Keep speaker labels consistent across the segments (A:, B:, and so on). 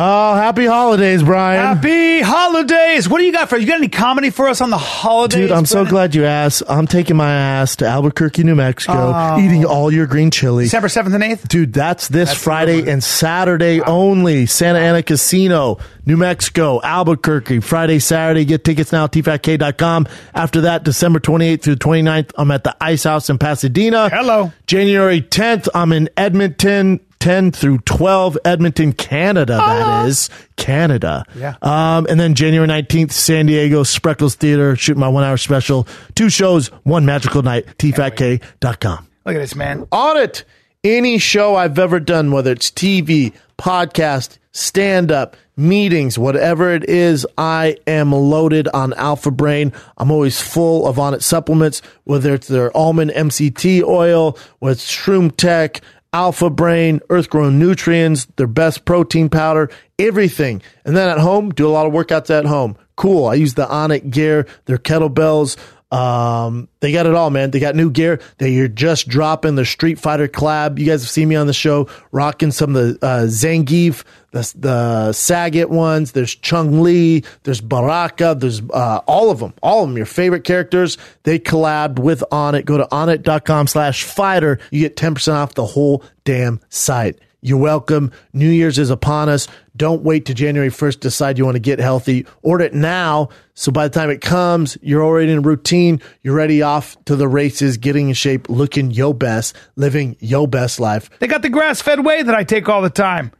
A: Oh, happy holidays, Brian.
B: Happy holidays! What do you got for you? Got any comedy for us on the holidays?
A: Dude, I'm so
B: Brennan?
A: glad you asked. I'm taking my ass to Albuquerque, New Mexico,
B: Oh.
A: eating all your green chili.
B: December seventh and eighth.
A: Dude, that's this Friday and Saturday only. Santa Ana Casino, New Mexico, Albuquerque, Friday, Saturday. Get tickets now at tfatk.com. After that, December 28th through 29th, I'm at the Ice House in Pasadena.
B: Hello.
A: January 10th, I'm in Edmonton. 10 through 12, Edmonton, Canada, that is. Canada.
B: Ah. Yeah.
A: Um, and then January 19th, San Diego, Spreckles Theater, shooting my one hour special. Two shows, one magical night, tfatk.com
B: Look at this man.
A: audit any show I've ever done, whether it's TV, podcast, stand up, meetings, whatever it is. I am loaded on Alpha Brain. I'm always full of on it supplements, whether it's their almond MCT oil, whether it's Shroom Tech, Alpha Brain, Earth Grown Nutrients, their best protein powder, everything. And then at home, do a lot of workouts at home. Cool. I use the Onic gear, their kettlebells. Um, they got it all, man. They got new gear. They are just dropping the Street Fighter collab. You guys have seen me on the show rocking some of the uh, Zangief, the the Saget ones. There's Chung Li. There's Baraka. There's uh, all of them. All of them. Your favorite characters. They collabed with Onnit. Go to onnit.com/fighter. You get ten percent off the whole damn site. You're welcome. New Year's is upon us. Don't wait to January 1st. Decide you want to get healthy. Order it now. So by the time it comes, you're already in routine. You're ready off to the races, getting in shape, looking your best, living your best life.
B: They got the grass fed whey that I take all the time.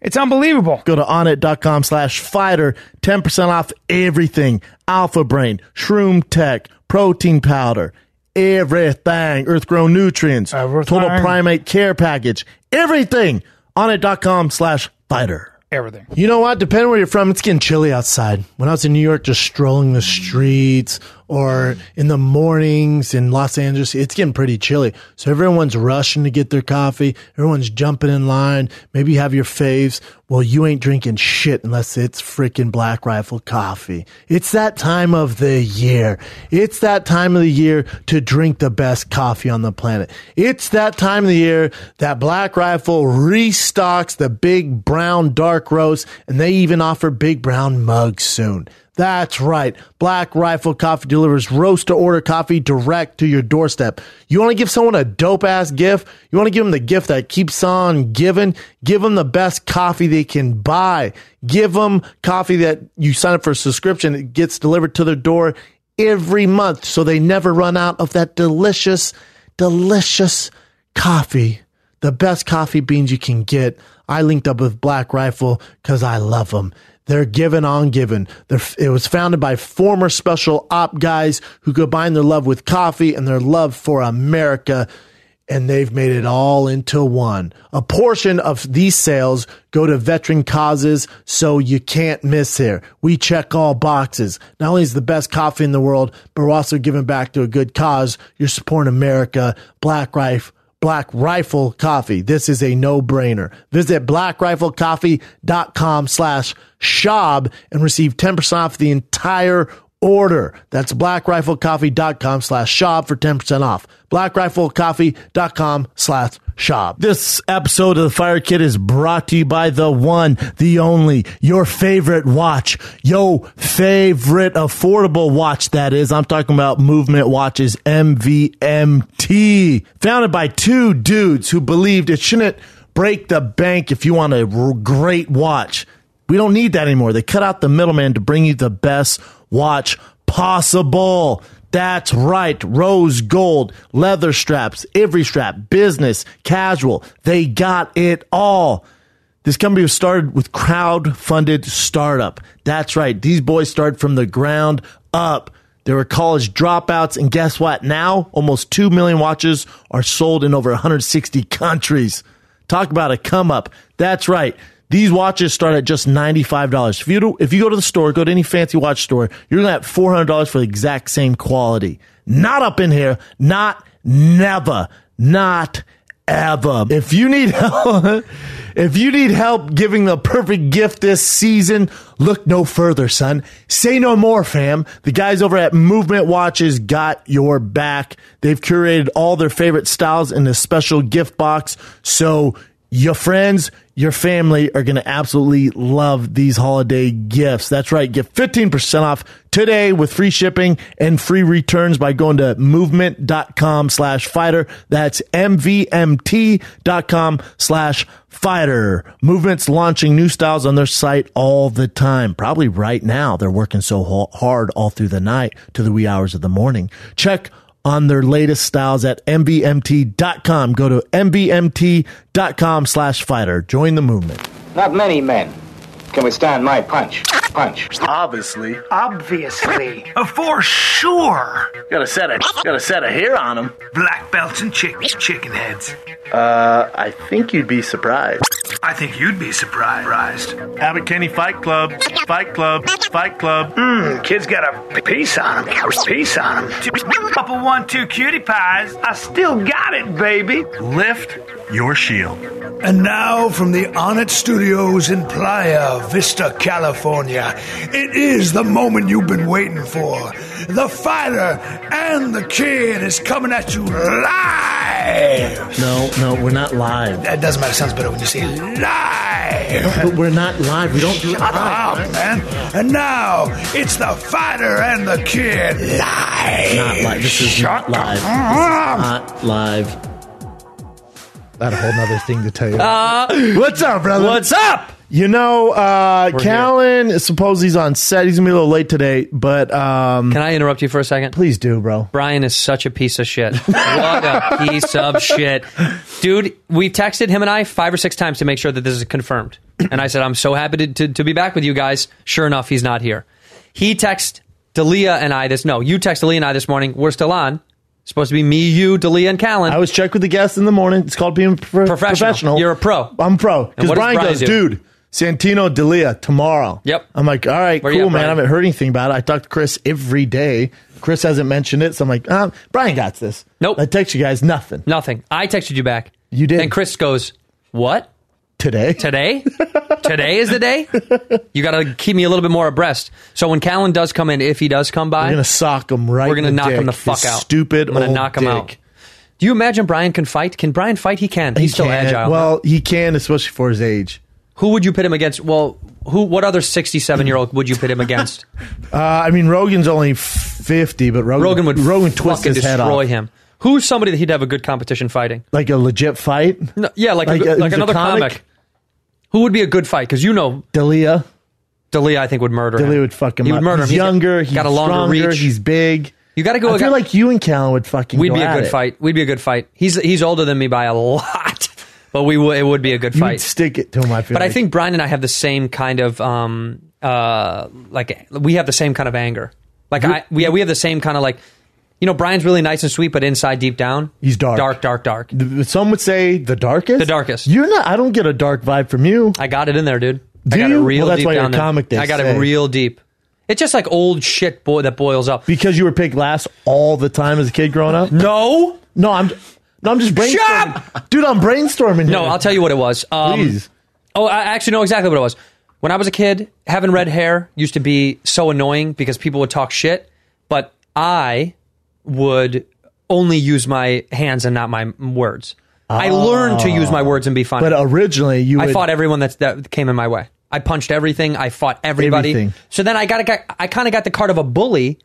B: It's unbelievable.
A: Go to onit.com slash fighter. 10% off everything. Alpha Brain, Shroom Tech, Protein Powder, everything. Earth Grown Nutrients,
B: Everything.
A: Total Primate Care Package, everything. Onit.com slash fighter.
B: Everything.
A: You know what? Depending where you're from, it's getting chilly outside. When I was in New York, just strolling the streets or in the mornings in Los Angeles, it's getting pretty chilly. So everyone's rushing to get their coffee. Everyone's jumping in line. Maybe you have your faves. Well, you ain't drinking shit unless it's freaking Black Rifle coffee. It's that time of the year. It's that time of the year to drink the best coffee on the planet. It's that time of the year that Black Rifle restocks the big brown dark roast and they even offer big brown mugs soon. That's right. Black Rifle Coffee delivers roast to order coffee direct to your doorstep. You want to give someone a dope ass gift? You want to give them the gift that keeps on giving? Give them the best coffee they can buy. Give them coffee that you sign up for a subscription. It gets delivered to their door every month so they never run out of that delicious, delicious coffee the best coffee beans you can get. I linked up with Black Rifle because I love them. They're given on given. They're, it was founded by former special op guys who combine their love with coffee and their love for America, and they've made it all into one. A portion of these sales go to veteran causes, so you can't miss here. We check all boxes. Not only is the best coffee in the world, but we're also giving back to a good cause. You're supporting America. Black Rifle. Black Rifle Coffee. This is a no-brainer. Visit blackriflecoffee.com slash shab and receive 10% off the entire order. That's blackriflecoffee.com slash shab for 10% off. blackriflecoffee.com slash shab. This episode of The Fire Kid is brought to you by the one, the only, your favorite watch, your favorite affordable watch that is. I'm talking about Movement Watches MVMT, founded by two dudes who believed it shouldn't break the bank if you want a r- great watch. We don't need that anymore. They cut out the middleman to bring you the best watch possible. That's right. Rose gold, leather straps, every strap, business, casual. They got it all. This company was started with crowd-funded startup. That's right. These boys started from the ground up. They were college dropouts, and guess what? Now, almost 2 million watches are sold in over 160 countries. Talk about a come up. That's right. These watches start at just $95. If you, do, if you go to the store, go to any fancy watch store, you're going to have $400 for the exact same quality. Not up in here. Not never. Not ever. If you need help, if you need help giving the perfect gift this season, look no further, son. Say no more, fam. The guys over at Movement Watches got your back. They've curated all their favorite styles in a special gift box. So your friends, your family are going to absolutely love these holiday gifts. That's right. Get 15% off today with free shipping and free returns by going to movement.com slash fighter. That's mvmt.com slash fighter. Movement's launching new styles on their site all the time. Probably right now. They're working so ho- hard all through the night to the wee hours of the morning. Check on their latest styles at mbmt.com. Go to mbmt.com slash fighter. Join the movement.
C: Not many men can withstand my punch. Punch.
A: Obviously.
D: Obviously. Uh, For sure.
A: Got a set of got a set of hair on him.
D: Black belts and chick- chicken heads.
A: Uh, I think you'd be surprised.
D: I think you'd be surprised.
E: Abbott Kenny Fight Club. Fight Club. Fight Club.
A: Hmm,
D: Mmm, kid's got a piece on him. Piece on him. Couple one, two cutie pies. I still got it, baby.
E: Lift your shield.
B: And now from the Onnit Studios in Playa Vista, California, it is the moment you've been waiting for. The fighter and the kid is coming at you live.
A: No, no, we're not live.
B: That doesn't matter. Sounds better when you say live.
A: But we're not live. We don't do it
B: Shut
A: live.
B: up, man. And now it's the fighter and the kid live.
A: Not live. This is not live. This is not live.
F: That whole nother thing to tell you.
A: Uh, What's up, brother?
F: What's up?
A: You know, uh, Callan, is suppose he's on set. He's gonna be a little late today, but um,
G: Can I interrupt you for a second?
A: please do, bro.
G: Brian is such a piece of shit. What a piece of shit. Dude, we've texted him and I five or six times to make sure that this is confirmed. And I said, I'm so happy to, to, to be back with you guys. Sure enough, he's not here. He texted Dalia and I this, no, you texted Dalia and I this morning. We're still on. It's supposed to be me, you, Dalia, and Callan.
A: I always check with the guests in the morning. It's called being pro- professional.
G: Professional. You're a pro.
A: I'm pro. Because
G: what does
A: Brian,
G: Brian
A: goes,
G: do?
A: dude, Santino Delia tomorrow.
G: Yep.
A: I'm like, all right,
G: Where you
A: cool,
G: at,
A: man. I
G: Brian?
A: haven't heard anything about it. I talk to Chris every day. Chris hasn't mentioned it, so I'm like, um, Brian got this.
G: Nope.
A: I text you guys nothing
G: Nothing. I texted you back.
A: You did.
G: And Chris goes, What?
A: today.
G: today today is the day you gotta keep me a little bit more abreast so when callan does come in if he does come by
A: We're gonna sock him right.
G: we're gonna
A: in the
G: knock
A: dick.
G: him the fuck
A: His
G: out
A: Stupid.
G: i'm gonna
A: old
G: knock him out
A: dick.
G: do you imagine brian can fight can brian fight he can he's
A: He
G: still
A: can.
G: agile
A: Well, he can, especially for his age.
G: who would you pit him against well who what other 67 year old would you pit him against
A: Uh, I mean, Rogan's only fifty, but Rogan,
G: rogan would
A: Rogan twists
G: fucking
A: his head
G: destroy
A: off
G: him who's somebody that he'd have a good competition fighting
A: like a legit fight.
G: no, yeah like,
A: Like,
G: a,
A: uh,
G: good- like
A: who's a
G: another
A: comic?
G: comic? who would be a good fight because you know
A: Dalia,
G: Dalia, I think, would murder him.
A: Dalia would fuck him
G: He
A: up.
G: would murder
A: he's
G: him.
A: younger. He's
G: got a longer
A: stronger.
G: reach.
A: He's big.
G: You gotta go
A: I feel
G: aga-
A: like you and Callan would fucking.
G: We'd
A: go
G: be a
A: at
G: good
A: it.
G: fight. We'd be a good fight. He's he's older than me by a lot, but we w- it would be a good
A: You'd
G: fight.
A: stick it to him. I feel.
G: but I
A: like.
G: think Brian and I have the same kind of um uh like we have the same kind of anger. Like I we we have the same kind of like you know Brian's really nice and sweet, but inside deep down
A: He's dark.
G: dark, dark, dark.
A: Th- some would say the darkest.
G: The darkest.
A: You're not. I don't get a dark vibe from you.
G: I got it in there, dude.
A: Do
G: I got
A: you?
G: it
A: Well,
G: real
A: that's
G: deep
A: why you're
G: down
A: a
G: there.
A: comic, they
G: I got
A: say.
G: it real deep. It's just like old shit boy that boils up.
A: because you were picked last all the time as a kid growing up.
G: no,
A: No, I'm. No, I'm just brainstorming. Dude, I'm brainstorming.
G: no,
A: here.
G: I'll tell you what it was. Um,
A: Please.
G: Oh, I actually know exactly what it was. When I was a kid, having red hair used to be so annoying because people would talk shit, but I would only use my hands and not my words. I learned to use my words and be funny.
A: Ah. But originally, you.
G: I
A: would,
G: fought everyone that's, that came in my way. I punched everything. I fought everybody.
A: Everything.
G: So then I got, got I kind of got the card of a bully,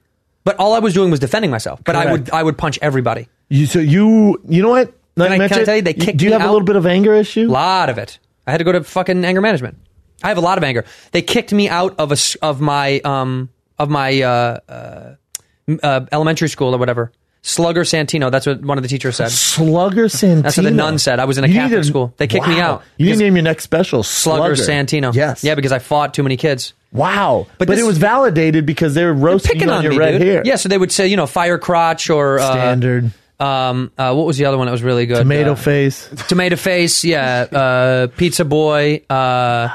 G: but all I was doing was defending myself. But I would
A: Correct.
G: I would punch everybody.
A: You so you you know what? Now
G: Can I-
A: mention
G: can I
A: it,
G: tell you they kicked
A: Do you
G: me
A: have a
G: out?
A: little bit of anger issue?
G: lot of it. I had to go to fucking anger management. I have a lot of anger. They kicked me out of a s- of my um of my uh, uh, m- uh elementary school or whatever. Slugger Santino. That's what one of the teachers said.
A: Slugger Santino.
G: That's what the nun said. I was in a
A: You
G: Catholic
A: need to-
G: school. They kicked me
A: Wow.
G: out.
A: You need to
G: Because-
A: name your next special
G: Slugger
A: Slugger,
G: Santino.
A: Yes.
G: Yeah, because I fought too many kids.
A: wow. But, it
G: But this-
A: was validated because they were roasting
G: Picking
A: you
G: on,
A: on, your
G: me,
A: red
G: dude.
A: hair.
G: Yeah, so they would say, you know, fire crotch or uh,
A: Standard.
G: Um, uh, what was the other one that was really good?
A: Tomato
G: Uh,
A: face.
G: Tomato Face, yeah. Uh, Pizza Boy. Uh,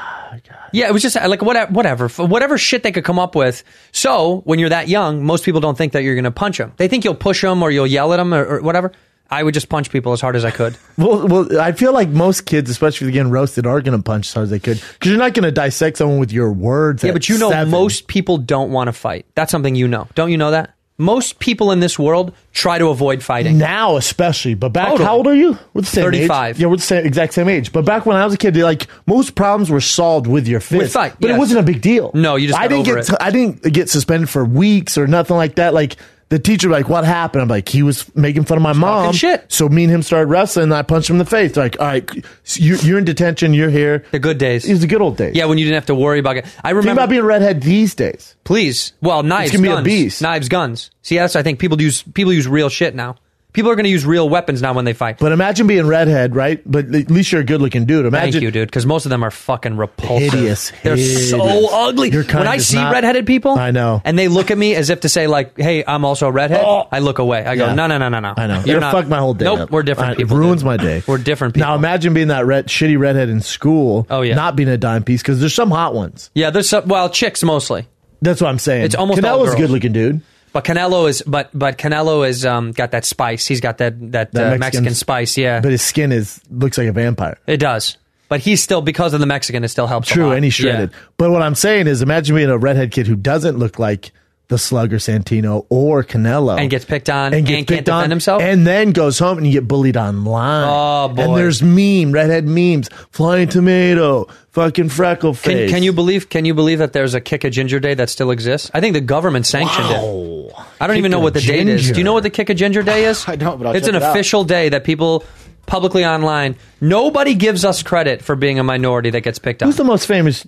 G: yeah, it was just uh, like whatever, whatever, f- whatever shit they could come up with. So when you're that young, most people don't think that you're going to punch them. They think you'll push them or you'll yell at them or, or whatever. I would just punch people as hard as I could.
A: Well, well, I feel like most kids, especially if they're getting roasted, are going to punch as hard as they could because you're not going to dissect someone with your words.
G: yeah,
A: at
G: but you know,
A: seven.
G: most people don't want to fight. That's something you know. Don't you know that? Most people in this world try to avoid fighting.
A: now, especially. But back,
G: Totally.
A: how old are you? We're the same age.
G: 35.
A: Yeah, we're the same, exact same age. But back when I was a kid, they, like most problems were solved with your fist.
G: fight,
A: but
G: yes.
A: it wasn't a big deal.
G: No, you just
A: I
G: got
A: didn't
G: over
A: get
G: it.
A: I didn't get suspended for weeks or nothing like that. Like. The teacher like, what happened? I'm like, he was making fun of my mom.
G: shit.
A: So me and him started wrestling, and I punched him in the face. They're like, all right, you, you're in detention. You're here.
G: The good days.
A: It was the good old days.
G: Yeah, when you didn't have to worry about it. I
A: Think
G: remember.
A: about being a redhead these days.
G: Please. Well, knives,
A: gonna be a
G: guns,
A: beast.
G: knives, guns. See, that's I think people use people use real shit now. People are going to use real weapons now when they fight.
A: But imagine being redhead, right? But at least you're a good looking dude. Imagine
G: Thank you, dude, because most of them are fucking repulsive.
A: Hideous.
G: They're so
A: hideous.
G: ugly.
A: Your kind
G: When I
A: is
G: see
A: not-
G: redheaded people,
A: I know. Oh.
G: and they look at me as if to say, like, "Hey, I'm also a redhead." I look away. I go,
A: Yeah.
G: "No, no, no, no, no."
A: I know.
G: You're
A: It'll
G: not.
A: fuck my whole day.
G: Nope,
A: up.
G: we're different
A: I-
G: people.
A: It ruins
G: dude.
A: my day.
G: We're different people.
A: Now imagine being that red, shitty redhead in school.
G: Oh, yeah.
A: Not being a dime piece because there's some hot ones.
G: yeah, there's some, well, chicks mostly,
A: That's what I'm saying.
G: It's almost all
A: Canelo's a
G: girls.
A: good looking dude.
G: but Canelo is, but but Canelo is um got that spice. He's got that that,
A: That
G: uh, Mexican,
A: Mexican-
G: spice. Yeah,
A: But his skin is looks like a vampire.
G: It does. But he's still because of the Mexican, it still helps. a
A: True,
G: lot.
A: and he's shredded.
G: Yeah.
A: But what I'm saying is imagine being a redhead kid who doesn't look like the slugger Santino or Canelo.
G: And gets picked on and, can't defend himself.
A: and then goes home and you get bullied online.
G: Oh, boy.
A: And there's meme redhead memes, flying tomato, fucking freckle
G: can,
A: face.
G: can you believe? Can you believe that there's a kick a ginger day that still exists? I think the government sanctioned it. I don't even
A: Kick
G: know
A: a
G: what the date is. Do you
A: ginger.
G: know what the kick a ginger day is?
C: I don't, but I'll
G: it's
C: check it
G: an
C: out.
G: official day that people publicly online. Nobody gives us credit for being a minority that gets picked on.
A: Who's the most famous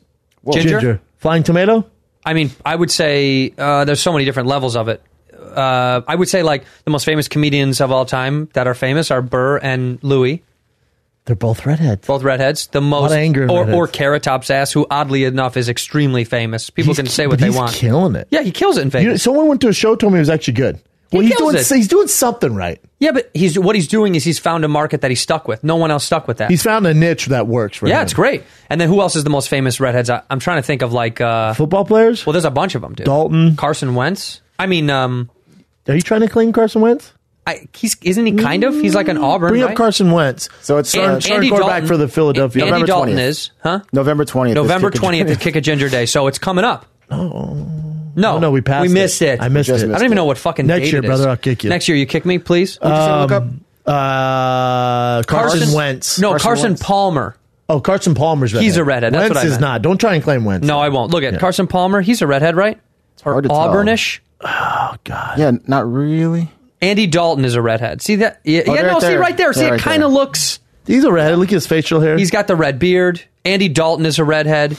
G: Ginger?
A: ginger? Flying tomato?
G: I mean, I would say uh, there's so many different levels of it. Uh, I would say like the most famous comedians of all time that are famous are Burr and Louis.
A: They're both redheads.
G: both redheads. The most
A: anger in
G: or,
A: redheads.
G: or Carrot Top's ass, who oddly enough is extremely famous. People
A: He's
G: can
A: ki-
G: say what
A: but
G: they
A: he's
G: want.
A: killing it.
G: yeah, he kills it in
A: You know,
G: Vegas.
A: someone went to a show told me it was actually good. Well, he's
G: kills
A: doing
G: it.
A: he's doing something right.
G: yeah, but he's what he's doing is he's found a market that he's stuck with. No one else stuck with that.
A: He's found a niche that works for him.
G: yeah, it's great. And then who else is the most famous redheads? I, I'm trying to think of like uh,
A: Football players?
G: well, there's a bunch of them, dude.
A: Dalton.
G: Carson Wentz. I mean, um,
A: Are you trying to claim Carson Wentz?
G: I, he's isn't he kind of? He's like an Auburn.
A: Bring
G: right?
A: up Carson Wentz.
C: So it's
G: And-
C: uh,
G: Andy
A: starting quarterback
G: Dalton-
A: for the Philadelphia-
G: Andy
C: November
G: Dalton
C: 20th.
G: is huh?
C: November 20th. is
G: November
C: Kick a-
G: 20th is Kick a Ginger Day, so it's coming up. Oh. No,
A: Oh, no, we passed
G: We
A: it.
G: missed it.
A: I missed
C: We just
A: it.
G: I don't even know what fucking
A: Next
G: date
A: year,
G: it is.
A: brother, I'll kick you.
G: Next year, you kick me, please.
C: Look up.
A: Um, Uh, Carson, Wentz.
G: No, Carson,
C: Carson Wentz.
G: Palmer.
A: Oh, Carson Palmer's redhead.
G: He's a redhead, that's
A: Wentz
G: what I
A: is
G: meant.
A: not. Don't try and claim Wentz.
G: No, I won't. Look at
A: Yeah.
G: Carson Palmer. He's a redhead, right? Or
C: hard to tell.
G: Auburnish.
C: Yeah, not really.
G: Andy Dalton is a redhead. See that? Yeah,
A: Oh,
G: yeah,
C: right
G: no, see
C: there.
G: right there. See,
C: Yeah,
G: it
C: right
G: kind of
C: there.
G: looks.
A: He's a redhead. Look at his facial hair.
G: He's got the red beard. Andy Dalton is a redhead.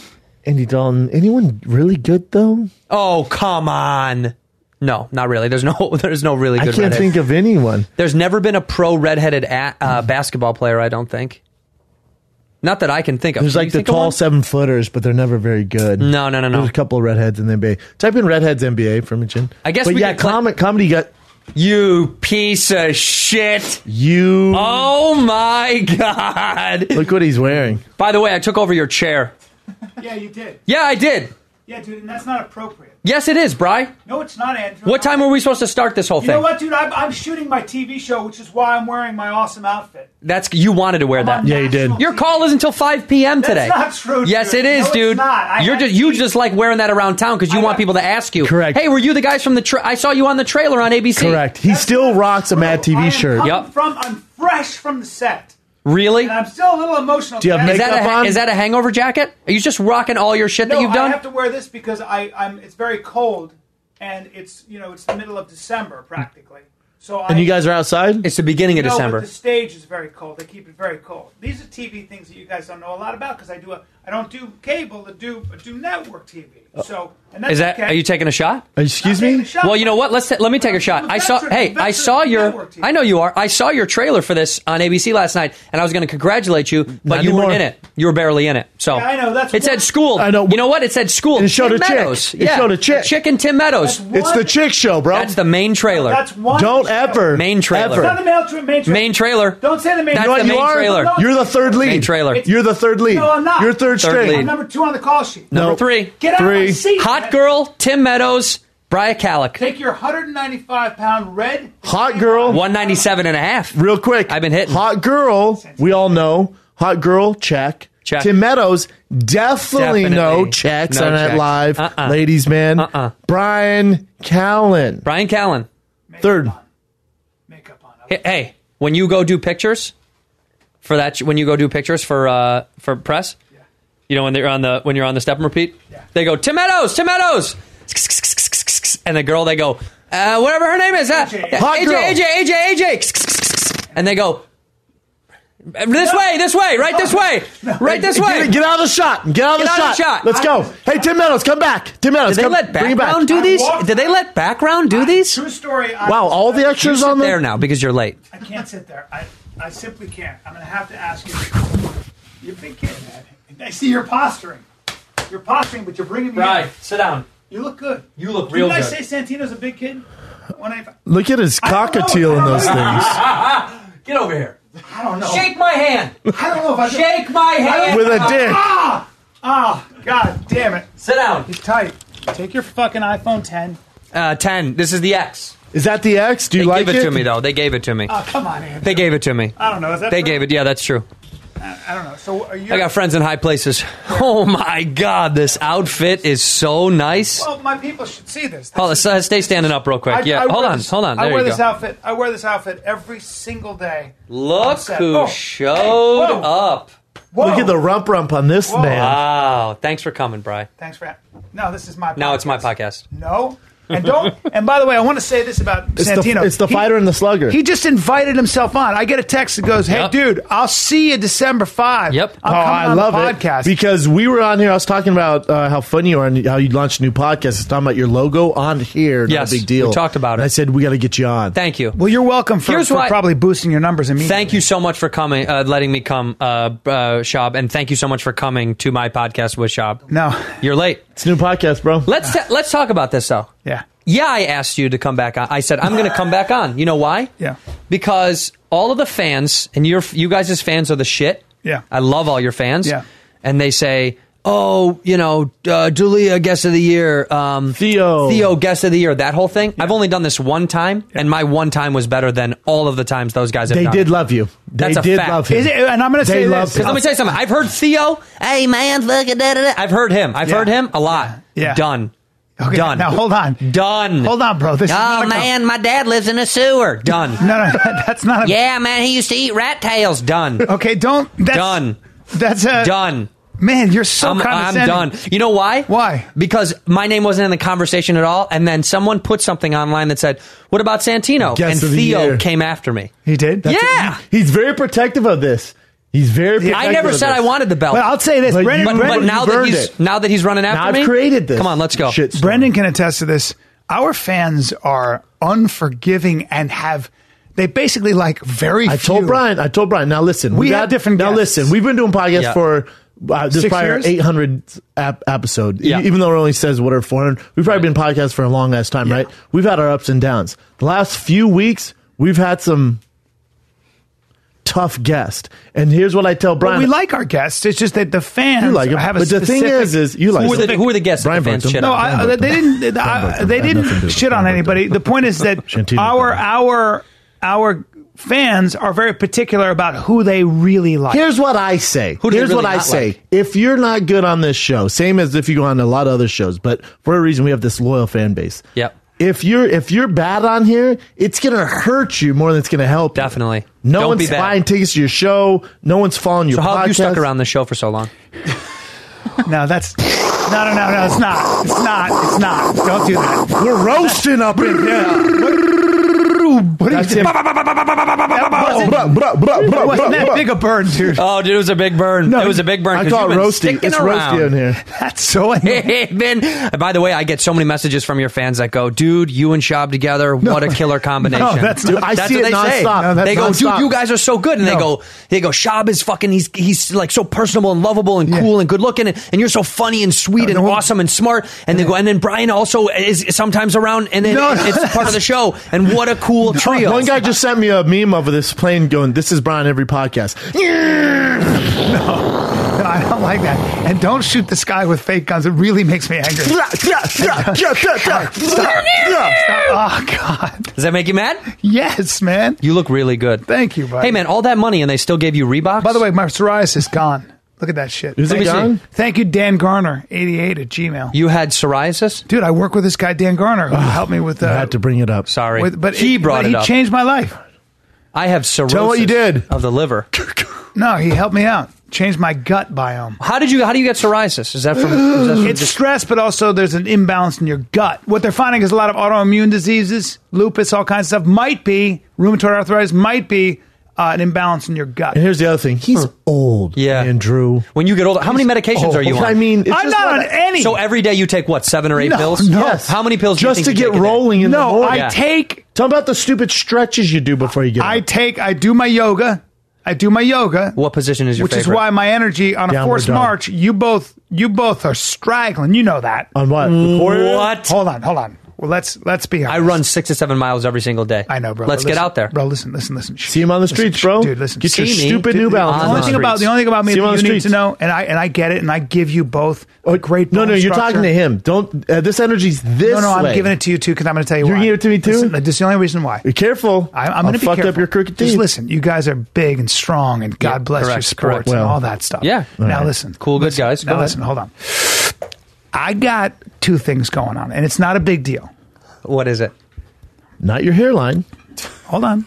A: Andy Dalton. Anyone really good though?
G: Oh come on. No, not really. There's no. There's no really
A: I
G: good.
A: can't
G: redhead.
A: think of anyone.
G: There's never been a pro redheaded a, uh, basketball player. I don't think. Not that I can think of.
A: There's
G: Can
A: like
G: you
A: the
G: think of
A: tall
G: one?
A: seven footers, but they're never very good.
G: No, no, no, no.
A: There's a couple of redheads in the NBA. Type in redheads NBA for me, Chin.
G: I guess
A: But
G: we
A: yeah,
G: could cla-
A: com- comedy got
G: You piece of shit.
A: you.
G: Oh my god.
A: Look what he's wearing.
G: By the way, I took over your chair.
B: Yeah, you did.
G: Yeah, I did.
B: Yeah, dude, and that's not appropriate.
G: Yes, it is, Bry.
B: No, it's not, Andrew.
G: What time were we supposed to start this whole
B: You
G: thing?
B: know what, dude? I'm, I'm shooting my TV show, which is why I'm wearing my awesome outfit.
G: That's you wanted to wear
B: I'm
G: that.
B: on
A: Yeah, you did.
B: national
G: Your
B: TV.
G: call isn't until 5 p.m.
B: That's
G: today.
B: not true, dude.
G: Yes, it
B: No,
G: is,
B: it's
G: dude.
B: not. I
G: You're
B: had
G: just you
B: to-
G: just like wearing that around town because you
B: I
G: want
B: had-
G: people to ask you.
A: Correct.
G: Hey, were you the guys from the? Tra- I saw you on the trailer on ABC.
A: Correct. He
B: That's
A: still
B: not
A: rocks a
B: true.
A: Mad
B: I
A: TV
B: am
A: shirt.
B: coming
G: Yep.
B: From I'm fresh from the set,
G: Really?
B: and I'm still a little emotional.
A: Do you have
B: today.
G: Is
A: Makeup
G: that, a, ha-
A: on?
G: is that a hangover jacket? Are you just rocking all your shit
B: No,
G: that you've done?
B: I have to wear this because I, I'm. It's very cold, and it's you know it's the middle of December practically. So I,
A: And you guys are outside.
G: it's the beginning
B: you
G: of
B: know,
G: December.
B: But the stage is very cold. They keep it very cold. These are TV things that you guys don't know a lot about because I do a, I don't do cable. I do I do network TV. So and that's
G: Oh. Is that?
B: okay.
G: Are you taking a shot?
A: Excuse
B: Taking a
A: me.
B: shot.
G: Well, you know what? Let's ta- let me take a shot. I saw. Hey, I saw your. I know you are. I saw your trailer for this on ABC last night, and I was going to congratulate you, but
A: Not
G: you weren't in
A: anymore.
G: it. You were barely in it. So
B: Yeah, I know, that's
G: it said
B: one-
G: school.
A: I know.
G: You know what? It said school.
A: It showed
G: Tim
A: a chick.
G: Meadows.
A: It showed a chick.
G: Chick and Tim Meadows.
B: That's
A: It's the chick show, bro.
G: That's the main trailer.
B: That's one.
A: Don't Don't ever.
G: Main
B: It's
G: trailer.
B: not the mail tra- main trailer.
G: Main trailer.
B: Don't say the main
G: That's
B: trailer.
G: the main trailer.
B: No,
A: You're the third lead.
G: Main trailer.
A: You're the third lead.
B: No, I'm not.
A: You're third,
G: Third
A: straight.
G: lead.
B: I'm number two on the call sheet.
G: Number
A: Nope.
G: three.
B: Get out of my
A: Three.
B: seat.
G: Hot girl, Tim Meadows, Brian Kallick.
B: Take your 195 pound red.
A: Hot girl.
G: 197 and a half.
A: Real quick.
G: I've been hitting.
A: Hot girl. We all know. Hot girl. Check.
G: Check.
A: Tim Meadows. Definitely,
G: Definitely.
A: no checks
G: No
A: on that
G: checks.
A: live.
G: Uh-uh.
A: Ladies man.
G: Uh-uh.
A: Brian Callen.
G: Brian Callen.
A: Third.
B: Makeup on.
G: Hey, hey, when you go do pictures for that, when you go do pictures for uh, for press, you know when they're on the when you're on the step and repeat, they go Tim Meadows, Tim Meadows, and the girl they go uh, whatever her name is, uh,
A: Hot
G: AJ,
A: girl.
G: AJ, AJ, AJ, and they go this way, this way, right this way, right this way.
A: Get, get out of the shot. Get out of,
G: Get
A: the,
G: out
A: shot.
G: of the shot.
A: Let's go. Hey, Tim Meadows, come back. Tim Meadows,
G: Did they
A: come
G: let
A: bring it back.
G: background do
B: I
G: these?
B: walked-
G: Did they let background do these?
B: True story. I
A: Wow, all the extras on
G: There
A: there.
G: now because you're late.
B: I can't sit there. I, I simply can't. I'm going to have to ask you. You've been kidding, man. I see you're posturing. You're posturing, but you're bringing me in.
G: sit down.
B: You look good.
G: You look
B: Didn't I say Santino's a big kid? 195.
A: Look at his
B: I don't know.
A: cockatiel in those
B: I don't
A: things.
G: Get over here.
B: I don't know.
G: my hand.
B: I don't know if I should-
G: my hand.
A: With a dick.
B: Ah, God damn it.
G: Sit down.
B: He's tight. Take your fucking iPhone 10.
G: Uh, ten. This is the X.
A: Is that the X? Do you
G: They
A: like
G: gave it,
A: it?
G: to me though. They gave it to me.
B: Oh, come on, Andrew.
G: they gave it to me.
B: I don't know. Is that
G: They
B: true?
G: gave it. Yeah, that's true.
B: I don't know. So are you?
G: I got friends in high places. Oh my God, this outfit is so nice.
B: Well, my people should see this.
G: Hold on,
B: This is-
G: so- stay standing up real quick.
B: I-
G: Yeah,
B: I wear
G: hold on,
B: this-
G: hold on.
B: I
G: There
B: wear
G: you
B: this
G: go.
B: outfit. I wear this outfit every single day.
G: Look
B: set.
G: who
B: Oh, hey,
G: showed
B: whoa.
G: up.
B: Whoa.
A: Look at the rump rump on this man.
G: Wow, thanks for coming, Bry.
B: Thanks for. No, this is my.
G: Now it's my podcast.
B: No, and don't. and by the way, I want to say this about
A: It's the,
B: Santino.
A: it's the
B: He-
A: fighter and the slugger.
B: He just invited himself on. I get a text that goes, "Hey,
G: Yep.
B: dude, I'll see you December 5.
G: Yep.
B: I'm
A: oh,
B: coming
A: I
B: on the
A: love
B: podcast.
A: it because we were on here. I was talking about uh, how funny you are and how you launched a new podcast. It's talking about your logo on here. Not
G: Yes,
A: a big deal.
G: we talked about
A: And
G: it.
A: I said we got to get you on.
G: Thank you.
B: well, you're welcome for,
G: Here's
B: for
G: why-
B: probably boosting your numbers immediately.
G: Thank you so much for coming, uh, letting me come, uh, uh, Shab, and thank you so much for coming to my podcast with Shab.
B: No.
G: You're late.
A: it's a new podcast, bro.
G: Let's ta- let's talk about this though.
B: Yeah.
G: Yeah, I asked you to come back on. I said I'm going to come back on. You know why?
B: Yeah.
G: Because all of the fans and your you guys as fans are the shit.
B: Yeah.
G: I love all your fans.
B: Yeah.
G: And they say, "Oh, you know, uh, Julia guest of the year, um,
A: Theo.
G: Theo guest of the year, that whole thing." I've only done this one time, and my one time was better than all of the times those guys have
A: They
G: done
A: did
G: it.
A: love you. They
G: That's a
A: did
G: fact.
A: love him.
B: Is it, and I'm going to
A: They
B: say this.
A: love
G: Because let me tell you something. I've heard Theo. Hey man, fuck it, da, da, da. I've heard him. I've
B: Yeah.
G: heard him a lot.
B: Yeah.
G: Done.
B: Okay,
G: Done.
B: Now hold on.
G: Done.
B: Hold on, bro. This is not
G: Oh
B: a-
G: man, my dad lives in a sewer. Done.
B: No, no, that's not. A,
G: Yeah, man, he used to eat rat tails. Done.
B: Okay, don't. That's,
G: Done.
B: That's a
G: Done.
B: Man, you're so
G: I'm, I'm
B: condescending.
G: done. You know why?
B: Why?
G: Because my name wasn't in the conversation at all, and then someone put something online that said, "What about Santino?"
A: Guest
G: and
A: of the
G: Theo
A: year.
G: came after me.
B: He did.
G: Yeah.
A: He's very protective of this. He's very. Protective
G: I never
A: of
G: said
A: this.
G: I wanted the belt.
B: But I'll say this,
A: But
B: Brendan.
A: you-
G: but, but
B: Brendan,
G: now
A: you've
G: that
A: earned
G: he's
A: it.
G: now that he's running after
A: Now I've
G: me,
A: created this.
G: Come on, let's go.
A: Shit storm.
B: Brendan can attest to this. Our fans are unforgiving and have they basically like very.
A: I
B: few.
A: told Brian. I told Brian. Now listen,
B: We had different
A: Now
B: guests.
A: listen, we've been doing podcasts
G: Yeah.
A: for uh, this
B: Six
A: prior
B: years?
A: eight hundred ap- episode. E-
G: Yeah.
A: Even though it only says whatever four hundred, we've probably been podcasts for a long ass time, right? We've had our ups and downs. The last few weeks, we've had some tough guests. And here's what I tell
B: But
A: Brian.
B: we like our guests. It's just that the fans
A: You like 'em,
B: have a
A: but the thing
B: specific-
A: is- is you like
G: Who are the-
A: 'em.
G: who are the guests that
A: Brian
G: the fans
A: Burton.
G: shit
B: No,
G: on?
B: I, they didn't.
A: Brown
B: I, they
A: Brown Brown
B: didn't
A: Brown
B: shit on
A: Brown
B: anybody. The point is that
A: Shantino
B: our
A: Brown.
B: our our fans are very particular about who they really like.
A: Here's what I say.
G: Who do you
A: Here's
G: really
A: what I
G: not
A: say.
G: like?
A: If you're not good on this show, same as if you go on a lot of other shows, but for a reason we have this loyal fan base.
G: Yep.
A: If you're if you're bad on here, it's gonna hurt you more than it's gonna help. you.
G: Definitely.
A: No
G: Don't be
A: one's
G: bad.
A: buying tickets to your show. No one's following your
G: So how
A: podcast.
G: have you stuck around the show for so long?
B: No, that's no, no, no, no. It's not. It's not. It's not. Don't do that.
A: We're roasting up in here.
B: What are you
A: That's him.
B: doing? That wasn't-
A: Bruh, bruh, bruh, bruh,
B: wasn't
A: bruh,
B: that
A: bruh.
B: big a burn, dude.
G: Oh, dude, it was a big burn.
B: No,
G: it was a big burn.
A: I
G: 'cause
A: call it
G: you've been
A: roasty.
G: sticking
A: It's
G: around.
A: roasty in here.
B: That's so annoying.
G: man. And by the way, I get so many messages from your fans that go, "Dude, you and Shab together, what a killer combination!"
B: No, that's
A: Dude,
B: not.
A: I
G: That's
A: see it
G: what they say.
A: nonstop.
B: No, that's
G: they go,
A: nonstop.
G: "Dude, you guys are so good," and they
B: No.
G: go, "They go, Shab is fucking. He's he's like so personable and lovable and
B: Yeah.
G: cool and good looking, and, and you're so funny and sweet and
B: no.
G: awesome and smart." And they go, and then Brian also is sometimes around, and then
B: No, no,
G: it's part of the show. And what a cool trio! real.
A: One guy just sent me a meme of this plane going, "This is Brian every podcast."
B: No, I don't like that. And don't shoot the sky with fake guns. It really makes me angry. Stop. Stop. Oh, God.
G: Does that make you mad?
B: Yes, man.
G: You look really good.
B: Thank you, buddy.
G: Hey, man, all that money and they still gave you Reebok?
B: By the way, my psoriasis is gone. Look at that shit.
G: Is it
B: Thank you.
G: gone?
B: Thank you, Dan Garner, 88 at Gmail.
G: You had psoriasis?
B: Dude, I work with this guy, Dan Garner, who helped me with... Uh,
A: I had to bring it up.
G: Sorry.
B: with- but
G: he brought
B: but
G: it
B: he
G: up.
B: changed my life.
G: I have cirrhosis.
B: what you did.
G: Of the liver.
B: No, he helped me out. Changed my gut biome.
G: How did you How do you get psoriasis? Is that from... is that from
B: it's stress, but also there's an imbalance in your gut. What they're finding is a lot of autoimmune diseases, lupus, all kinds of stuff might be rheumatoid arthritis, might be uh, an imbalance in your gut.
A: And here's the other thing: he's old. Yeah, and Drew.
G: When you get older, how many medications
A: old.
G: are
B: oh,
G: you on?
A: I mean, it's
B: I'm
A: just
B: not on
A: not-
B: any.
G: So every day you take, what, seven or eight
B: No,
G: pills?
B: no.
A: Yes.
G: How many pills do you
A: just
G: think
A: to
G: you
A: get
G: take a day?
A: rolling in the
B: no,
A: morning?
B: I
G: Yeah.
B: take,
A: Tell me about the stupid stretches you do before you get.
B: I
A: up.
B: take, I do my yoga. I do my yoga.
G: What position is your
B: which
G: favorite?
B: is why my energy on a
A: Downward
B: forced
A: dog.
B: march, you both, you both are straggling. You know that.
A: on what? The choreo?
G: What?
B: Hold on, hold on. Well, let's let's be honest.
G: I run six to seven miles every single day.
B: I know, bro.
G: Let's
B: But
G: get
B: listen,
G: out there.
B: bro. Listen, listen, listen. Shh.
A: See him on the streets, bro.
B: Dude, listen.
A: Get your
G: See me.
A: stupid New
G: Dude,
A: Balance.
G: the
B: The
G: on
B: only thing about the only thing about me
A: See
B: that
A: him on
B: you
A: the
B: need to
A: streets.
B: know, and I and I get it, and I give you both a great.
A: No, no,
B: bone
A: you're
B: structure.
A: talking to him. Don't. Uh, this energy's this.
B: No, no, I'm
A: way.
B: giving it to you too because I'm going to tell you.
A: You're
B: why.
A: giving it to me, too?
B: Listen, this is the only reason why.
A: Be careful.
B: I, I'm going to
A: I'll
B: be
A: fuck
B: careful.
A: up your crooked teeth.
B: Just listen. You guys are big and strong, and God bless your
G: correct,
B: sports
G: correct.
B: and
A: Well,
B: all that stuff.
G: yeah. All
B: Now
G: right.
B: listen.
G: Cool, good
B: listen,
G: guys. Go
B: Now
G: ahead.
B: listen. Hold on. I got two things going on, and it's not a big deal.
G: What is it?
A: Not your hairline.
B: Hold on.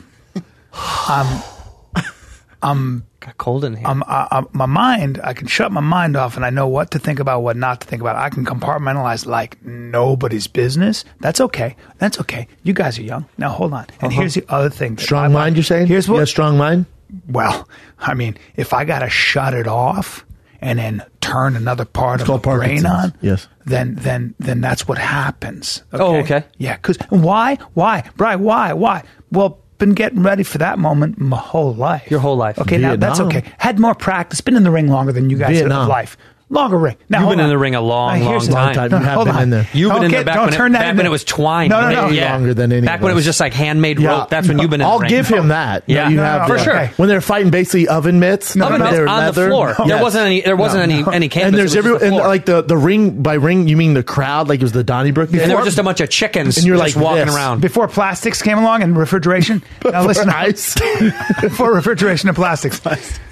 G: Got cold in here.
B: I'm, I, I, my mind, I can shut my mind off and I know what to think about, what not to think about. I can compartmentalize like nobody's business. That's okay. That's okay. You guys are young. Now hold on. And here's the other thing. that
A: Uh-huh. Strong
B: I-
A: mind. You're saying.
B: Here's
A: You
B: what.
A: got strong mind.
B: well, I mean, if I gotta shut it off and then turn another part of
A: called
B: the brain
A: Parkinson's.
B: on,
A: Yes.
B: then then then that's what happens.
G: Oh, okay.
B: Yeah, because why? Why? Brian, why? Why? Well, been getting ready for that moment my whole life.
G: Your whole life.
B: Okay, now that's
A: Vietnam.
B: okay. Had more practice, been in the ring longer than you guys have
A: Vietnam.
B: of life. Longer ring. Now,
G: You've
B: hold
G: been in
B: on.
G: the ring a long,
B: Now, here's
G: long
B: the-
G: time.
A: You have
B: hold
A: been
B: on.
A: in there.
G: You've been
B: Don't
G: in there
B: get-
G: back
B: don't
G: when,
B: turn that
G: it, back
B: into-
G: when it was twined.
B: No, no, no.
G: Yeah.
A: Longer than any of
G: Back when it
A: us.
G: was just like handmade
A: Yeah.
G: rope. That's when you've been in the
A: I'll
G: ring.
A: give him that. that
G: Yeah.
A: you
G: No,
A: have
B: no, no,
A: that.
B: for sure.
A: When they're fighting basically oven mitts, they
G: Oven mitts
A: were
G: on the
A: leather.
G: floor. There
A: Yes.
G: wasn't any. There wasn't any any canvas.
A: And
G: It
A: there's
G: was just
A: every
G: the
A: and
G: floor.
A: like the the ring by ring you mean the crowd like it was the Donnybrook before.
G: and there were just a bunch of chickens.
A: And you're
G: just
A: like
G: walking
A: this.
G: around.
B: Before plastics came along and refrigeration. now listen,
A: ice.
B: before refrigeration and plastics.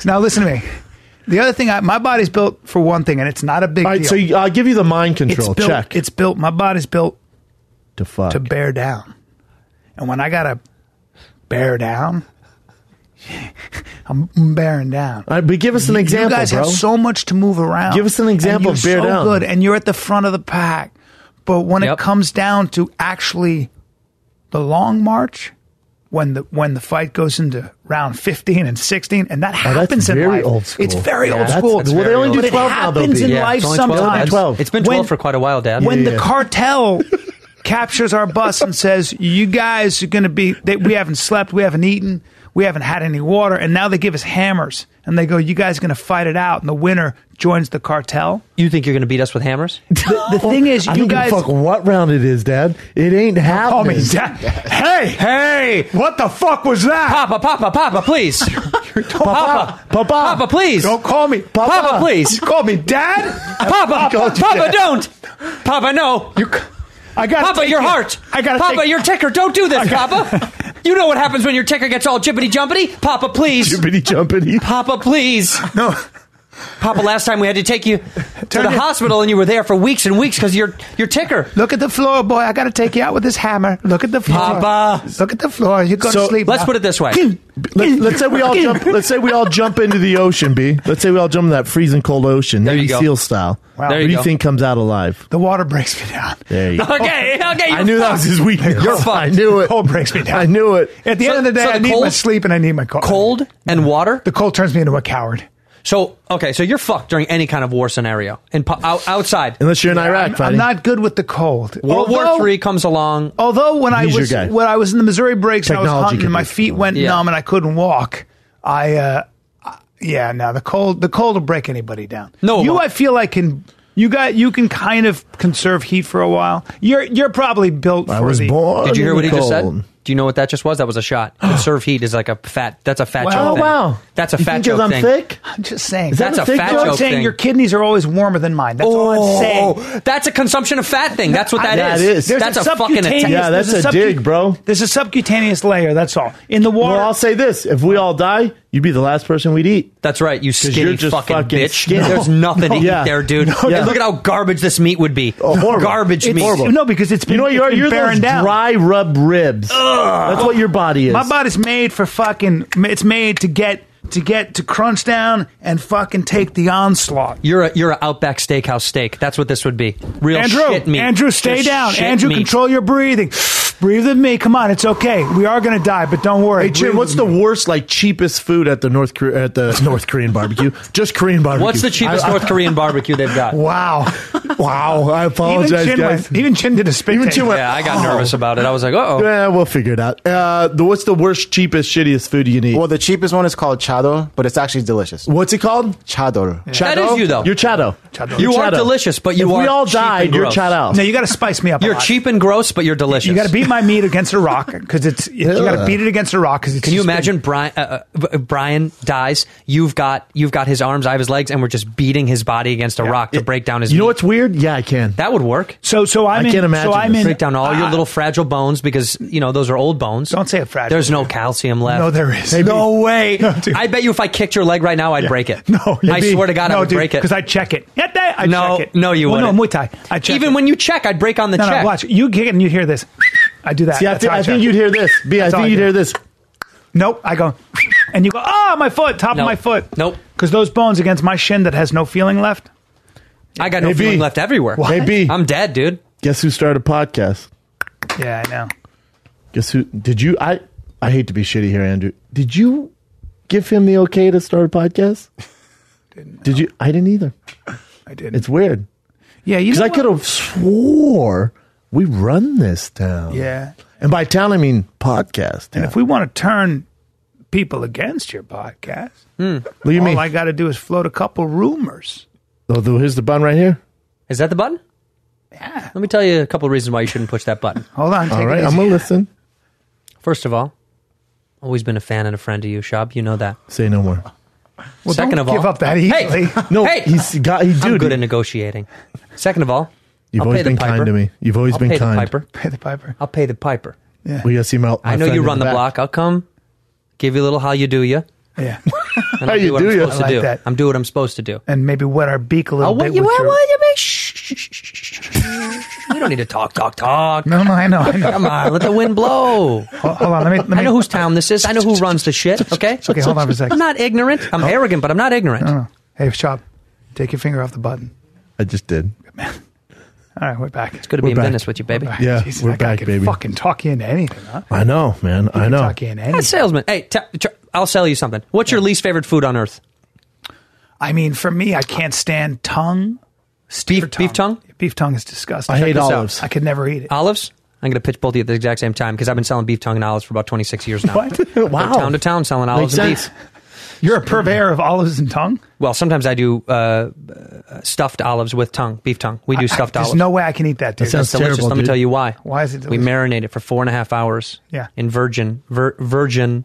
B: Now listen to me. The other thing, I, my body's built for one thing, and it's not a big
A: All right,
B: deal.
A: so you- I'll give you the mind
B: it's
A: control
B: built.
A: check
B: It's built. My body's built
A: to fuck.
B: to bear down. And when I gotta bear down, I'm bearing down.
A: All right, but give us an example,
B: You guys
A: bro.
B: have so much to move around.
A: Give us an example
B: And
A: of
B: you're
A: bear
B: so
A: down.
B: good, and you're at the front of the pack. But when
G: Yep.
B: it comes down to actually the long march, when the when the fight goes into round 15 and 16, and that
A: Oh, that's
B: happens in
A: very
B: life.
A: old school.
B: It's very
A: Yeah,
B: old
A: that's-
B: school.
A: that's Well, they very only do old.
B: But
A: 12
B: It
A: now, though,
B: happens in
A: Pete.
G: yeah,
B: life
G: it's only 12.
B: sometimes.
G: That's-
A: 12.
G: It's been 12
B: When-
G: for quite a while, Dad.
B: when
A: Yeah.
B: the cartel captures our bus and says, "You guys are going to be they, we haven't slept, we haven't eaten, we haven't had any water," and now they give us hammers and they go, "You guys are going to fight it out," and the winner joins the cartel.
G: you think you're going to beat us with hammers?
B: The, the thing is,
A: I
B: you
A: don't give a
B: guys.
A: fuck what round it is, Dad. It ain't
B: Call
A: happening.
B: me Dad. Hey,
G: Hey,
B: what the fuck was that?
G: Papa, Papa, Papa, please, Papa,
A: Papa.
G: Papa, please,
B: Don't call me Papa.
G: Papa, please.
B: You call me Dad.
G: Papa,
B: called
G: Papa,
B: you Dad.
G: don't, Papa, no,
B: You, c- I got
G: Papa, your heart,
B: I got
G: Papa,
B: take,
G: your ticker, don't do this, Papa. You know what happens when your ticker gets all jibbity jumpity, Papa, please,
A: Jumpity jumpity.
G: Papa, please,
B: no.
G: Papa. Last time we had to take you to the
B: your-
G: hospital, and you were there for weeks and weeks because your your ticker.
B: Look at the floor, boy. I got to take you out with this hammer. Look at the floor.
G: Papa.
B: Look at the floor. You go
A: So,
B: to sleep.
G: Let's
B: now.
G: put it this way.
A: Let, let's say we all jump. Let's say we all jump into the ocean, B. Let's say we all jump in that freezing cold ocean,
G: you
A: Navy
G: go.
A: SEAL style.
B: Wow.
G: There
A: What
G: you
A: do you
G: go.
A: think comes out alive?
B: The water breaks me down.
A: There you go.
G: Okay, okay,
A: I
G: you're
A: knew that was his weakness.
G: You're fucked.
A: I knew it.
B: Cold breaks me down.
A: I knew it.
B: At the
G: So-
B: end of the day,
G: so the
B: I need my
G: cold-
B: sleep and I need my cold.
G: cold
B: Mm.
G: and water.
B: The cold turns me into a coward.
G: So okay, so you're fucked during any kind of war scenario and po- out, outside.
A: Unless you're in Iraq,
B: I'm
A: buddy.
B: not good with the cold.
G: World
B: Although-
G: War Three comes along.
B: Although when I
A: He's your
B: was
A: guy.
B: when I was in the Missouri breaks, and I was
A: Technology
B: hunting,
A: could
B: and my
A: be-
B: feet went
G: Yeah.
B: numb and I couldn't walk. I, uh, I- yeah, no, the cold the cold will break anybody down.
G: No, it
B: you,
G: won't.
B: I feel like can. You got you can kind of conserve heat for a while. You're you're probably built.
A: I
B: for
A: was
B: the,
A: born.
G: Did you
B: Oh,
G: hear
A: in
G: what
A: the
G: he just said?
A: cold.
G: Do you know what that just was? That was a shot. And serve heat is like a fat. That's a fat
B: Wow.
G: joke.
B: Oh,
G: thing.
B: wow.
G: That's a
B: You
G: fat
B: think 'cause
G: joke
B: I'm
G: thing.
B: thick? I'm just saying.
G: Is that That's a a thick fat joke? joke
B: I'm saying
G: thing.
B: your kidneys are always warmer than mine. That's all I'm saying.
G: Oh, that's a consumption of fat thing. That's what that
B: That
G: is.
B: is. There's
G: That's
B: a
G: a, fucking attack.
B: subcutaneous- Yeah, that's there's a a subcu- dig,
A: bro.
B: There's a subcutaneous layer. That's all. In the water.
A: Well, I'll say this: if we all die, you'd be the last person we'd eat.
G: That's right, you
A: 'Cause
G: skinny
A: you're just
G: fucking,
A: fucking
G: bitch.
A: skinny.
G: There's
A: No,
G: nothing to
A: no, yeah.
G: eat there, dude.
A: No, yeah.
G: And Look at how garbage this meat would be.
B: Oh,
G: garbage meat.
B: No, because it's been,
A: you know what you
B: it's
A: are?
B: been
A: You're
B: barren
A: those
B: down.
A: dry rub ribs. That's what your body is.
B: My body's made for fucking. It's made to get to get to crunch down and fucking take the onslaught.
G: You're a you're a Outback Steakhouse steak. That's what this would be. Real
B: Andrew,
G: shit meat.
B: Andrew, stay
G: Just
B: down.
G: shit
B: Andrew,
G: meat.
B: control your breathing. Breathe with me. Come on, it's okay. We are gonna die, but don't worry.
A: Hey Jim, what's the worst, like cheapest food at the North Kore- at the North Korean barbecue? Just Korean barbecue.
G: What's the cheapest
A: I- I-
G: North Korean barbecue they've got?
B: Wow,
A: wow! I apologize,
B: Chin
A: guys.
B: went- even Chin did a spit
A: Even
B: take.
A: Chin went,
G: Yeah, I got
A: "Oh."
G: nervous about it. I was like, oh.
A: Yeah, we'll figure it out. Uh, the, what's the worst, cheapest, shittiest food you can eat?
H: Well, the cheapest one is called chado, but it's actually delicious.
A: What's it called?
H: Chador.
G: That is you though.
A: You're Chado.
G: You
A: You're
G: are
A: Chado.
G: delicious, but you
A: If
G: are.
A: we all
G: cheap
A: died,
G: and
A: you're
G: gross.
A: Chado.
B: No, you got to spice me up. a
G: Oh. You're
B: lot.
G: cheap and gross, but you're delicious.
B: You got to beat my meat against a rock because it's. You got to
G: Ugh.
B: beat it against a rock because it's.
G: Can you
B: just been-
G: imagine Brian? Uh, uh, B- Brian dies. You've got you've got his arms. I have his legs, and we're just beating his body against a rock to break down his.
A: You know what's weird? Yeah, I can.
G: That would work.
B: So so I'm
G: I
B: in,
G: can't imagine.
B: So I'm in.
G: break down all your
B: Ah,
G: little fragile bones because you know those are old bones. Don't
B: say it fragile.
G: There's no calcium left.
B: No, there is. No way. No, dude.
G: I bet you if I kicked your leg right now, I'd break it. No, I
B: Maybe-
G: swear to God,
B: no,
G: I would
B: dude,
G: break it.
B: because I check it. Yeah, that- I
G: no,
B: check it.
G: no, you
B: well,
G: wouldn't.
B: No, Muay Thai. I check
G: Even
B: it.
G: when you check, I'd break on the
B: no,
G: check.
B: No, watch. You kick it and you'd hear this. I do that.
A: See, I
B: That's
A: thi-
B: how
A: I
B: check
A: think
B: it.
A: you'd hear this. B, I
B: That's how
A: think you'd
B: do
A: hear
B: it.
A: this.
B: Nope. I go, and you go, ah, my foot, top of
G: Nope.
B: my foot.
G: Nope.
B: Because those bones against my shin that has no feeling left.
G: I got no
A: Hey, B.
G: feeling left everywhere.
A: Hey, B.
G: I'm dead, dude.
A: Guess who started a podcast?
B: Yeah, I know.
A: Guess who? Did you? I I hate to be shitty here, Andrew. Did you give him the okay to start a podcast? Did you? I didn't either.
B: I didn't.
A: It's weird.
B: Yeah, you
A: because
B: know
A: I
B: what?
A: could have swore we run this town.
B: Yeah.
A: and by town I mean podcast.
B: And
A: town.
B: if we want to turn people against your podcast,
A: Hmm. What do you
B: all
A: mean?
B: I got to do is float a couple rumors.
A: Oh, the, here's the button right here.
G: Is that the button? Yeah. Let me tell you a couple of reasons why you shouldn't push that button.
B: Hold on. Take
A: All right,
B: it
A: I'm
B: easy.
A: gonna listen.
G: First of all, always been a fan and a friend of you, Shab. You know that.
A: Say no more.
B: Well,
G: Second
B: don't
G: of all,
B: give up that easily.
G: Hey,
A: No,
G: hey,
A: he's got. He, dude,
G: I'm good at negotiating. Second of all,
A: You've
G: I'll
A: always
G: pay the
A: been
G: piper.
A: kind to me. You've always
G: I'll
A: been
G: pay
A: kind.
G: The piper.
B: Pay the piper.
G: I'll pay the piper.
B: Yeah.
A: We gotta see my. my
G: I know
A: friend
G: you
A: in
G: run the,
A: back.
G: block. I'll come, give you a little how you do you.
B: Yeah.
G: And
A: How
G: I'll
A: you
G: do what
A: do
G: I'm
A: ya.
G: supposed
B: I
G: to
B: like
G: do.
B: that.
G: I'm do what I'm supposed to do.
B: And maybe wet our beak a little
G: Oh, what
B: bit.
G: you,
B: with
G: what,
B: your-
G: what you make? Shh, shh, shh, shh, shh, shh, shh. You don't need to talk, talk, talk.
B: No, no, I know. I know.
G: Come on, let the wind blow.
B: Hold, hold on. Let me. Let me
G: I know whose town this is. I know who runs the shit. Okay.
B: Okay, hold on for a Oh. second.
G: I'm not ignorant. I'm arrogant, but I'm not ignorant.
B: Hey, shop. Take your finger off the button.
A: I just did.
B: All right, we're back. It's
G: Good to
A: We're
G: be in
A: back.
G: business with you, baby.
A: Yeah, we're back,
B: can
A: baby.
B: Fucking talk you into anything, huh?
A: I know, man. I know.
B: Talk you into
G: That
B: anything.
G: salesman. Hey, t- t- I'll sell you something. What's your least favorite food on earth?
B: I mean, for me, I can't stand tongue. Steer
G: Beef, beef tongue?
B: Beef tongue is disgusting.
A: I hate
G: this out.
A: olives. Uh,
B: I could never eat it.
G: Olives? I'm going to pitch both of you at the exact same time because I've been selling beef tongue and olives for about 26 years now.
B: What?
G: Go
A: Wow.
G: town to town selling olives and
A: sense.
G: beef.
B: You're a purveyor of olives and tongue.
G: Well, sometimes I do uh, uh, stuffed olives with tongue, beef tongue. We do
B: I-
G: stuffed
B: I,
G: olives.
B: There's no way I can eat that, dude.
A: That sounds
G: It's delicious.
A: terrible,
G: Let me
A: dude.
G: tell you why.
B: Why is it
G: We
B: delicious?
G: marinate it for four and a half hours.
B: Yeah.
G: In virgin vir- virgin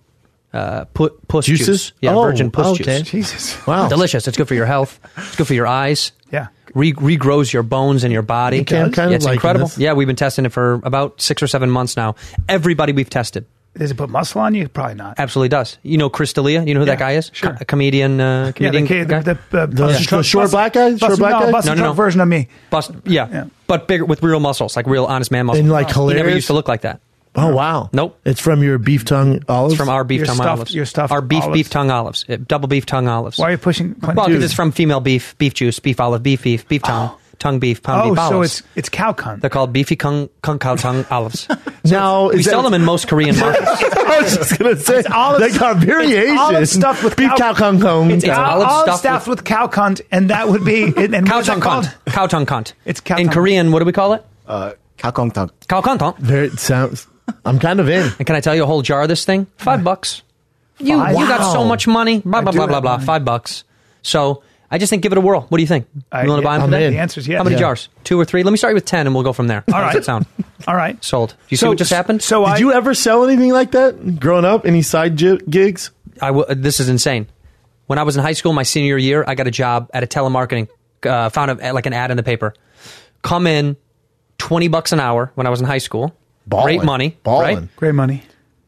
G: uh, put puss
A: Juices?
G: juice. Yeah,
A: Oh,
G: virgin puss
A: okay.
G: juice.
B: Jesus.
A: Wow.
G: Delicious. It's good for your health. It's good for your eyes.
B: Yeah.
G: Re- regrows your bones and your body.
A: Okay, I'm kind
G: yeah,
A: of
G: it's
A: liking
G: incredible.
A: this.
G: Yeah, we've been testing it for about six or seven months now. Everybody we've tested
B: Does it put muscle on you? Probably not.
G: absolutely does. You know Chris D'Elia? You know who that
B: Yeah,
G: guy is?
B: sure.
G: Co- comedian. Uh,
B: Yeah, the,
G: comedian
B: kid-
G: guy?
B: the, the, uh,
A: The
B: Buster
A: sh-
B: Truck-
A: short
B: Buster-
A: black guy? Short
B: Buster-
A: black
B: no,
A: guy?
B: Buster
G: No, no,
B: Truck
G: no.
B: version of me.
G: Bust, yeah,
B: Yeah.
G: but bigger with real muscles, like real honest man muscles.
A: And, like,
G: He never
A: hilarious?
G: used to look like that.
A: Oh wow.
G: Nope.
A: It's from your beef tongue olives.
G: It's from our beef
B: Your
G: tongue
B: stuffed-
G: olives.
B: your stuffed
G: our beef
B: olives.
G: beef tongue olives, Uh, double beef tongue olives.
B: Why are you pushing?
G: Well,
B: Dude.
G: because it's from female beef, beef juice, beef olive, beef beef, beef tongue, tongue beef, pound
B: oh,
G: beef
B: so
G: olives.
B: it's it's cow cunt.
G: They're called beefy kung kung cow tongue olives.
A: Now
G: we
A: is
G: sell
A: that-
G: them in most Korean markets.
A: I was just gonna say
B: olive-
A: they got
B: it's
A: variations.
B: olive stuffed with
A: beef cow
B: cow-
A: kung kung.
B: It's,
G: It's
B: olive,
G: olive
B: olive
G: stuffed
B: stuffed with, cow cunt, and that would be and, and
G: cow
B: what's that
G: tongue
B: called?
G: cunt. Cow tongue cunt.
B: It's cow
G: in
B: tongue.
G: Korean. What do we call it?
H: Uh, kakong tang.
G: Cow tongue.
A: There it sounds. I'm kind of in.
G: And can I tell you a whole jar of this thing? Five bucks. You
B: Five?
G: Uh, you got so
B: Wow.
G: much money. Blah
B: I
G: blah
B: do
G: blah blah
B: have
G: blah.
B: money.
G: Five bucks. So I just think give it a whirl. What do you think?
B: I-
G: you want to buy them
B: I'm
G: today?
B: in. The answer is yes.
G: How many
B: Yeah.
G: jars? Two or three? Let me start you with ten, and we'll go from there.
B: All
G: How does
B: right.
G: that sound?
B: All right.
G: Sold. Do you see
B: So-
G: what just happened?
B: so
A: Did you ever sell anything like that growing up? Any side gi- gigs?
G: I w- this is insane. When I was in high school, my senior year, I got a job at a telemarketing. Uh, found a, like an ad in the paper. Come in, twenty bucks an hour when I was in high school. Great money. Right?
B: Great money.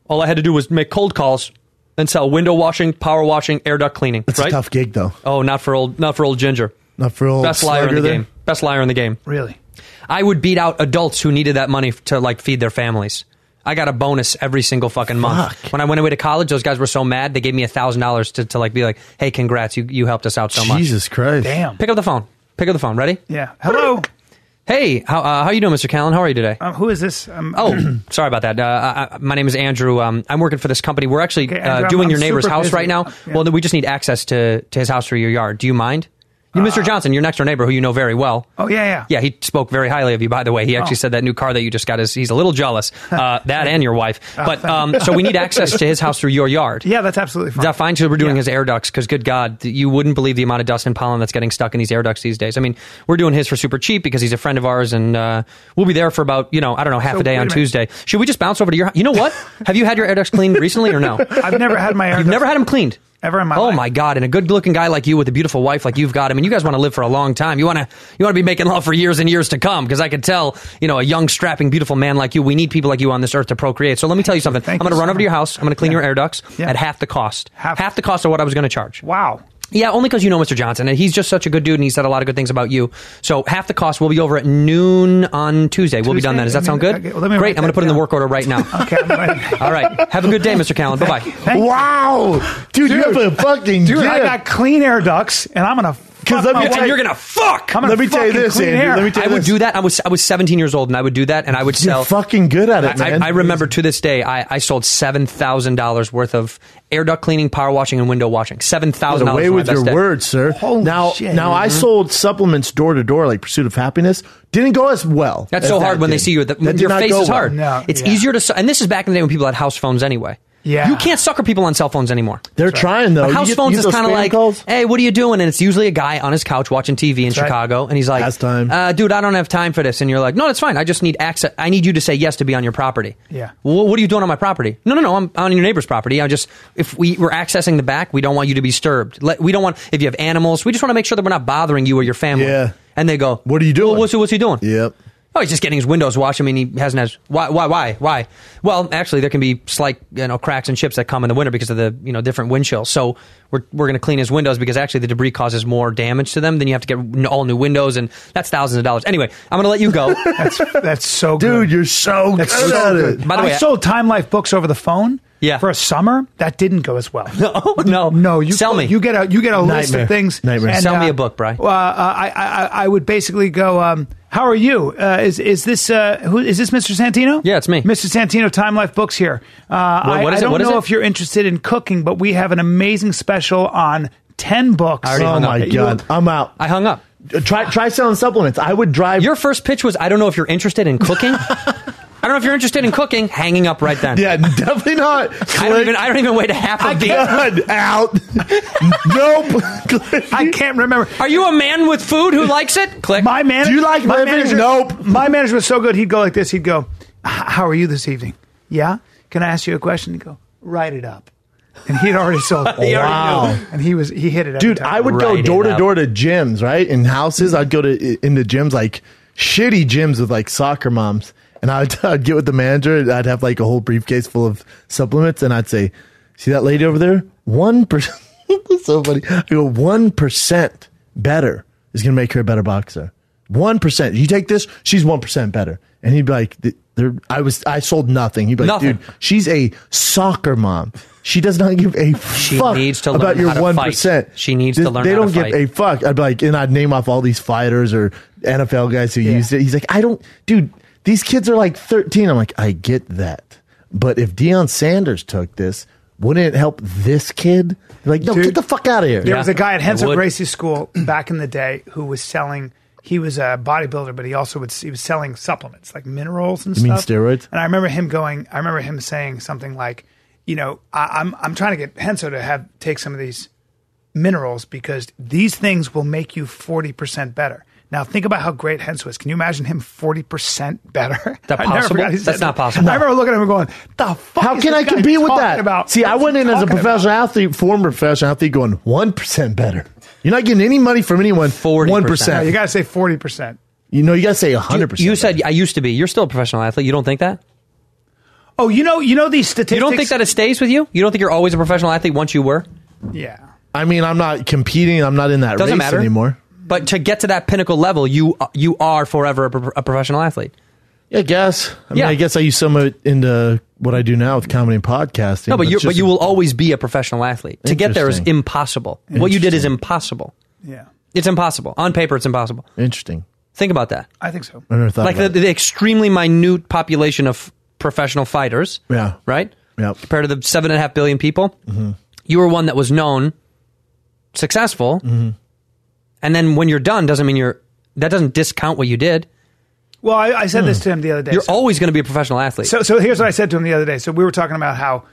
G: All I had to do was make cold calls and sell window washing, power washing, air duct cleaning.
I: That's
G: right?
I: a tough gig though.
G: Oh, not for old, not for old Ginger.
I: Not for old
G: Best liar in
I: slugger
G: the
I: there.
G: game. Best liar in the game.
B: Really?
G: I would beat out adults who needed that money to like feed their families. I got a bonus every single fucking month. When I went away to college, those guys were so mad they gave me a thousand dollars to to like be like, hey, congrats, you you helped us out so much.
A: Jesus Christ.
B: Damn.
G: Pick up the phone. Pick up the phone. Ready?
B: Yeah. Hello.
G: Hey, how uh, how you doing, Mr. Callen? How are you today?
B: Um, who is this? Um,
G: Oh, sorry about that. Uh, I, I- my name is Andrew. Um, I'm working for this company. We're actually
B: Okay, Andrew,
G: uh,
B: I'm-
G: doing your
B: I'm
G: neighbor's
B: super
G: house
B: busy.
G: right now.
B: Yeah.
G: Well, then we just need access to, to his house or your yard. Do you mind? You,
B: Uh,
G: Mr. Johnson, your next door neighbor, who you know very well.
B: Oh yeah, yeah.
G: Yeah, he spoke very highly of you. By the way, he
B: Oh.
G: actually said that new car that you just got is—he's a little jealous. Uh, that and your wife. But um, so we need access to his house through your yard.
B: Oh, Yeah, that's absolutely
G: Is
B: fine.
G: that fine? So we're doing his air ducts because, good God, th- you wouldn't believe the amount of dust and pollen that's getting stuck in these air ducts these days. I mean, we're doing his for super cheap because he's a friend of ours, and uh, we'll be there for about you know I don't know half
B: So
G: a day
B: wait
G: on
B: a minute.
G: Tuesday. Should we just bounce over to your? You know what? Have you had your air ducts cleaned recently or no?
B: I've never had my air.
G: You've never had them cleaned.
B: Ever in my
G: oh
B: life.
G: my god! And a good-looking guy like you with a beautiful wife like you've got. I mean, you guys want to live for a long time. You want to you want to be making love for years and years to come. Because I could tell, you know, a young, strapping, beautiful man like you. We need people like you on this earth to procreate. So let me tell you something.
B: Thank
G: I'm going
B: you
G: to run
B: so
G: over to your
B: much.
G: house. I'm going to clean
B: Yeah.
G: your air ducts
B: Yeah.
G: at half the cost.
B: Half-
G: half the cost of what I was going to charge.
B: Wow.
G: Yeah, only because you know Mr. Johnson, and he's just such a good dude, and he said a lot of good things about you. So half the cost will be over at noon on Tuesday. We'll be done then. Does that
B: Tuesday?
G: sound good?
B: I mean, okay, well, let me
G: Great.
B: write
G: I'm going to
B: that
G: put in the
B: down.
G: work order right now.
B: Okay. I'm ready.
G: All right. Have a good day, Mr. Callen. Bye bye.
A: Wow. Dude, you have a fucking
B: Dude, I
A: gift.
B: got clean air ducts, and I'm gonna. Because
A: let me
G: and Oh, you're gonna fuck.
B: I'm gonna
A: Let me tell you
B: fucking
A: this,
B: clean
A: Andrew.
B: air.
A: Let me tell
G: I
A: you
G: would
A: this.
G: do that. I was I was 17 years old, and I would do that, and I would
A: You're
G: sell.
A: fucking good at it,
G: I,
A: man.
G: I, I remember to this day, I, I sold seven thousand dollars worth of air duct cleaning, power washing, and window washing. Seven thousand dollars.
A: away with your words, sir.
B: Holy
A: now,
B: shit.
A: now I sold supplements door to door, like Pursuit of Happiness. Didn't go as well.
G: That's
A: as
G: so
A: that
G: hard when they
A: did.
G: see you. The,
A: That did
G: your
A: not
G: face
A: go
G: is
A: well.
G: hard.
B: No,
G: it's
B: yeah.
G: easier to. sell- And this is back in the day when people had house phones anyway.
B: Yeah.
G: You can't sucker people on cell phones anymore.
A: They're trying though.
G: But
A: You
G: house
A: get-
G: phones
A: you
G: is
A: those
G: kind of
A: spam
G: like,
A: calls?
G: hey, what are you doing? And it's usually a guy on his couch watching TV in
B: right.
G: Chicago, and he's like,
A: Has time.
G: Uh, dude, I don't have time for this. And you're like, no, that's fine. I just need access. I need you to say yes to be on your property.
B: Yeah.
G: Well, what are you doing on my property? No, no, no. I'm on your neighbor's property. I just if we we're accessing the back, we don't want you to be disturbed. Let, we don't want if you have animals. We just want to make sure that we're not bothering you or your family.
A: Yeah.
G: And they go,
A: What are you doing?
G: Well, what's, he- what's he doing?
A: Yep.
G: Oh, he's just getting his windows washed. I mean, he hasn't has why why why why? Well, actually, there can be slight you know cracks and chips that come in the winter because of the you know different wind chill. So we're we're going to clean his windows because actually the debris causes more damage to them. Then you have to get n- all new windows, and that's thousands of dollars. Anyway, I'm going to let you go.
B: That's that's so good.
A: Dude, you're so
B: That's
A: good
B: so
A: at
B: good.
A: it.
G: By the
B: I
G: way, I-
B: sold Time Life books over the phone.
G: Yeah.
B: For a summer, that didn't go as well.
G: no, no,
B: No, you
G: sell me.
B: You get a you get a list
A: Nightmare.
B: of things.
A: Nightmare.
G: Sell me a book, Bri.
B: Uh, uh, I, I I- I would basically go. Um, how are you? Uh, is is this uh, who is this, Mr. Santino?
G: Yeah, it's me.
B: Mr. Santino. Time Life Books here. Uh,
G: What- what
B: I, I
G: is it?
B: don't
G: What is
B: know
G: it?
B: if you're interested in cooking, but we have an amazing special on ten books.
G: already
A: Oh
G: hung up.
A: my
G: You-
A: god, I'm out.
G: I hung up.
A: Uh, Try try selling supplements. I would drive.
G: Your first pitch was, I don't know if you're interested in cooking. I don't know if you're interested in cooking. Hanging up right then.
A: yeah, definitely not.
G: I don't even. I don't even wait a half a
A: I
G: beat.
A: can't. out. nope. Click.
B: I can't remember.
G: Are you a man with food who likes it? Click.
B: My manager.
A: Do you like
B: my
A: living?
B: Manager,
A: Nope.
B: My manager was so good. He'd go like this. He'd go, "H- "How are you this evening? Yeah. Can I ask you a question?" He'd go, "Write it up." And he'd already sold.
G: He already
A: Wow.
B: And he was he hit it. every
A: Dude,
B: time.
A: I would
G: Write
A: go
G: it
A: door to
G: up.
A: door to gyms, right? In houses, I'd go to into gyms like shitty gyms with like soccer moms, and I'd, I'd get with the manager. And I'd have like a whole briefcase full of supplements, and I'd say, "See that lady over there? One percent. so funny. I go one percent better is gonna make her a better boxer. One percent. You take this, she's one percent better." And he'd be like, th- there, I was, I sold nothing. He'd be like,
G: Nothing.
A: dude, she's a soccer mom. She does not give a
G: She
A: fuck
G: needs to learn
A: about your
G: how to
A: one
G: fight.
A: percent.
G: She needs
A: They-
G: to learn
A: They
G: how
A: don't
G: to
A: give
G: fight.
A: a fuck. I'd be like, and I'd name off all these fighters or NFL guys who used it. He's like, I don't, dude. These kids are like thirteen. I'm like, I get that, but if Deion Sanders took this, wouldn't it help this kid? They're like, no,
B: Dude.
A: get the fuck out of here.
B: There was a guy at
G: I
B: Hensel
G: would.
B: Gracie School back in the day who was selling. He was a bodybuilder, but he also would he was selling supplements like minerals and
A: You mean
B: stuff.
A: steroids?
B: And I remember him going. I remember him saying something like, "You know, I, I'm I'm trying to get Henso to have take some of these minerals because these things will make you 40% better. Now think about how great Hens was. Can you imagine him 40% better?
G: That
B: I never
G: possible?
B: forgot he said
G: That's not
B: that.
G: possible.
B: I remember looking at him and going, the fuck
A: How
B: is
A: can
B: this
A: I
B: guy
A: compete with
B: talking
A: that?
B: About?
A: See, I
B: What's
A: went
B: he
A: in as a
B: talking about?
A: professional athlete, former professional athlete, going one percent better. You're not getting any money from anyone. Forty one
B: No, you
A: percent.
B: got to say 40%.
A: You know, you gotta say hundred percent.
G: You said I used to be. You're still a professional athlete. You don't think that?
B: Oh, you know, you know these statistics.
G: You don't think that it stays with you? You don't think you're always a professional athlete once you were?
B: Yeah.
A: I mean, I'm not competing. I'm not in that
G: Doesn't
A: race
G: matter
A: anymore.
G: But to get to that pinnacle level, you you are forever a, pro- a professional athlete.
A: Yeah, I guess. I mean,
G: Yeah.
A: I guess I use some of it into what I do now with comedy and podcasting.
G: No, but you
A: it's
G: but
A: just-
G: you will always be a professional athlete. To get there is
A: Interesting.
G: impossible. What you did is impossible.
B: Yeah.
G: It's impossible on paper. It's impossible.
A: Interesting.
G: Think about that.
B: I think so.
A: I never thought
G: like
A: about
G: the,
A: it.
G: the extremely minute population of professional fighters.
A: Yeah.
G: Right.
A: Yep. Mm-hmm.
G: Compared to the seven and a half billion people, you were one that was known, successful,
A: Mm-hmm.
G: and then when you're done, doesn't mean you're. That doesn't discount what you did.
B: Well, I, I said this to him the other day.
G: You're
B: So-
G: always going to be a professional athlete.
B: So, so here's what I said to him the other day. So we were talking about how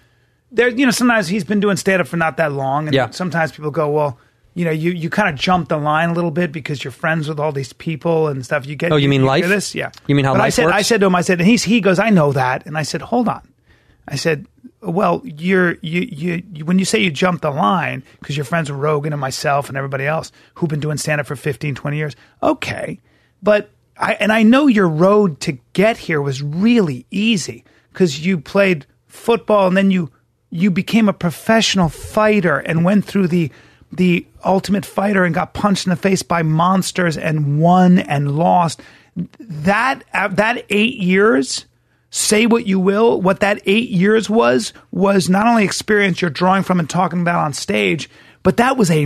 B: there, you know, sometimes he's been doing stand up for not that long, and
G: Yeah.
B: sometimes people go, well, you know, you you kind of jump the line a little bit because you're friends with all these people and stuff. You get
G: Oh, you mean
B: hear
G: life?
B: This, yeah.
G: You mean how
B: but I
G: life
B: said, I
G: works?
B: said to him, I said, and he's he goes, I know that, and I said, hold on, I said. Well, you're you, you you when you say you jump the line because your friends with Rogan and myself and everybody else who've been doing stand up for 15, 20 years. Okay, but I and I know your road to get here was really easy because you played football and then you you became a professional fighter and went through the the ultimate fighter and got punched in the face by monsters and won and lost. That uh, that eight years. Say what you will. What that eight years was was not only experience you're drawing from and talking about on stage, but that was a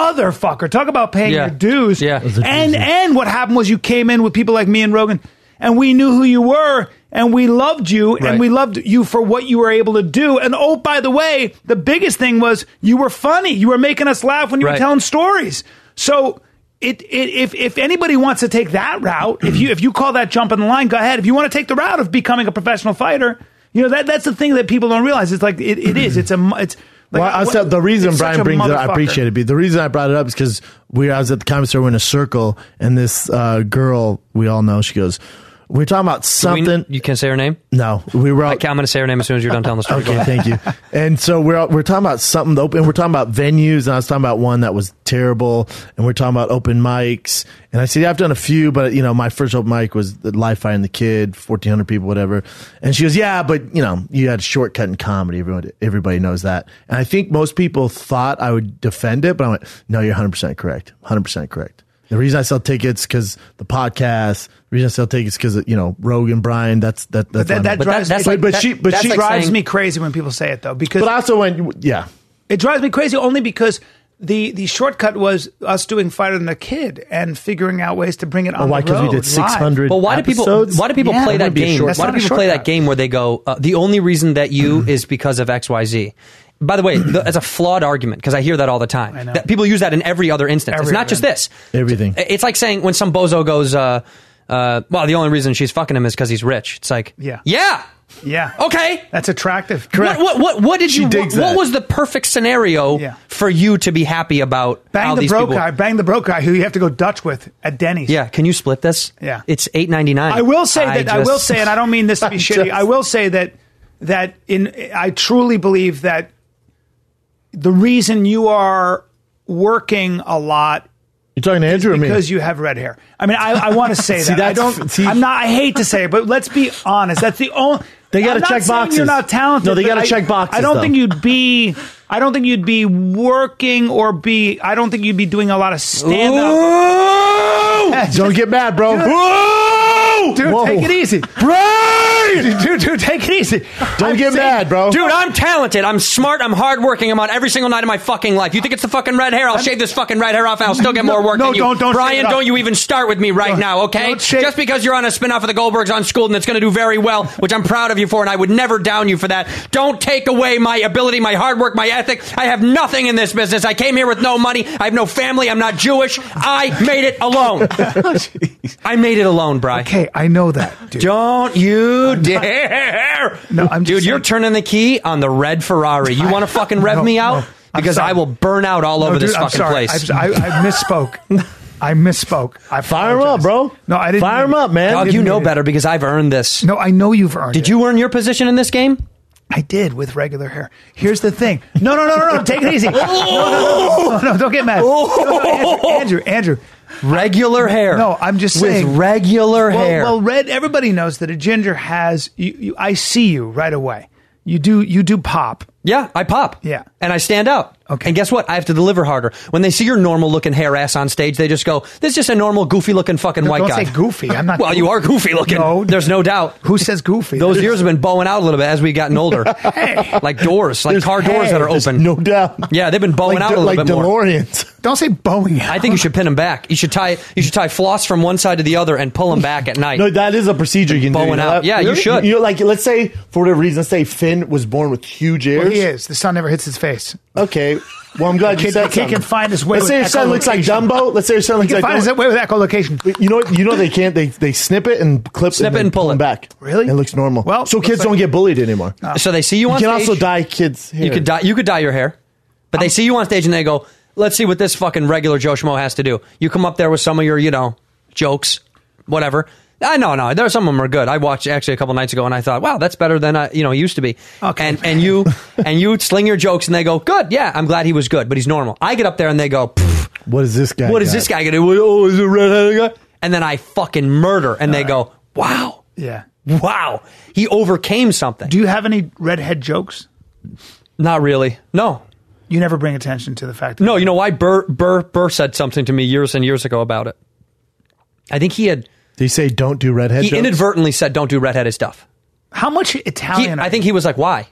B: motherfucker. Talk about paying
G: Yeah.
B: your dues.
G: Yeah. was a
B: And and what happened was you came in with people like me and Rogan, and we knew who you were, and we loved you,
G: Right.
B: and we loved you for what you were able to do. And oh, by the way, the biggest thing was you were funny. You were making us laugh when you were
G: Right.
B: telling stories. So. It, it, if if anybody wants to take that route, if you if you call that jumping the line, go ahead. If you want to take the route of becoming a professional fighter, you know that that's the thing that people don't realize. It's like it, it is. It's a mu- it's like
A: well, I
B: what-
A: said the reason
B: it's such
A: Brian
B: a
A: brings it. I
B: motherfucker.
A: appreciate it. but The reason I brought it up is because we I was at the comedy store, we're in a circle, and this uh, girl we all know. She goes, "We're talking about
G: Do we-
A: something."
G: you can say her name.
A: no, we were all,
G: I can, I'm going to say her name as soon as you're done telling the story. Go
A: Okay,
G: ahead.
A: thank you. And so we're we're talking about something to open. We're talking about venues, and I was talking about one that was terrible, and we're talking about open mics. And I said yeah, I've done a few, but you know, my first open mic was the Life and the Kid, fourteen hundred people, whatever. And she goes, yeah, but you know, you had a shortcut in comedy. Everyone, everybody knows that. And I think most people thought I would defend it, but I went, no, you're hundred percent correct, hundred percent correct. The reason I sell tickets because the podcast. The reason I sell tickets because you know Rogan, Brian. That's that. That's
B: that,
A: why I'm-
B: that
G: But
B: drives
G: that- that's
B: me,
G: like-
A: but
G: that-
A: she but
G: that's
A: she
G: like
B: drives
G: saying-
B: me crazy when people say it though because
A: But I also went, yeah.
B: it drives me crazy only because the the shortcut was us doing fighter than a kid and figuring out ways to bring it on
A: why?
B: the
A: Because
B: road
A: we did
B: live.
A: 600.
G: Well, why do people?
A: episodes?
G: Why do people
B: Yeah,
G: play
B: that
G: that
B: would be a
G: game?
B: short- Mm-hmm.
G: Why
B: That's
G: do
B: not a
G: people play
B: shortcut.
G: that game where they go? Uh, the only reason that you is because of X, Y, Z. By the way, th- that's a flawed argument because I hear that all the time.
B: know.
G: That people use that in every other instance.
B: Every
G: it's not
B: other
G: just this.
A: Everything.
G: It's like saying when some bozo goes, uh, uh, "Well, the only reason she's fucking him is because he's rich." It's like,
B: Yeah.
G: yeah,
B: yeah
G: okay.
B: that's attractive
G: What, what, what, what did
A: She
G: you? What,
A: digs that.
G: what was the perfect scenario
B: Yeah.
G: for you to be happy about? how
B: bang the
G: these
B: bro
G: people-
B: guy bang the bro guy who you have to go Dutch with at Denny's
G: Yeah, can you split this?
B: Yeah.
G: it's eight ninety nine.
B: I will say that I will say, and I don't mean this to be
A: I
B: shitty.
A: just-
B: I will say that that in I truly believe that the reason you are working a lot
A: You're talking to Andrew or me?
B: because you have red hair. I mean, I, I want to say
A: See,
B: that. I
A: that's-
B: don't.
A: see-
B: I'm not. I hate to say it, but let's be honest. That's the only.
A: They gotta
B: I'm not
A: check
B: saying
A: boxes.
B: You're not talented.
A: No, they
B: but
A: gotta
B: I-
A: check boxes,
B: I don't
A: though.
B: think you'd be. I don't think you'd be working or be. I don't think you'd be doing a lot of stand up.
A: Don't get mad, bro.
B: Dude.
A: Whoa!
B: Dude,
A: Whoa.
B: take it easy.
A: Brain!
B: Dude, dude, take it easy.
A: Don't get mad, bro.
G: Dude, I'm talented. I'm smart. I'm hardworking. I'm on every single night of my fucking life. You think it's the fucking red hair? I'll shave this fucking red hair off and I'll still get more work
B: no,
G: than you.
B: don't- don't shave it
G: Brian,
B: off.
G: don't you even start with me right
B: Don't-
G: now, okay?
B: don't shave-
G: Just because you're on a spinoff of the Goldbergs on School and it's going to do very well, which I'm proud of you for, and I would never down you for that. Don't take away my ability, my hard work, my ethic. I have nothing in this business. I came here with no money. I have no family. I'm not Jewish. I made it alone. I made it alone,
B: Oh,
G: Brian.
B: Okay, I know that. Dude.
G: Don't you dare!
B: No, I'm just
G: dude. You're
B: saying-
G: turning the key on the red Ferrari. You want to fucking rev
B: No,
G: me out?
B: no.
G: because I will burn out all
B: No,
G: over this
B: dude, I'm
G: fucking
B: sorry.
G: place.
B: I, I, I misspoke. I misspoke. I Fire him up, bro. No, I didn't.
G: Fire 'em up, man. Dog, you know better because I've earned this.
B: No, I know you've earned
G: Did
B: it.
G: you earn your position in this game?
B: I did with regular hair. Here's the thing. No, no, no, no, no. Take it easy. No, no, no, no, no, don't get mad. No, no,
G: Oh.
B: Andrew, Andrew, Andrew.
G: Regular hair.
B: No, I'm just
G: With
B: saying.
G: regular
B: well,
G: hair.
B: Well, red. Everybody knows that a ginger has. You, you, I see you right away. You do. You do pop.
G: Yeah, I pop.
B: Yeah.
G: And I stand out. Okay. And guess what? I have to deliver harder. When they see your normal looking hair ass on stage, they just go, this is just a normal goofy looking fucking
B: No,
G: white
B: don't
G: guy.
B: say goofy. I'm not.
G: Well, you are goofy looking.
B: No,
G: There's no doubt.
B: Who says goofy?
G: Those
B: There's-
G: ears have been bowing out a little bit as we've gotten older. Like doors, like car doors that are open.
A: No doubt.
G: Yeah, they've been bowing
A: Like
G: out
A: de-
G: a little
A: like
G: bit more.
A: DeLoreans.
B: Don't say bowing.
G: I think you should pin them back. You should tie you should tie floss from one side to the other and pull them back at night.
A: No, that is a procedure you can do.
G: Bowing
A: you know
G: out.
A: that?
G: Yeah, you should.
A: You know, like let's say for whatever reason, let's say Finn was born with huge ears.
B: Well, he is. The sun never hits his face.
A: Okay. Well, I'm glad
B: The
A: you
B: kid-
A: said
B: the kid
A: something.
B: can find his way
A: Let's say your
B: with
A: son looks like
B: echolocation.
A: Dumbo. Let's say your son
B: He
A: looks
B: can
A: like
B: find his
A: Dumbo.
B: way with echolocation.
A: You know, you know they can't. They they snip it and clip.
G: Snip it
A: then
G: and pull
A: them
G: it.
A: back.
B: Really?
A: It looks normal. Well, so kids don't get bullied anymore.
G: So they see you
A: Ah. You
G: on
A: can
G: stage.
A: also dye kids' hair.
G: You could dye you could dye your hair, but they see you on stage and they go, "Let's see what this fucking regular Joe Schmo has to do." You come up there with some of your you know jokes, whatever. I know, no, there some of them are good. I watched actually a couple nights ago and I thought, "Wow, that's better than I you know used to be." Okay. And and you and you sling your jokes and they go, "Good, yeah, I'm glad he was good, but he's normal." I get up there and they go, "Pff,
A: What is this guy?
G: "What is this guy gonna do? Oh, is it red guy?" And then I fucking murder and
A: Uh.
G: they go, "Wow,
B: Yeah.
G: wow, he overcame something."
B: Do you have any redhead jokes?
G: Not really, no.
B: You never bring attention to the fact. That
G: No, you know why Burr Burr Burr said something to me years and years ago about it. I think he had
A: They say don't do redhead.
G: he
A: jokes?
G: inadvertently said don't do redheaded stuff.
B: How much
A: Oh,
G: He,
B: Italian?
G: I think he was like why?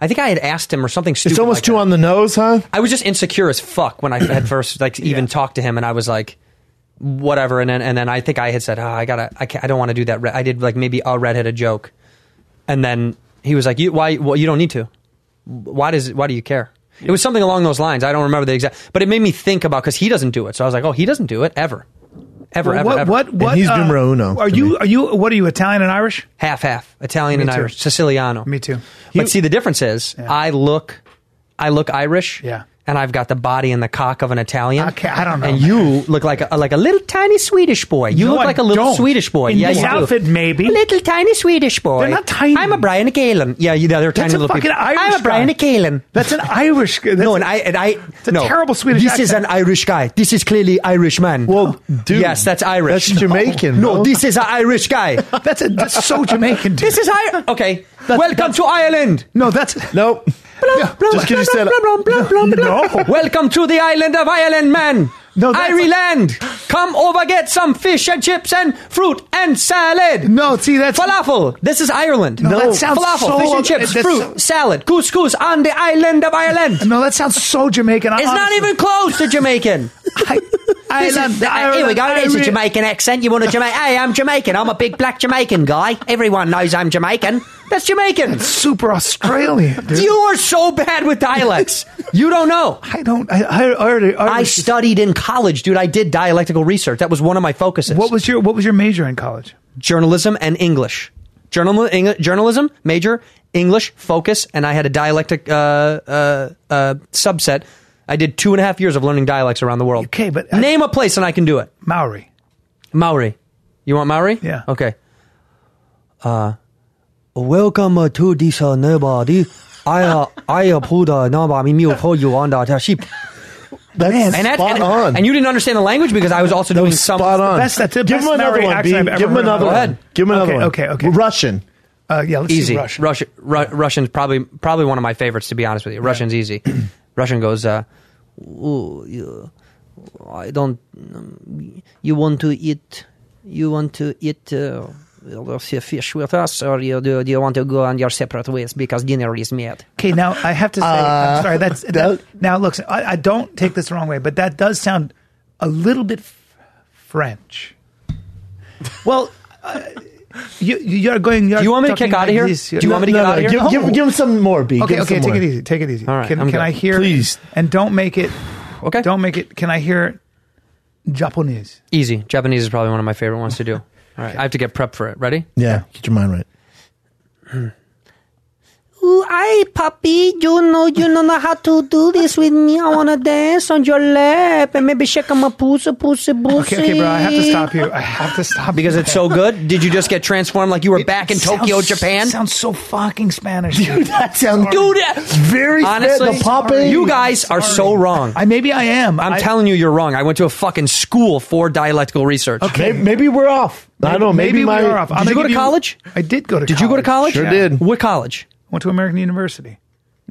G: I think I had asked him or something stupid.
A: It's almost
G: like
A: too on the nose, huh?
G: that. I was just insecure as fuck when I had first like even talked to him and I was like whatever and then and then I think I had said oh, I gotta I can't, I don't want to do that. red- I did like maybe a redheaded joke, and then he was like you why well you don't need to. Why does why do you care? It was something along those lines. I don't remember the exact, but it made me think about because he doesn't do it. So I was like, oh, he doesn't do it ever, ever,
B: Well,
G: ever,
B: what,
G: ever.
B: What? What? uh,
A: he's numero uno
B: Are
A: to
B: you?
A: me.
B: Are you? What are you? Italian and Irish?
G: half half Italian
B: Me
G: and
B: too.
G: Irish Siciliano.
B: Me too.
G: but see, the difference is I look, I look Irish.
B: Yeah.
G: And I've got the body and the cock of an Italian.
B: Okay, I don't know,
G: And you look like a, like a little tiny Swedish boy. You
B: No,
G: look
B: I
G: like a little
B: don't.
G: Swedish boy.
B: In
G: yeah,
B: this
G: you do.
B: outfit, maybe.
G: Little tiny Swedish boy.
B: They're not tiny.
G: I'm a Brian Galen. Yeah, you, they're tiny
B: That's a
G: little
B: fucking
G: people.
B: Irish.
G: I'm a Brian
B: guy.
G: Galen.
B: That's an Irish. guy. That's
G: No, and I and I. It's
B: a terrible Swedish
G: This is
B: accent.
G: an Irish guy. This is clearly Irish man.
A: Well, dude,
G: yes, that's Irish.
A: That's Jamaican.
G: No,
A: bro.
G: this is an Irish guy.
B: That's a. That's so Jamaican. Dude.
G: This is Ireland. Okay. Welcome to Ireland.
B: No, that's
A: Nope. Just because you said
B: no.
G: Welcome to the island of Ireland, man.
B: No, that's-
G: Ireland. Come over, get some fish and chips and fruit and salad.
B: No, see that's
G: Falafel. This is Ireland.
B: No, that sounds
G: falafel,
B: so-
G: fish and chips,
B: that's-
G: fruit, salad, couscous on the island of Ireland.
B: No, that sounds so Jamaican.
G: It's not even close to Jamaican. This is-
B: Ireland.
G: uh, here we go. There's a
B: Irish.
G: Jamaican accent. You want a Jamaican? hey, I'm Jamaican. I'm a big black Jamaican guy. Everyone knows I'm Jamaican. That's Jamaican.
B: Super Australian. Dude.
G: You are so bad with dialects. you don't know.
B: I don't. I, I already.
G: I studied in college, dude. I did dialectical research. That was one of my focuses.
B: What was your What was your major in college?
G: journalism and English? Journal, Eng, journalism major, English focus, and I had a dialectic uh, uh, uh, subset. I did two and a half years of learning dialects around the world.
B: Okay, but I-
G: name a place and I can do it.
B: Maori.
G: Maori, you want Maori?
B: Yeah.
G: Okay. Uh, welcome uh, to this uh, nobody. I uh, I uh, pulled a number. Me me for you on the sheep.
A: That's
G: And that,
A: spot
G: and,
A: on.
G: and you didn't understand the language because I was also doing some
A: spot on.
B: That's- that's the
A: Give
B: best
A: him another
B: Maori
A: one.
B: accent
A: B.
B: I've ever
A: Give him
B: heard in
A: another
B: my
A: one.
G: life. Go ahead.
A: Give him another
B: Okay,
A: one.
B: okay, okay.
A: Russian.
B: Uh, yeah, let's
G: easy.
B: see
G: Russian.
B: Russian.
G: Russia, Ru- Russian's probably probably one of my favorites to be honest with you. Russian's easy. Russian goes, uh, "Ooh, you- I don't. um, You want to eat? You want to eat? Uh, fish with us, or you do, do you want to go on your separate ways because dinner is made?
B: Okay, now I have to say, I'm sorry. That's that, now. Look, I, I don't take this the wrong way, but that does sound a little bit f- French. Well, uh, you you are going. You're
G: Do you want me to kick
B: talking
G: out of here?
B: like this.
G: Do you want me to get out of here?
A: Give, give, give him some more, B. give
B: Okay,
A: him
B: okay,
A: some
B: take
A: more.
B: it easy. Take it easy.
G: All right,
B: can
G: I'm
B: can
G: good.
B: I hear?
A: Please.
B: and don't make it.
G: Okay.
B: Don't make it. Can I hear Japanese?
G: Easy. Japanese is probably one of my favorite ones to do. All right, I have to get prepped for it. Ready?
A: Yeah, get your mind right.
J: Ooh, I, puppy, you know, you don't know how to do this with me. I want to dance on your lap and maybe shake on my pussy, pussy, pussy.
B: Okay, okay, bro, I have to stop you. I have to stop
G: because
B: you.
G: it's so good. Did you just get transformed like you were back in Tokyo, Japan?
B: Sounds so fucking Spanish, dude.
A: that sounds
G: dude. that-
A: very
G: Honestly, you guys are so wrong. I
B: maybe I am.
G: I'm telling you, you're wrong. I went to a fucking school for dialectical research.
A: Okay, maybe, we're off. I don't know. Maybe, my.
B: we are off. I'm
G: Did you
B: gonna
G: go to
B: give
G: college?
B: I did go to.
G: Did you go to college?
B: Yeah.
G: What college?
B: Went to American University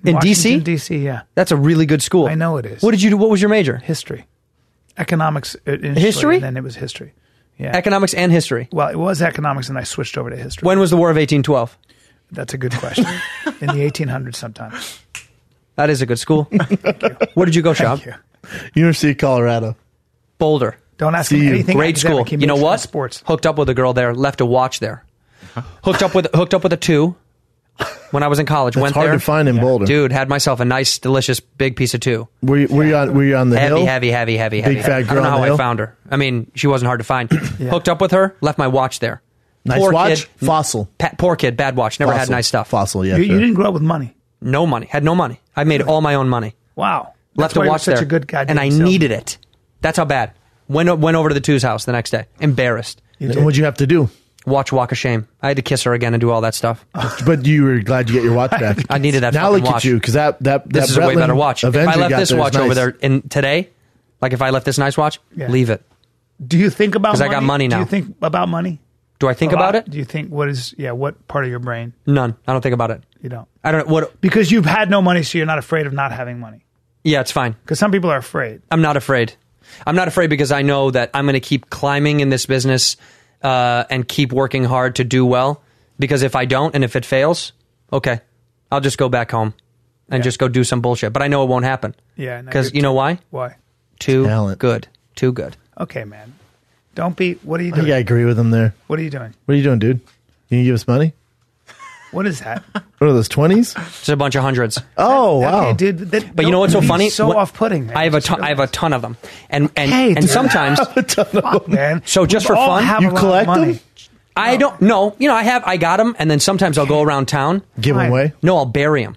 G: In
B: Washington,
G: DC?
B: DC, yeah.
G: That's a really good school. I
B: know it is.
G: What did you do? What was your major?
B: History. Economics. uh, initially,
G: History?
B: And then it was history. Yeah.
G: Economics and history.
B: Well, it was economics, and I switched over to history.
G: When was the War of 1812?
B: That's a good question. In the 1800s, sometimes.
G: That is a good school. Where did you go, Shop?
A: University of Colorado.
G: Boulder.
B: Don't ask me anything.
G: Great school.
B: academic. He
G: You know
B: makes
G: what?
B: Sports.
G: Hooked up with a girl there. Left a watch there.
A: Uh-huh.
G: Hooked up with hooked up with a two. When I was in college,
A: That's
G: went
A: hard
G: there.
A: to find in Boulder.
G: Dude, had myself a nice, delicious, big piece of two.
A: Were you, were you on? Were you on the
G: heavy,
A: hill?
G: heavy, heavy, heavy, heavy.
A: Big fat
G: I
A: girl
G: don't know
A: on the
G: how I
A: hill?
G: found her. I mean, she wasn't hard to find. Hooked up with her. Left my watch there.
A: Nice
G: Poor
A: watch?
G: kid.
A: Fossil.
G: Pa- poor kid. Bad watch. Never had
A: Fossil.
G: nice stuff.
A: Fossil. Yeah.
B: you,
A: sure.
B: you didn't grow up with money.
G: No money. Had no money. I made all my own money.
B: Wow.
G: left
B: That's
G: a
B: why you're
G: watch
B: such
G: there.
B: a good guy.
G: and I needed it. That's how bad. Went o- went over to the two's house the next day, embarrassed.
A: And what'd you have to do?
G: Watch Walk of Shame. I had to kiss her again and do all that stuff.
B: Ah,
A: But you were glad you get your watch back.
G: I needed that.
A: Now
G: fucking
A: look
G: watch.
A: at you, because that that
G: This
A: that
G: is a way
A: Bretland
G: better watch. if
A: Avenger
G: I left
A: got
G: this
A: there is
G: watch over
A: nice.
G: there and today, like if I left this nice watch, leave it.
B: Do you think about?
G: 'Cause I got money
B: Do
G: now.
B: you think about money?
G: Do I think
B: A
G: about
B: lot?
G: it?
B: Do you think what is? Yeah, what part of your brain?
G: None. I don't think about it.
B: You don't.
G: I don't. What?
B: Because you've had no money, so you're not afraid of not having money.
G: Yeah, it's fine.
B: Because some people are afraid.
G: I'm not afraid. I'm not afraid because I know that I'm going to keep climbing in this business uh, and keep working hard to do well. Because if I don't and if it fails, okay, I'll just go back home and just go do some bullshit. But I know it won't happen.
B: Yeah, no,
G: Because
B: you're
G: you know why?
B: Why?
G: Too good. Too good.
B: Okay, man. Don't be. What are you
A: I think
B: doing?
A: I agree with him there.
B: What are you doing?
A: What are you doing, dude? Can you give us money?
B: What is that?
A: What are those twenties?
G: Just a bunch of hundreds.
A: Oh wow,
B: Okay, dude. That,
G: But you know what's so
B: don't be
G: funny?
B: So
G: What-
B: off-putting.
G: I have a ton, I have a ton of them, and and
B: Hey,
G: and
B: dude.
G: sometimes
B: Fuck, man.
G: So just
B: We
G: for
B: all
G: fun,
B: have a You lot of collect money. them?
G: I don't. No, you know I have. I got them, and then sometimes I'll go around town.
A: Give 'em Fine. away?
G: No, I'll bury them.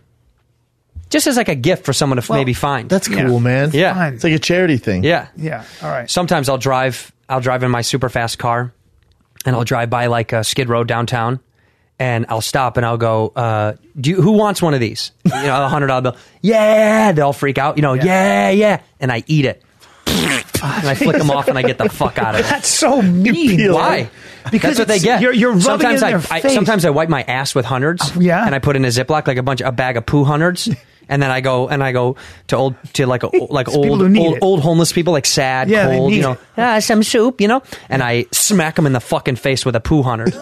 G: Just as like a gift for someone to f- maybe find.
A: That's cool, man.
G: Yeah.
A: it's like a charity thing.
G: Yeah.
B: Yeah. All right.
G: Sometimes I'll drive. I'll drive in my super fast car, and I'll drive by like a Skid Row downtown, and I'll stop and I'll go. Uh, do you, who wants one of these? You know, a hundred dollar bill. Yeah, they'll freak out. You know, yeah, yeah, and I eat it. and I flick them off and I get the fuck out of it.
B: That's so mean.
G: Why?
B: Because
G: Because That's what they
B: it's-
G: get.
B: You're, you're rubbing
G: sometimes
B: it in
G: I,
B: their
G: I-
B: face. Oh,
G: sometimes I wipe my ass with hundreds.
B: yeah.
G: And I put in a Ziploc like a bunch a bag of poo hundreds. And then I go and I go to old to like a, like
B: people
G: old
B: who need
G: old,
B: it.
G: old homeless people like sad
B: Yeah, they
G: cold
B: need
G: you know
B: it.
G: ah, some soup you know and I smack them in the fucking face with a poo hundred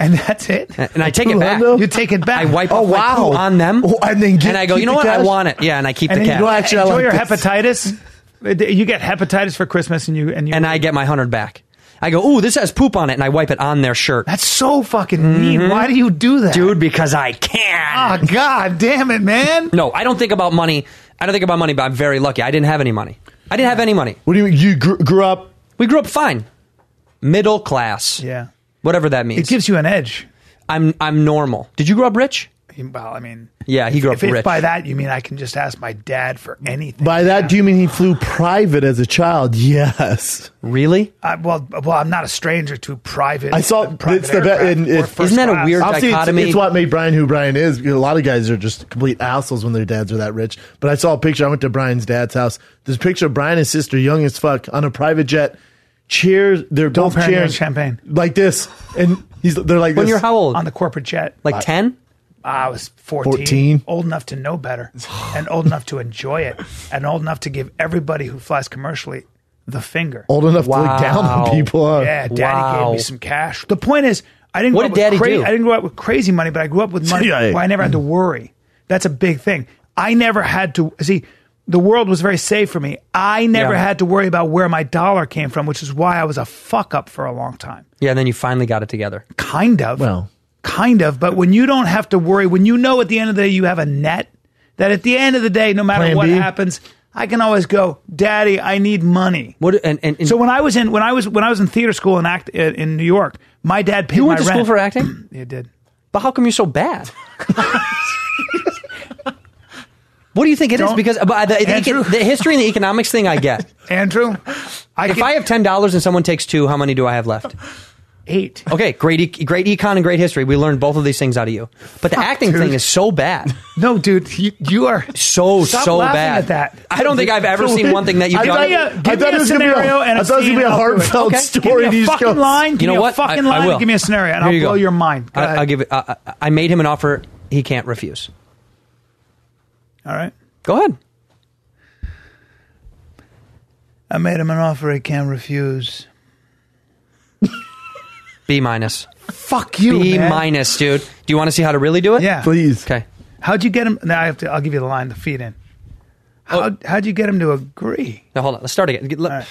B: and that's it.
G: and, and I take it
B: Poo
G: back
B: hundo? You take it back. Oh,
G: I wipe oh, my poo on them
A: and then
G: and I go you know what I want it yeah and I keep
B: and
G: the
B: then
G: cat
B: You go, enjoy your hepatitis. You get hepatitis for Christmas, and you and you
G: and I get my hundred back I go ooh this has poop on it and I wipe it on their shirt
B: That's so fucking mean.
G: Mhm.
B: Why do you do that?
G: dude because I can
B: Ah, god damn it, man.
G: No, I don't think about money. I don't think about money, but I'm very lucky. I didn't have any money. I didn't have any money.
A: What do you mean? You grew, grew up?
G: We grew up fine, middle class.
B: Yeah.
G: whatever that means.
B: It gives you an edge.
G: I'm I'm normal. Did you grow up rich?
B: Well, I mean,
G: Yeah, he grew
B: if
G: up
B: it's
G: rich.
B: by that you mean I can just ask my dad for anything.
A: By that, do you mean he flew private as a child? Yes.
G: Really?
B: I, Uh, well, well, I'm not a stranger to private.
A: I saw
B: uh, private
A: it's the best.
B: aircraft
A: and
B: or
A: it's-
B: first class.
A: Obviously, it's- It's, what made Brian who Brian is. A lot of guys are just complete assholes when their dads are that rich. But I saw a picture. I went to Brian's dad's house. There's a picture of Brian and his sister, young as fuck, on a private jet. Cheers! They're
B: Dom
A: both
B: Perignon
A: cheering
B: champagne.
A: like this, and he's they're like
G: When
A: this.
G: you're how old?
B: on the corporate jet.
G: Like ten?
B: I was 14,
A: 14?
B: old enough to know better, and old enough to enjoy it, and old enough to give everybody who flies commercially the finger.
A: old enough to look down
G: Wow.
A: on people. Huh?
B: Yeah, daddy gave me some cash. The point is, I didn't.
G: What
B: grow up
G: did
B: with
G: daddy
B: cra-
G: do?
B: I didn't grow up with crazy money, but I grew up with money
A: Yeah, yeah.
B: where I never had to worry. That's a big thing. I never had to see. The world was very safe for me. I never
G: Yeah.
B: had to worry about where my dollar came from, which is why I was a fuck up for a long time.
G: Yeah, and then you finally got it together.
B: Kind of.
A: Well.
B: kind of. But when you don't have to worry, when you know at the end of the day you have a net, that at the end of the day, no matter
A: Plan
B: what
A: B.
B: happens, I can always go, Daddy, I need money.
G: What? And, and, and
B: So when I was in when I was when I was in theater school in act in in New York, my dad paid
G: you
B: my
G: went to
B: rent.
G: school for acting,
B: Yeah, it did.
G: but how come you're so bad? What do you think it is?
B: Don't-
G: Because uh, the, the,
B: Andrew?
G: eco- the history and the economics thing, I get.
B: Andrew,
G: if I have ten dollars and someone takes two, how many do I have left?
B: Eight.
G: Okay, great, e- great econ and great history. We learned both of these things out of you. But the acting
B: dude.
G: thing is so bad.
B: No, dude, you, you are
G: so
B: Stop
G: so
B: laughing
G: bad.
B: at that.
G: I don't think I've ever seen one thing that you've
B: I
G: done.
B: thought- Give me a- I give thought me it was a gonna be a- scenario and I a thought it was gonna be a scene and I'll do it. heartfelt Okay. story Give me a and you just fucking go- line, give
G: you know
B: me a
G: what?
B: fucking
G: I,
B: line
G: I
B: and
G: will.
B: give me a scenario and
G: Here
B: I'll
G: you go.
B: blow your mind. Go
G: I,
B: ahead.
G: I'll give it. I, I- I made him an offer he can't refuse.
B: All right.
G: Go ahead.
B: I made him an offer he can't refuse.
G: B minus.
B: Fuck you,
G: B
B: man.
G: minus, dude. Do you want to see how to really do it?
B: Yeah.
G: Please. Okay.
B: How'd you get him? Now I have to. I'll give you the line to feed in. How how'd you get him to agree?
G: Now hold on. Let's start again. Get- let-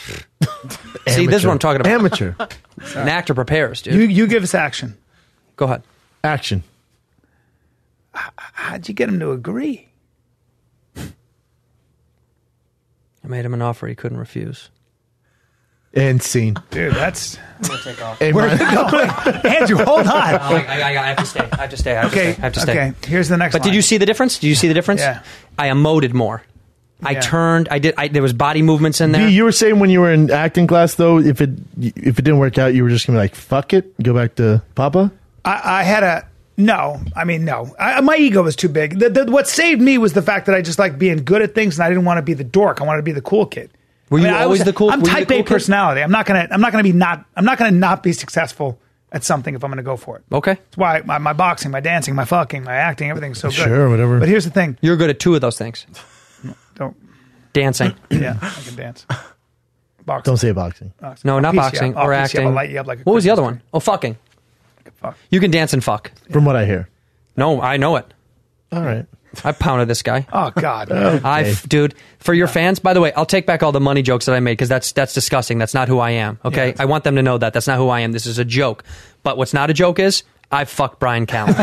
G: See, this is what I'm talking about.
B: Amateur.
G: An actor prepares, dude.
B: You you give us action.
G: Go ahead.
B: Action. How'd you get him to agree?
G: I made him an offer he couldn't refuse.
A: And scene.
B: Dude, that's.
G: I'm gonna take off.
A: Hey,
B: Where
A: man.
B: are you going? Andrew, hold on.
G: No, I, I, I have to stay. I have to stay. I have
B: Okay,
G: To stay. I have to stay.
B: okay. Here's the next
G: But
B: line.
G: did you see the difference? Did you see the difference?
B: Yeah.
G: I emoted more. I
A: Yeah.
G: turned. I did. I, there was body movements in there.
A: B, you were saying when you were in acting class though, if it if it didn't work out, you were just gonna be like, "Fuck it, go back to Papa."
B: I, I had a no. I mean, no. I, my ego was too big. The, the, what saved me was the fact that I just like being good at things, and I didn't want to be the dork. I wanted to be the cool kid.
G: Were
B: I
G: you
B: I
G: always the cool-
B: I'm
G: were you the
B: type
G: cool
B: A
G: kid?
B: personality. I'm not gonna. I'm not gonna be not. I'm not gonna not be successful at something if I'm gonna go for it.
G: Okay.
B: That's why my, my boxing, my dancing, my fucking, my acting, everything's so good.
G: Sure, whatever.
B: But here's the thing.
G: You're good at two of those things.
B: Don't.
G: Dancing.
B: Yeah, I can dance. Boxing.
A: Don't say boxing.
G: No, not
B: I'll piece you
G: boxing
B: up. Oh, I'll
G: or
B: piece you up.
G: acting.
B: I'll light you up like a
G: what was the other one? Oh, fucking. You can dance and fuck.
A: From what I hear.
G: No, I know it.
A: All right.
G: I pounded this guy.
B: Oh God.
G: I, f- dude, for your fans, by the way, I'll take back all the money jokes that I made because that's that's disgusting. That's not who I am. Okay, I want them to know that that's not who I am. This is a joke. But what's not a joke is I fucked Brian Callen.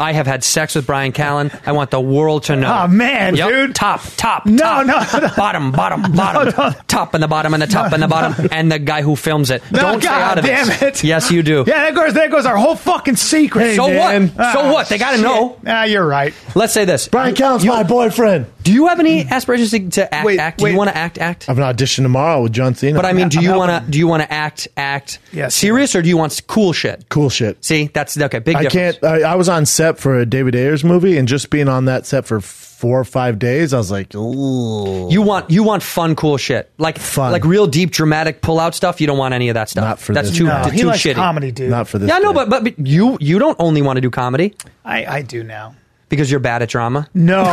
G: I have had sex with Brian Callen. I want the world to know.
B: Oh, man,
G: dude! Top, top, no, top.
B: no,
G: bottom, bottom, bottom, top and the bottom and the top and the bottom and the guy who films it.
B: No,
G: Don't stay
B: God
G: out of
B: damn
G: this.
B: it.
G: Yes, you do.
B: Yeah, there goes there goes our whole fucking secret.
G: So what? So what? They gotta
B: shit.
G: know.
B: Ah, you're right.
G: Let's say this.
A: Brian Callen's my boyfriend.
G: Do you have any aspirations to, to act? act? Do you want to act? Act?
A: I have an audition tomorrow with John Cena.
G: But I mean, do you want to do you want to act act serious or do you want s- cool shit?
A: Cool shit.
G: See, that's okay. Big
A: I
G: difference.
A: can't. uh, I, I was on set for a David Ayers movie, and just being on that set for four or five days, I was like, "Ooh,
G: You want you want fun, cool shit like fun. like real deep dramatic pull out stuff. You don't want any of that stuff. Not for that's
A: this
G: too
A: guy.
G: too
A: No, he likes
G: shitty.
B: Uh, comedy, dude. Not
A: for this
G: Yeah, no, but, but but you you don't only want to do comedy
B: I, I do now.
G: because you're bad at drama.
B: No,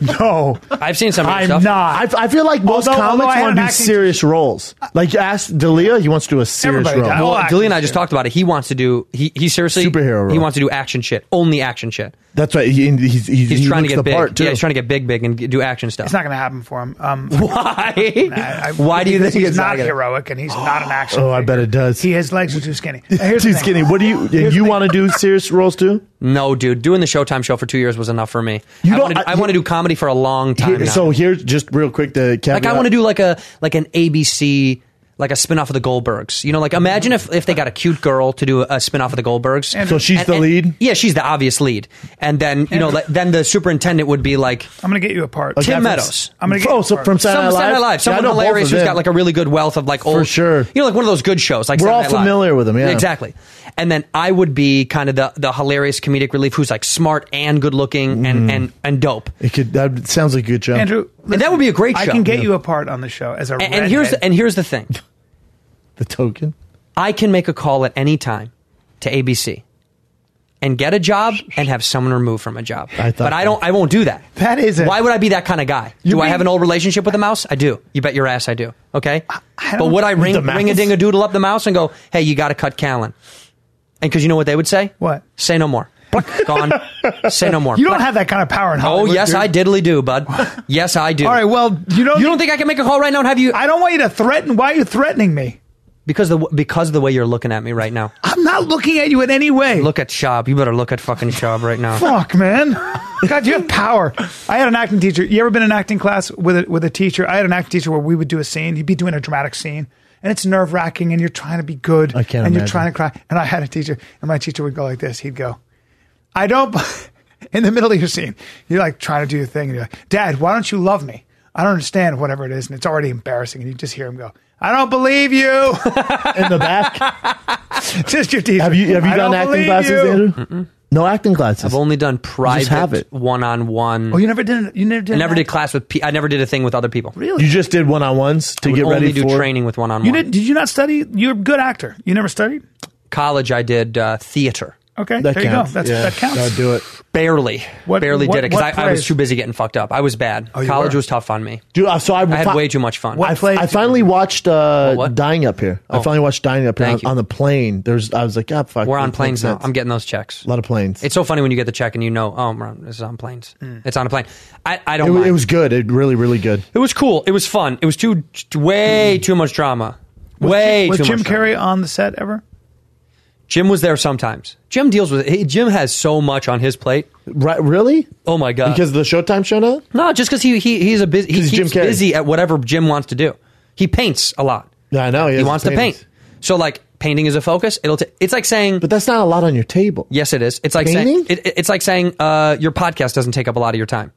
B: no.
G: I've seen some. of your
B: I'm
G: stuff.
B: not.
A: I, I feel like most
B: Although- although I
A: comics
B: had
A: want
B: an
A: to do
B: acting-
A: serious roles. Like you ask Dalia, he wants to do a serious role.
G: Well, Dilly and I just talked about it. He wants to do he he seriously
A: Superhero
G: He
A: role.
G: wants to do action shit, only action shit.
A: That's right. He, he's he's,
G: He's
A: he
G: trying to
A: looks
G: get
A: the
G: big.
A: part too.
G: Yeah, he's trying to get big, big, and g- do action stuff.
B: It's not going to happen for him. Um,
G: Why? Why do you
B: because
G: think
B: he's
G: it's not
B: not
G: gonna-
B: heroic and he's not an action?
A: Oh, I bet it does.
B: He his legs are too skinny. Now, Here's
A: too
B: the thing.
A: skinny. What do you? And you want to do serious roles too?
G: No, dude, doing the Showtime show for two years was enough for me.
A: You
G: I,
A: don't-
G: want to, I,
A: I-
G: want to do comedy for a long time.
A: Here-
G: now.
A: so here's just real quick the caveat.
G: like I want to do like a like an ABC like a spin-off of the Goldbergs. You know, like imagine if, if they got a cute girl to do a, a spin-off of the Goldbergs.
A: And- So she's the
G: lead? Yeah, she's the obvious lead. And then, you know,
B: And-
G: like, then the superintendent would be like
B: I'm going to get you apart.
G: Tim Meadows.
B: I'm going to get
A: Oh,
B: you
A: so
B: apart.
A: from Saturday Night
G: Some
A: Live.
G: Saturday Night
A: Yeah,
G: Live, someone
A: I know both
G: hilarious
A: of
G: who's
A: them.
G: got like a really good wealth of like old,
A: sure.
G: You know, like one of those good shows. Like
A: We're
G: Saturday
A: all
G: Night Live.
A: familiar with them, yeah.
G: exactly. And then I would be kind of the, the hilarious comedic relief who's like smart and good looking and,
A: Mm.
G: and and dope.
A: It could. That sounds like a good show.
B: Andrew,
G: and that would be a great show.
B: I can get you apart on the show as a.
G: and, and here's the, and here's the thing.
A: the token.
G: I can make a call at any time to ABC and get a job and have someone removed from a job. I
A: thought
G: but I don't. I won't do that.
B: That isn't-
G: Why would I be that kind of guy? Do
B: You
G: I
B: mean-
G: have an old relationship with the mouse? I do. You bet your ass I do. Okay. but
B: don't-
G: would I
B: With
G: ring
B: the mouse?
G: ring a ding a doodle up the mouse and go, hey, you got to cut Callan? And because you know what they would say?
B: What?
G: Say no more. Pluck. Gone. say no more.
B: You don't
G: Pluck.
B: have that kind of power in
G: Oh
B: Hollywood.
G: yes,
B: dude.
G: I diddly do, bud. Yes, I do.
B: All right. Well, you don't.
G: You don't think I can make a call right now and have you?
B: I don't want you to threaten. Why are you threatening me?
G: Because the because of the way you're looking at me right now.
B: I'm not looking at you in any way.
G: Look at Shab. You better look at fucking Shab right now.
B: Fuck, man. God, you have power. I had an acting teacher. You ever been in an acting class with a, with a teacher? I had an acting teacher where we would do a scene. He'd be doing a dramatic scene, and it's nerve wracking, and you're trying to be good, I
A: can't
B: and you're
A: imagine.
B: trying to cry. And I had a teacher, and my teacher would go like this. He'd go, "I don't." b- in the middle of your scene. You're like trying to do your thing. And you're like, Dad, why don't you love me? I don't understand whatever it is. And it's already embarrassing. And you just hear him go, I don't believe you. in
A: the back?
B: just your teacher.
A: Have you have you
B: "I
A: done
B: don't
A: acting
B: believe
A: classes,
B: you."
A: Andrew? No acting classes.
G: I've only done
A: just have
G: private one on one.
B: Oh, you never did. You never did.
G: I never did class with. Pe- I never did a thing with other people.
B: Really?
A: You just did one on ones to
G: I would
A: get
G: only
A: ready
G: do
A: for
G: training with one on
B: You
G: one.
B: did. Did you not study? You're a good actor. You never studied.
G: College, I did uh, theater.
B: Okay,
G: That
B: there
G: counts.
B: you go. That's,
G: Yeah,
B: that counts.
G: that'll
A: do it.
G: Barely,
B: What-
G: barely
B: what-
G: did it because
B: what
G: I, I was
B: plays?
G: too busy getting fucked up. I was bad.
A: Oh, you
G: College
A: were?
G: was tough on me.
A: Dude, uh, so I,
G: I had
A: fi-
G: way too much fun.
A: I, I finally watched uh, Dying Up Here. I
G: Oh.
A: finally watched Dying Up Here
G: Thank
A: on, on the plane. There's, I was like, ah, fuck.
G: We're on
A: this makes
G: planes now.
A: sense.
G: I'm getting those checks.
A: A lot of planes.
G: It's so funny when you get the check and you know, oh, i this is on planes. It's on a plane. I, I
A: Mm.
G: don't.
A: It, wa-
G: mind.
A: it was good. It really, really good.
G: It was cool. It was fun. It was too
A: Mm.
G: way too much drama. Way
B: Was
G: too
B: Jim
G: much. drama.
B: Carrey on the set ever?
G: Jim was there sometimes. Jim deals with it. He, Jim has so much on his plate.
A: Right? Really?
G: Oh my god!
A: Because of the Showtime show now?
G: no, just because he, he he's a busy. He
A: he's
G: keeps
A: Jim Carrey.
G: busy at whatever Jim wants to do. He paints a lot.
A: Yeah, I know.
G: He,
A: has
G: wants
A: the
G: to paint. So like painting is a focus. It'll. T- it's like saying. But
A: that's not a lot on your table.
G: Yes, it is. It's like saying.
A: Painting?
G: It, it- it's like saying uh, your podcast doesn't take up a lot of your time.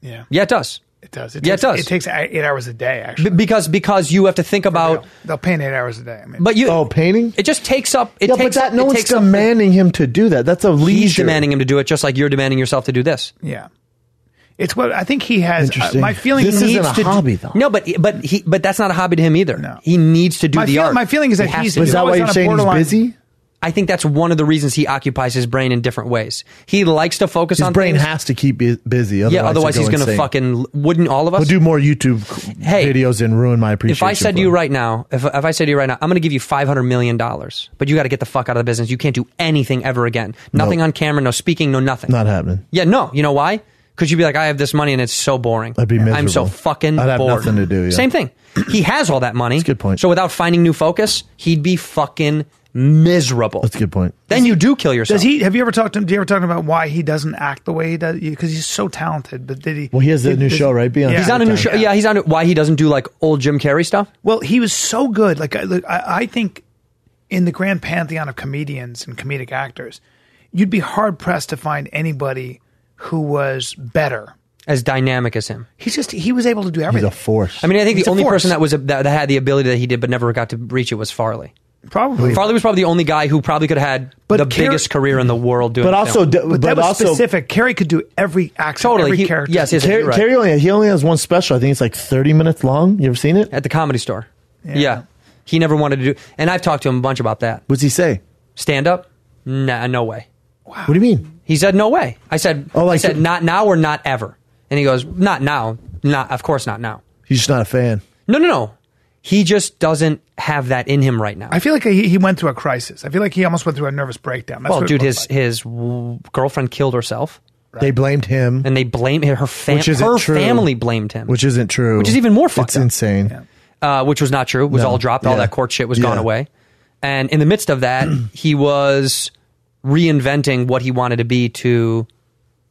B: Yeah.
G: Yeah, it does.
B: It does.
G: Yeah, it
B: takes,
G: does.
B: It takes eight hours a day. Actually,
G: B- because because you have to think about.
B: they'll paint eight hours a day. I mean,
G: But you
A: oh painting.
G: It just takes up. It
A: yeah,
G: takes,
A: but that no
G: it
A: one's
G: takes up-
A: demanding him to do that. That's a
G: He's
A: leisure.
G: demanding him to do it, just like you're demanding yourself to do this.
B: yeah, it's what I think he has. Uh,
G: Interesting.
B: my feeling
G: This
B: he
G: isn't
B: needs
G: a
B: to do-
G: hobby, though. No, but but he but that's not a hobby to him either. He needs to do
B: My
G: the
B: feel-
G: art.
B: my feeling is that
G: He has
B: he's-
G: to do
B: is
G: it.
B: that why you're saying he's busy?
G: I think that's one of the reasons he occupies his brain in different ways. He likes to focus
A: His
G: on
A: brain
G: things.
A: has to keep bu- busy. Otherwise
G: yeah, otherwise
A: he'll
G: he's
A: go
G: gonna
A: insane.
G: fucking wouldn't all of us.
A: We'll do more YouTube
G: Hey,
A: videos and ruin my appreciation.
G: if I said
A: for
G: to you
A: him.
G: right now, if, if I said to you right now, I'm going to give you five hundred million dollars, but you got to get the fuck out of the business. You can't do anything ever again. Nothing on camera, no speaking, no nothing.
A: not happening.
G: Yeah, no. You know why? Because you'd be like, I have this money and it's so boring.
A: I'd be miserable.
G: I'm so fucking
A: I'd have
G: bored.
A: nothing to do, yeah.
G: Same thing. He has all that money. That's a good point. So without finding new focus, he'd be fucking miserable. That's
A: a good point.
G: Then you do kill yourself.
B: Does he? Have you ever talked to him? Do you ever talk to him about why he doesn't act the way he does? Because he's so talented. But did he?
A: Well, he has a new
B: does-
A: show, right? Be
G: he's on a new show. Yeah, he's on. it. Why he doesn't do like old Jim Carrey stuff?
B: Well, he was so good. Like I, look, I, I think in the grand pantheon of comedians and comedic actors, you'd be hard pressed to find anybody who was better.
G: As dynamic as him.
B: He's just he was able to do everything.
A: force.
G: I mean, I think
B: He's
G: the
B: a
G: only
B: force.
G: person that was that, that had the ability that he did, but never got to reach it was Farley.
B: Probably.
G: Farley was probably the only guy who probably could have had the
B: Carrey-
G: biggest career in the world doing.
A: But
G: film.
A: also d- But
B: but, that was specific. Carrie could do every accent,
G: Totally.
B: every
G: He-
B: character.
G: yes, yes,
A: Carrie, Carrie only he only has one special. I think it's like thirty minutes long. You ever seen it?
G: At the comedy store. Yeah. He never wanted to do and I've talked to him a bunch about that.
A: What's he say?
G: Stand up? Nah, no way.
A: What do you mean?
G: He said no way. I said oh, I said not now or not ever. And he goes, "Not now. Not of course not now."
A: He's just not a fan.
G: No, no, no. He just doesn't have that in him right now.
B: I feel like he, he went through a crisis. I feel like he almost went through a nervous breakdown. That's
G: well,
B: what it
G: dude,
B: looked
G: his
B: like.
G: his w- girlfriend killed herself.
A: They blamed him,
G: and they blame her fam-
A: Which isn't
G: her
A: true.
G: family blamed him,
A: which isn't true.
G: Which is even more fucked
A: It's
G: up.
A: insane.
G: uh, which was not true. It was
A: No.
G: all dropped. All
A: Yeah.
G: that court shit was gone
A: Yeah.
G: away. And in the midst of that, he was reinventing what he wanted to be to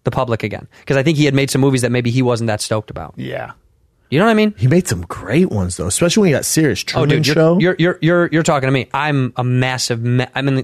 G: the public again. Because I think he had made some movies that maybe he wasn't that stoked about.
B: Yeah.
G: You know what I mean?
A: He made some great ones though, especially when he got serious. Truman
G: oh, dude, you're,
A: Show.
G: You're, you're you're you're talking to me. I'm a massive. Ma- I mean,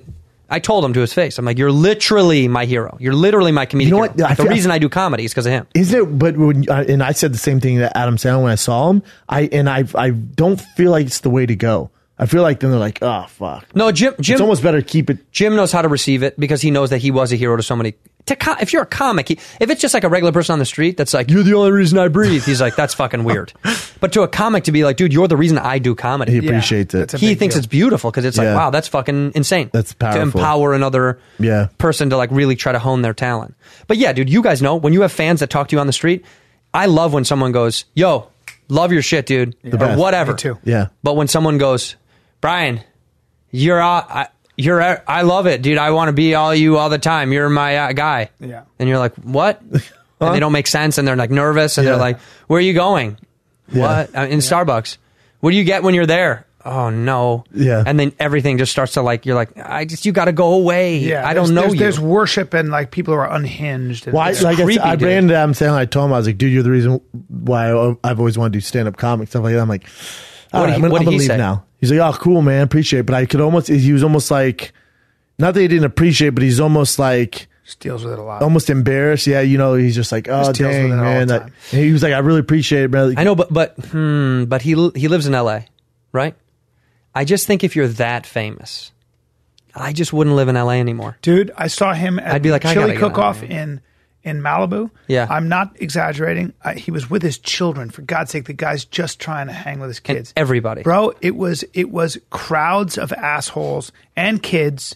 G: I told him to his face. I'm like, you're literally my hero. You're literally my comedian. You know
A: I
G: the
A: feel-
G: reason I do comedy is because of him.
A: Is it? But when I- and I said the same thing to Adam Sandler when I saw him. I and I I don't feel like it's the way to go. I feel like then they're like, oh fuck.
G: No, Jim. Jim
A: it's almost better to keep it.
G: Jim knows how to receive it because he knows that he was a hero to so many. To co- if you're a comic, he, if it's just like a regular person on the street that's like, "You're the only reason I breathe," he's like, "That's fucking weird." but to a comic, to be like, "Dude, you're the reason I do comedy,"
A: He appreciates it.
G: He thinks it's beautiful because it's
A: Yeah.
G: like, "Wow, that's fucking insane." That's
A: powerful.
G: to empower another
A: Yeah.
G: person to like really try to hone their talent. But yeah, dude, you guys know when you have fans that talk to you on the street. I love when someone goes, "Yo, love your shit, dude,"
A: The
G: or
A: best.
G: whatever.
A: Me too. Yeah.
G: But when someone goes, Brian, you're all, I, you're I love it, dude. I want to be all you all the time. You're my uh, guy.
B: Yeah.
G: And you're like, what? And they don't make sense, and they're like nervous, and they're
B: Yeah.
G: like, where are you going? What Uh, in Starbucks? What do you get when you're there? Oh no.
B: Yeah.
G: And then everything just starts to like you're like I just you got to go away.
B: Yeah,
G: I
B: there's-
G: don't know
B: there's,
G: you.
B: There's worship and like people who are unhinged. And
A: Why?
B: it's
A: like
B: creepy,
A: I, said, I
B: dude.
A: ran into Adam Sandler. I told him I was like, dude, you're the reason why I, I've always wanted to do stand up comic stuff like that. I'm like, all
G: What
A: right,
G: did he-
A: I'm gonna,
G: what
A: I'm
G: did
A: gonna
G: he
A: leave
G: say?
A: now. He's like, oh, cool, man, appreciate. it. But I could almost. He was almost like, not that he didn't appreciate, but he's almost like.
B: She deals with it a lot.
A: Almost embarrassed. Yeah, you know, he's just like, oh,
B: Just deals with
A: dang,
B: it all
A: man.
B: the
A: Like, he was like, I really appreciate it, brother.
G: I know, but but hmm, but he he lives in L.A., right? I just think if you're that famous, I just wouldn't live in L.A. anymore.
B: dude. I saw him at
G: I'd be like, I
B: the
G: gotta
B: chili
G: get out of
B: cook-off
G: here.
B: in in Malibu.
G: Yeah.
B: I'm not exaggerating. I, he was with his children. For God's sake, the guy's just trying to hang with his
G: And
B: kids.
G: everybody.
B: bro. It was it was crowds of assholes and kids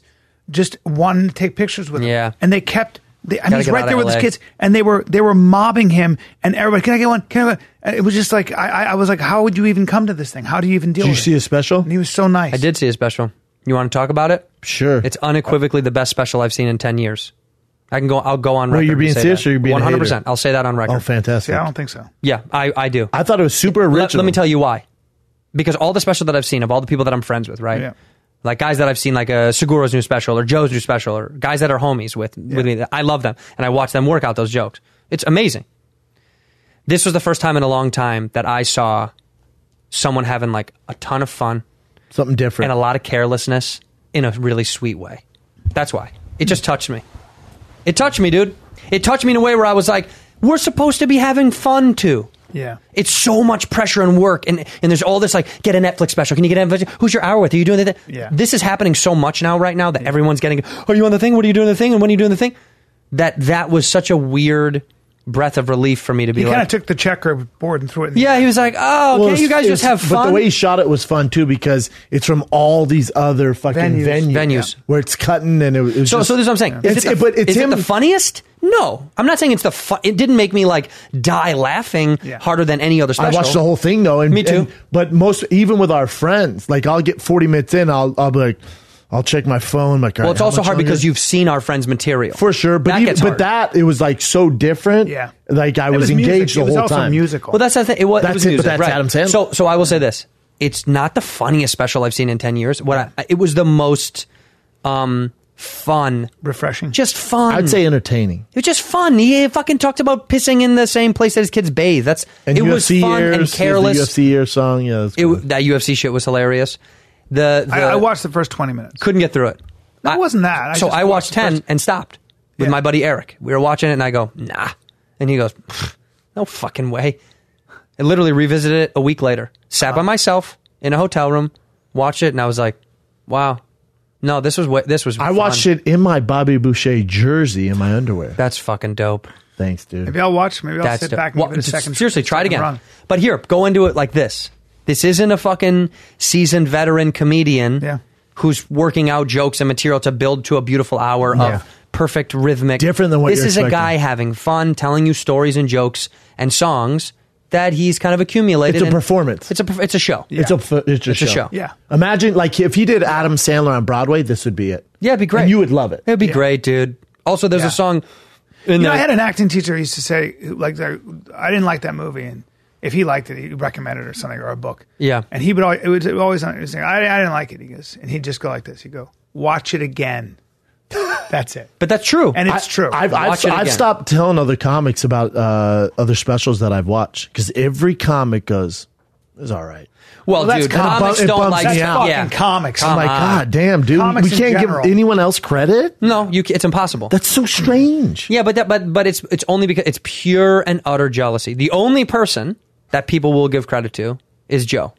B: just wanting to take pictures with him.
G: Yeah.
B: and they kept. They, I
G: Gotta
B: mean, he's
G: get
B: right
G: out
B: there
G: of
B: with his
G: LA.
B: kids, and they were they were mobbing him, and everybody, can I get one? Can I? Get one? It was just like I, I- I was like, how would you even come to this thing? How do you even deal?
G: Did you
B: with
G: see
B: it?
A: his special?
B: And he was so nice.
G: I did see a special. You want to talk about it?
A: Sure.
G: It's unequivocally the best special I've seen in ten years. I can go. I'll go on
A: Wait,
G: record.
A: you're being serious or you're being a
G: one
A: hater?
G: hundred percent. I'll say that on record.
A: Oh, fantastic.
B: Yeah, I don't think so.
G: Yeah, I, I do.
A: I thought it was super
G: Let-
A: original.
G: Let, me tell you why. Because all the special that I've seen of all the people that I'm friends with, right?
A: Yeah.
G: Like guys that I've seen, like uh, Segura's new special or Joe's new special or guys that are homies with, with me. I love them and I watch them work out those jokes. It's amazing. This was the first time in a long time that I saw someone having like a ton of fun,
A: something different,
G: and a lot of carelessness in a really sweet way. That's why it just touched me. It touched me, dude. It touched me in a way where I was like, "We're supposed to be having fun too."
B: Yeah.
G: It's so much pressure and work, and and there's all this like get a Netflix special. Can you get a Netflix? Who's your hour with? Are you doing that?
B: Yeah.
G: This is happening so much now, right now, that everyone's getting. Are you on the thing? What are you doing the thing? And when are you doing the thing? That that was such a weird breath of relief for me to be
B: He kind
G: like.
B: of took the checkerboard and threw it. In the
G: yeah, he was like, "Oh, okay,
A: Well, it was-
G: you guys
A: it
G: just
A: was-
G: have fun."
A: But the way he shot it was fun too because it's from all these other fucking
G: Venues.
A: venues,
G: Venues.
A: where it's cutting and it, was- it was
G: so,
A: just-
G: so this is what I'm saying. Is
A: It's-
G: it the,
A: but it's
G: is
A: him.
G: it the funniest? No, I'm not saying it's the. Fu- it didn't make me like die laughing harder than any other special.
A: I watched the whole thing though. And,
G: Me too.
A: and- but most, even with our friends, like I'll get 40 minutes in, I'll, I'll be like, I'll check my phone. Like, all
G: Well,
A: right,
G: it's
A: how
G: also
A: much
G: hard
A: longer?
G: because you've seen our friends' material
A: for sure. But
G: That
A: even-
G: gets
A: but
G: hard.
A: that it was like so different.
G: Yeah.
A: like I
G: It
A: was,
G: was music.
A: engaged the
G: It was
A: whole
G: also
A: time.
G: musical. Well, that's the thing. It was,
A: That's
G: it was
A: it, but
G: music,
A: that's
G: right.
A: Adam Sandler.
G: So, so I will say this: it's not the funniest special I've seen in ten years. What I, it was the most um, fun,
B: refreshing,
G: just fun.
A: I'd say entertaining.
G: It was just fun. He fucking talked about pissing in the same place that his kids bathe. That's
A: And
G: it was
A: UFC
G: fun
A: years,
G: and
A: he has
G: careless.
A: The UFC year song, yeah. that's
G: It, w- that UFC shit was hilarious. The, the
B: Mm-hmm. I, I watched the first twenty minutes.
G: couldn't get through it.
B: That wasn't that.
G: so
B: just
G: I watched
B: the
G: ten
B: first-
G: and stopped with my buddy Eric. We were watching it, and I go, "Nah," and he goes, "Pfft, "No fucking way." I literally revisited it a week later. Sat by myself in a hotel room, watched it, and I was like, "Wow, no, this was what this was."
A: I watched it in my Bobby Boucher jersey in my underwear.
G: That's fucking dope.
A: Thanks, dude.
B: Maybe I'll watch. Maybe I'll
G: That's
B: sit
G: dope.
B: back and
G: Well,
B: give it a
G: just
B: second.
G: Seriously, try
B: second
G: it again.
B: run.
G: But here, go into it like this. This isn't a fucking seasoned veteran comedian who's working out jokes and material to build to a beautiful hour
A: Yeah.
G: of perfect rhythmic.
A: Different than what
G: this
A: you're
G: is a
A: expecting.
G: guy having fun, telling you stories and jokes and songs that he's kind of accumulated.
A: It's a
G: and-
A: performance.
G: It's a perf- it's a show.
A: It's a f- it's a,
G: It's
A: show.
G: a show.
A: Yeah. Imagine like if he did Adam Sandler on Broadway, this would be it.
G: Yeah, it'd be great.
A: And you would love it.
G: It'd be great, dude. Also, there's a song. In
B: You know,
G: there-
B: I had an acting teacher who used to say, who, like, I I didn't like that movie, and if he liked it, he recommended it or something or a book.
G: yeah.
B: And he would always, it would always it was saying, I, I didn't like it. He goes, and he'd just go like this. He'd go, watch it again. That's it.
G: But that's true.
B: And it's true.
A: I've, I've, I've stopped telling other comics about uh, other specials that I've watched because every comic goes, "It's all right."
G: Well,
A: that's
G: dude,
A: kinda bum-
G: comics
A: it
G: don't
A: bums
G: like
A: me out.
G: yeah.
A: I'm like, God damn, dude,
G: Comics
A: we
G: in
A: can't
G: general.
A: give anyone else credit.
G: No, you. ca- It's impossible.
A: That's so strange.
G: Yeah, but that, but but it's it's only because it's pure and utter jealousy. The only person that people will give credit to is Joe.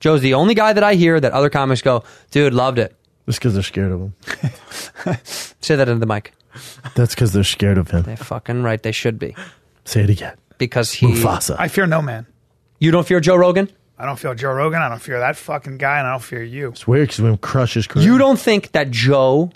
G: Joe's the only guy that I hear that other comics go, "Dude, loved it."
A: That's because they're scared of him.
G: Say that into the mic.
A: That's because they're scared of him.
G: They're fucking right. They should be
A: Say it again.
G: because he.
A: Mufasa.
B: I fear no man.
G: You don't fear Joe Rogan.
B: I don't feel Joe Rogan. I don't fear that fucking guy, and I don't fear you.
A: It's weird because we crush his career.
G: You don't think that Joe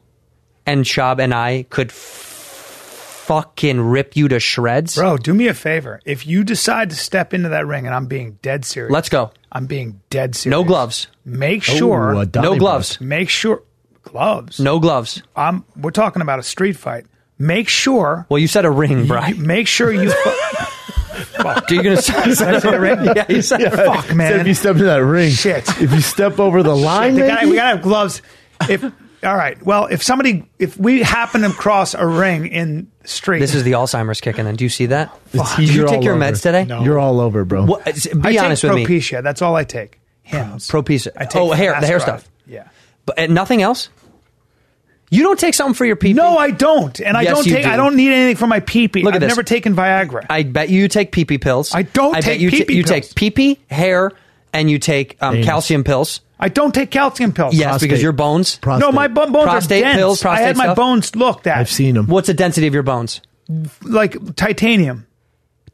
G: and Chab and I could f- fucking rip you to shreds?
B: Bro, do me a favor. If you decide to step into that ring, and I'm being dead serious,
G: Let's go.
B: I'm being dead serious.
G: No gloves.
B: Make
G: Ooh,
B: sure
G: a Donny No gloves. brush.
B: Make sure gloves.
G: No gloves.
B: I'm. We're talking about a street fight. Make sure.
G: Well, you said a ring, Brian.
B: You, make sure you. fu-
G: Are you gonna say,
B: Did I say a ring?
G: Yeah, you said
B: Fuck, man.
A: Except if you step into that ring,
B: Shit.
A: If you step over the line,
B: They gotta-
A: maybe?
B: we gotta have gloves. If all right, well, if somebody, if we happen to cross a ring in the street,
G: This is the Alzheimer's kicking in. Do you see that?
A: It's-
G: Did you
A: you're
G: take
A: all
G: your
A: over.
G: meds today?
A: No. You're all over, bro.
G: What, s-
B: I
G: be
B: take
G: honest with me.
B: Propecia. That's all I take. Hims.
G: Propecia.
B: I take
G: oh, hair, the hair
B: Finasteride.
G: stuff.
B: Yeah.
G: But and nothing else. You don't take something for your pee.
B: No, I don't, and I
G: Yes,
B: don't
G: you
B: take.
G: do.
B: I don't need anything for my pee pee.
G: Look
B: I've
G: at this.
B: never taken Viagra.
G: I bet you take pee pee pills. I
B: don't
G: I
B: take
G: bet you ta-
B: pee-pee
G: You
B: pills.
G: take pee pee, hair, and you take um,
B: Anus.
G: calcium pills.
B: I don't take calcium pills.
G: Yes, because your bones.
B: No, my bone bones are
G: prostate
B: dense.
G: pills. Prostate
B: I had my
G: stuff.
B: bones looked at. I've
A: seen them.
G: What's the density of your bones?
B: Like titanium.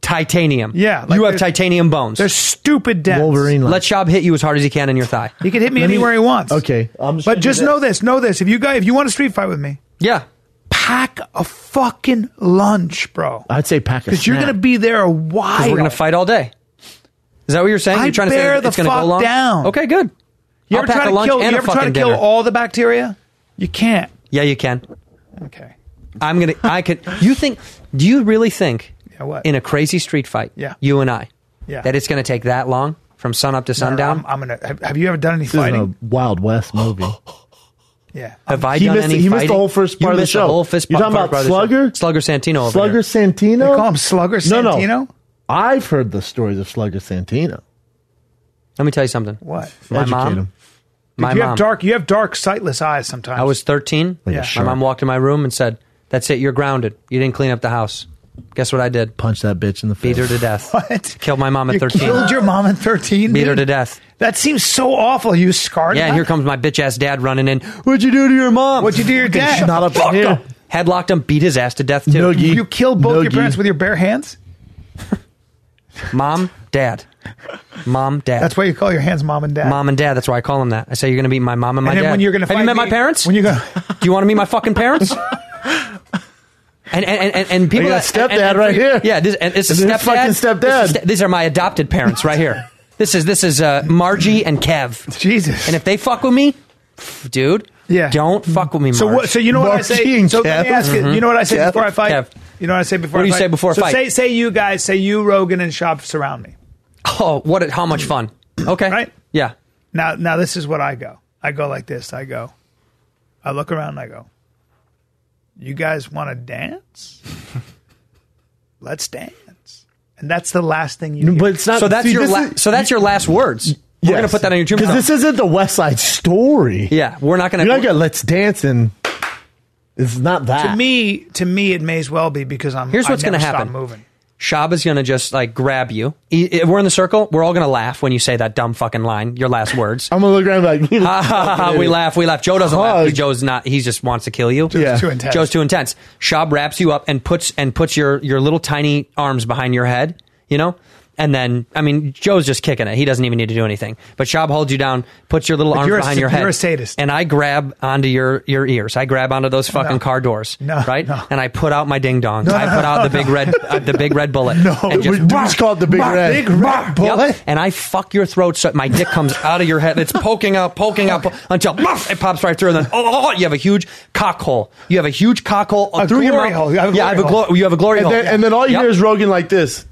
G: Titanium.
B: Yeah,
G: you have
B: they're-
G: titanium bones. They're
B: stupid dense.
A: Wolverine.
G: Let Shab hit you as hard as he can in your thigh.
B: He could hit me
G: Let me-
B: anywhere he wants.
A: Okay, I'm
B: but just know this. Know this. If you guys, if you want to street fight with me,
G: yeah,
B: pack a fucking lunch, bro.
A: I'd say pack a
B: Because you're
A: snack.
B: gonna be there a while.
G: Because we're gonna fight all day. Is that what you're saying?
B: I
G: you're trying
B: bear
G: to say
B: the
G: it's gonna
B: fuck
G: go long?
B: down.
G: Okay, good.
B: You
G: I'll
B: ever
G: pack
B: try
G: a
B: to
G: lunch
B: kill?
G: and
B: You
G: a
B: ever try to
G: fucking
B: kill
G: dinner.
B: all the bacteria? You can't.
G: Yeah, you can.
B: Okay.
G: I'm gonna. I could. You think? Do you really think?
B: Yeah, what?
G: In a crazy street fight.
B: Yeah.
G: You and I.
B: Yeah.
G: That it's gonna take that long from sun up to sundown.
B: I'm, I'm gonna. Have, have you ever done any
G: This isn't
B: fighting?
A: a Wild West movie.
B: Yeah.
G: Have I
A: He
G: done
A: missed-
G: any
A: he missed the
G: fighting?
A: whole first
G: You
A: part of the
G: missed
A: show.
G: whole first
A: You're
G: part-
A: talking
G: part
A: about
G: of the show.
A: Slugger?
G: Slugger Santino over
A: Slugger
G: here.
A: Santino?
B: call him Slugger
A: No,
B: Santino?
A: no. I've heard the stories of Slugger Santino.
G: Let me tell you something.
B: What?
G: My
A: Educate
G: mom.
A: him.
B: Dude,
G: My
B: you
G: mom.
B: have dark. You have dark, sightless eyes. Sometimes
G: I was 13.
B: Like a
G: My
B: shark.
G: mom walked in my room and said, "That's it. You're grounded. You didn't clean up the house. Guess what I did?
A: Punch that bitch in the
G: face. Beat her to death.
B: what?
G: Killed my mom at
B: You
G: 13.
B: killed your mom at thirteen.
G: Beat her
B: dude?
G: to death.
B: That seems so awful. You scarred.
G: Yeah,
B: her?
G: and here comes my bitch ass dad running in. What'd you do to your mom? What'd
B: you do to your dad?
G: Not up
B: Fuck
G: in here.
B: up.
G: Headlocked him, beat his ass to death too.
B: You killed both your parents with your bare hands.
G: mom, dad, mom, dad.
B: That's why you call your hands mom and dad.
G: Mom and dad. That's why I call them that. I say you're gonna meet my mom and my
B: and then
G: dad.
B: when you're gonna
G: have
B: fight
G: you met
B: me-
G: my parents?
B: When you go,
G: Do you want to meet my fucking parents? And and, and, and people
A: I
G: that
A: got
G: and- and-
A: stepdad
G: and-
A: right here.
G: Yeah, this, and it's a
A: And
G: stepdad.
A: this fucking
G: This is ste- these are my adopted parents right here. This is this is uh, Margie and Kev.
B: Jesus.
G: And if they fuck with me, pff, dude, yeah, don't fuck with me.
B: so what?
G: Marge.
B: So you know what I say. So let me ask you. You know what I say
G: Kev.
B: before I fight.
G: Kev.
B: You know what I say before.
G: What do
B: I
G: you
B: fight?
G: say before a
B: so
G: fight?
B: Say, say you guys. Say you, Rogan, and Shop surround me.
G: Oh, what? a- How much fun? Okay. Right. Yeah.
B: Now, now this is what I go. I go like this. I go. I look around. and I go. You guys want to dance? Let's dance. And that's the last thing you. Hear.
A: But it's not.
G: so that's
A: see,
G: your
A: this
G: la-
A: is-
G: so that's your last words. We're gonna put that on your tombstone.
A: Because this isn't the West Side Story.
G: Yeah, we're not gonna.
A: You're not gonna let's dance and it's not that.
B: to me, to me, it may as well be because I'm.
G: Here's
B: I
G: what's gonna
B: never stop
G: happen.
B: Moving.
G: Shab is gonna just like grab you. E- e- We're in the circle. We're all gonna laugh when you say that dumb fucking line. Your last words.
A: I'm gonna look around like you
G: Ha, ha, ha, ha. we laugh, we laugh. Joe doesn't laugh.
A: Hug.
G: 'cause Joe's not. He just wants to kill you.
A: Joe's Yeah. too intense.
G: Joe's too intense. Shab wraps you up and puts and puts your your little tiny arms behind your head. You know. And then, I mean, Joe's just kicking it. He doesn't even need to do anything. But Shab holds you down, puts your little
B: Like
G: arms
B: you're a
G: behind
B: sa-
G: your head.
B: you're a sadist.
G: And I grab onto your, your ears. I grab onto those fucking car doors. right? And I put out my ding dong. I put out the big red uh, the big red bullet. No, and
A: we just called the big red. Big red
G: bullet. And I fuck your throat so my dick comes out of your head. It's poking out, poking out, po- until muff, it pops right through. And then oh, oh, oh, you have a huge cock hole. You have a huge cock hole uh, through your
A: glory
G: mouth.
A: hole. You have a
G: yeah, I have a
A: glory
G: glo- you have a glory
A: and
G: hole.
A: Then, and then all you
G: Yep.
A: hear is Rogan like this.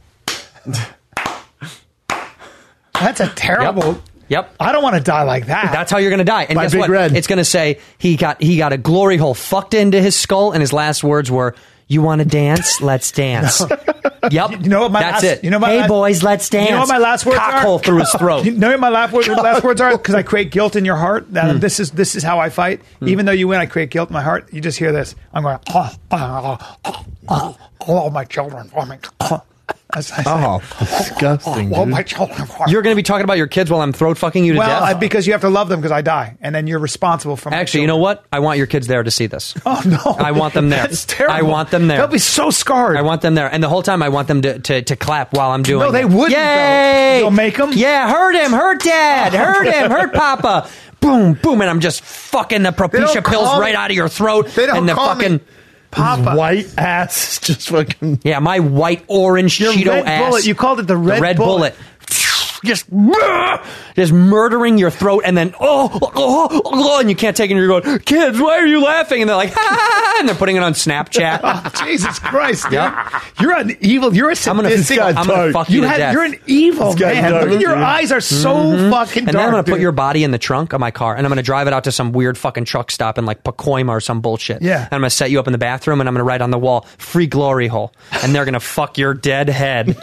B: That's a terrible.
G: Yep.
B: I don't want to die like
A: Ah.
B: that.
G: That's how you're gonna die. And
B: By
G: guess
B: Big
G: what?
B: Red.
G: It's gonna say he got he got a glory hole fucked into his skull, and his last words were, "You want to dance? Let's dance." Yep. You know what?
B: my
G: That's
B: last-
G: it.
B: You know my
G: hey
B: last-
G: boys, let's dance.
B: You know what my last words
G: Cock
B: are?
G: hole through his throat.
B: You know what my last words, last words are? Because I create guilt in your heart.
G: Hmm.
B: That this is this is how I fight. Even though you win, I create guilt in my heart. You just hear this. I'm going. Oh, oh, oh, oh, oh, my children. Oh, my. Oh,
A: Oh, disgusting.
B: oh,
A: dude.
B: my children.
G: You're going to be talking about your kids while I'm throat fucking you to
B: Well, I,
G: death.
B: because you have to love them because I die, and then you're responsible for. My
G: Actually, you know what? I want your kids there to see this.
B: Oh no!
G: I want them there.
B: That's terrible.
G: I want them there.
B: They'll be so scarred.
G: I want them there, and the whole time I want them to, to, to clap while I'm doing.
B: No, they
G: it.
B: wouldn't,
G: Yay!
B: though. You'll make 'em?
G: Yeah, hurt him, hurt dad,
B: Oh.
G: hurt him, hurt papa. Boom, boom, and I'm just fucking the
B: don't
G: Propecia pills
B: call me-
G: right out of your throat.
B: They don't
G: and the
B: call me
G: fucking
B: Papa.
A: White ass just fucking.
G: Yeah, my white orange
B: Your
G: Cheeto
B: red
G: ass.
B: bullet. You called it the red
G: bullet.
B: bullet.
G: Just, just murdering your throat, and then oh, oh, oh, and you can't take it. And you're going, kids, why are you laughing? And they're like, "Ah," and they're putting it on
B: Ah,
G: Snapchat.
B: Jesus Christ! dude.
G: Yeah.
B: You're an evil. You're a
G: I'm gonna,
B: sadistic.
G: I'm gonna fuck you,
B: you
G: to
B: had-
G: death.
B: You're an evil man. Look at your eyes are so
A: Mm-hmm.
G: Mhm.
B: fucking
G: And
B: dark.
G: then I'm gonna put
B: dude.
G: your body in the trunk of my car, and I'm gonna drive it out to some weird fucking truck stop in like Pacoima or some bullshit.
B: Yeah.
G: And I'm gonna set you up in the bathroom, and I'm gonna write on the wall "Free Glory Hole," and they're gonna fuck your dead head.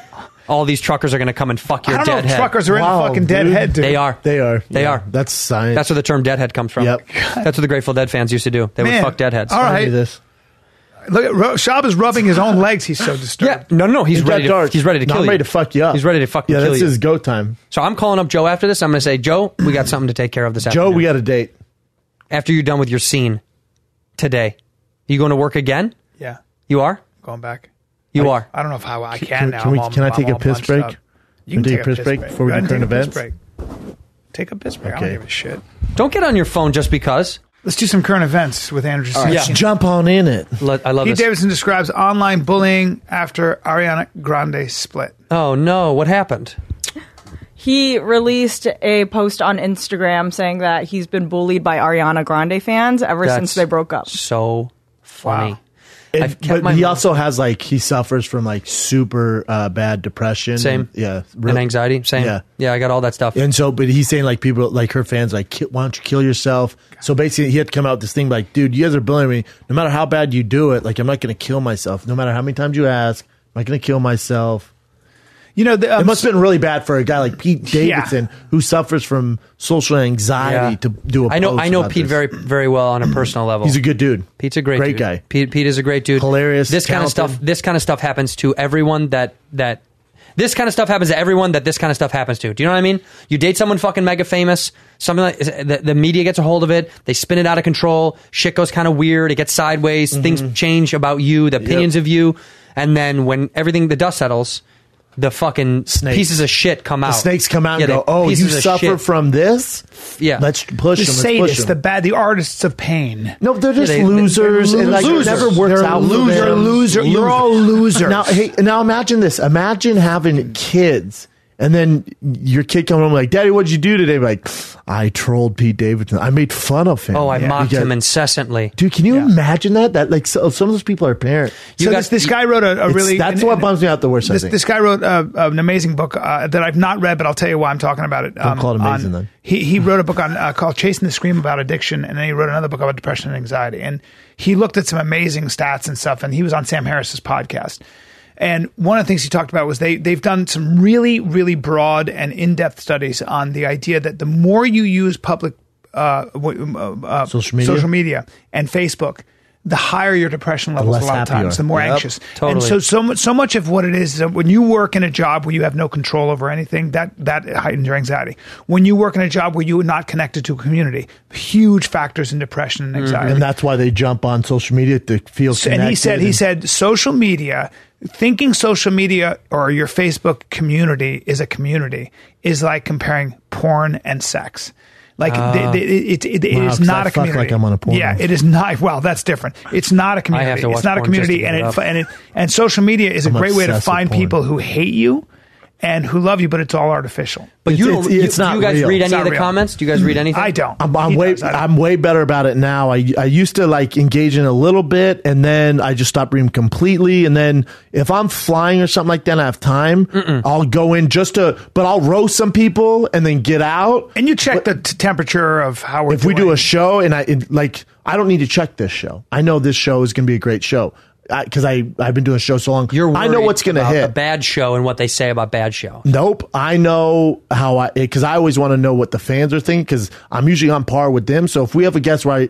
G: all these truckers are going to come and fuck your
B: I don't know
G: dead
B: if
G: head.
B: truckers are into Wow, fucking dead dude. head, dude.
G: They are.
A: They are.
G: They are.
A: That's science.
G: That's where the term deadhead comes from. Yep. That's what the Grateful Dead fans used to do. They
B: Man,
G: would fuck deadheads.
B: all right. Tell me this. Look at Ro- Shab is rubbing his own legs. He's so disturbed.
G: Yeah, no, no, he's
B: It got
G: ready. To,
B: dark.
G: he's ready to
B: No,
G: kill
B: I'm
G: you.
B: ready to
A: fuck you up.
G: He's ready to fucking
A: Yeah,
G: kill
A: this
G: you.
A: is go time.
G: So I'm calling up Joe after this. I'm going to say, Joe, we got something to take care of this afternoon. Joe, we
A: got a date.
G: After you're done with your scene today, you going to work again?
B: Yeah.
G: You are.
B: Going back.
G: You are.
B: I don't know if how I can,
A: can-
B: now.
A: can we-
B: I'm all-
A: can I
B: I'm
A: take a
B: all
A: piss
B: bunched
A: break?
B: up. You
A: Can
B: can
A: we
B: take a piss break
A: before we
B: Go
A: do
B: ahead
A: current
B: and take a piss
A: events?
B: break. Take a piss break. I
A: Okay.
B: don't give a shit.
G: Don't get on your phone just because.
B: Let's do some current events with Andrew.
A: All right,
B: Jackson.
A: jump on in it.
G: I love
B: Pete
G: this.
B: Davidson describes online bullying after Ariana Grande split.
G: Oh no! What happened?
C: He released a post on Instagram saying that he's been bullied by Ariana Grande fans ever
A: That's
C: since they broke up.
G: So funny.
A: And-
G: I've kept
A: but
G: my
A: he
G: mouth-
A: also has like he suffers from like super uh, bad depression.
G: Same.
A: yeah,
G: And anxiety. Same.
A: Yeah.
G: Yeah, I got all that stuff.
A: And so, but he's saying like people, like her fans, like "Ki- why don't you kill yourself? So basically, he had to come out with this thing like, dude, you guys are bullying me. No matter how bad you do it, like I'm not going to kill myself. No matter how many times you ask, I'm not going to kill myself.
B: You know, the, um,
A: it must have been really bad for a guy like Pete
G: Yeah.
A: Davidson who suffers from social anxiety
G: Yeah.
A: to do a
G: I know.
A: post
G: I know
A: about
G: Pete
A: this.
G: very, very well on a personal level.
A: He's a good dude.
G: Pete's a great,
A: Great
G: dude.
A: guy.
G: Pete, Pete is a great dude. Hilarious. This kind of
A: talented.
G: stuff. This kind of stuff happens to everyone that that. This kind of stuff happens to everyone that this kind of stuff happens to. Do you know what I mean? You date someone fucking mega famous, something like the, the media gets a hold of it, they spin it out of control, shit goes kind of weird, it gets sideways,
A: Mm-hmm.
G: things change about you, the opinions of you, and then when everything the dust settles, the fucking pieces of shit come out.
A: The snakes come out
G: Yeah,
A: and go,
G: the
A: oh, you
G: pieces of
A: suffer
G: shit.
A: from this?
G: Yeah.
A: Let's push
B: the
A: them. Let's push
B: sadists, the
A: them.
B: bad, the artists of pain.
A: No, they're just losers, and like it never works out. for
B: Loser,
A: them.
B: loser. You're all losers.
A: Now, hey, now imagine this. Imagine having kids, and then your kid coming home like, "Daddy, what'd you do today?" Like, I trolled Pete Davidson. I made fun of him.
G: Oh, I
A: You
G: mocked
A: got-
G: him incessantly.
A: Dude, can you imagine that? That like so, some of those people are parents.
B: You So got- this- this guy wrote a- a
A: It's-
B: really-
A: That's
B: an-
A: what bums me out the worst. I
B: This,
A: think.
B: this guy wrote uh, an amazing book uh, that I've not read, but I'll tell you why I'm talking about it. um,
A: Don't call it amazing,
B: on-
A: then.
B: He, he wrote a book on uh, called Chasing the Scream about addiction, and then he wrote another book about depression and anxiety. And he looked at some amazing stats and stuff, and he was on Sam Harris's podcast. And one of the things he talked about was they they've done some really really broad and in depth studies on the idea that the more you use public uh, w- uh,
A: Social media?
B: social media and Facebook, the higher your depression levels
A: less
B: a lot of
A: happy you
B: times,
A: are.
B: the more
A: Yep.
B: anxious. And
A: Totally.
B: so so much so much of what it is is that when you work in a job where you have no control over anything that that heightens your anxiety when you work in a job where you're not connected to a community huge factors in depression and anxiety
A: Mm-hmm. And that's why they jump on social media to feel.
B: and he
A: connected
B: said he
A: and-
B: said social media thinking social media or your facebook community is a community is like comparing porn and sex like
A: Ah.
B: they, they, it, it, it
A: Wow,
B: is
A: 'cause I
B: not a
A: fuck like
B: community.
A: I'm on a porno.
B: Yeah, it is not. Well, that's different. It's not a community.
G: have to watch
B: it's not a
G: porn just to
B: community,
G: get
B: and
G: it
B: it,
G: up.
B: and it, and social media is
G: I'm
B: a great way to
G: obsessed with
B: find
G: porn.
B: people who hate you and who love you, but it's all artificial.
G: But you
A: It's-
G: don't.
A: it's- it's
G: you,
A: not
G: do you guys
A: real.
G: read
A: It's
G: any
A: not
G: of the
A: real. Mm-hmm.
G: comments? Do you guys read anything?
B: I don't.
A: I'm, I'm way I'm way better about it now. I I used to like engage in a little bit, and then I just stopped reading completely. And then if I'm flying or something like that, and I have time. I'll go in just to, but I'll roast some people and then get out.
B: And you check the t- temperature of how we're.
A: If we do a show, and I it, like, I don't need to check this show. I know this show is going to be a great show because I, I have been doing a show so long. You're I know
G: worried
A: what's going to
G: about
A: hit.
G: a bad show and what they say about bad show.
A: Nope. I know how I, because I always want to know what the fans are thinking because I'm usually on par with them. So if we have a guest right,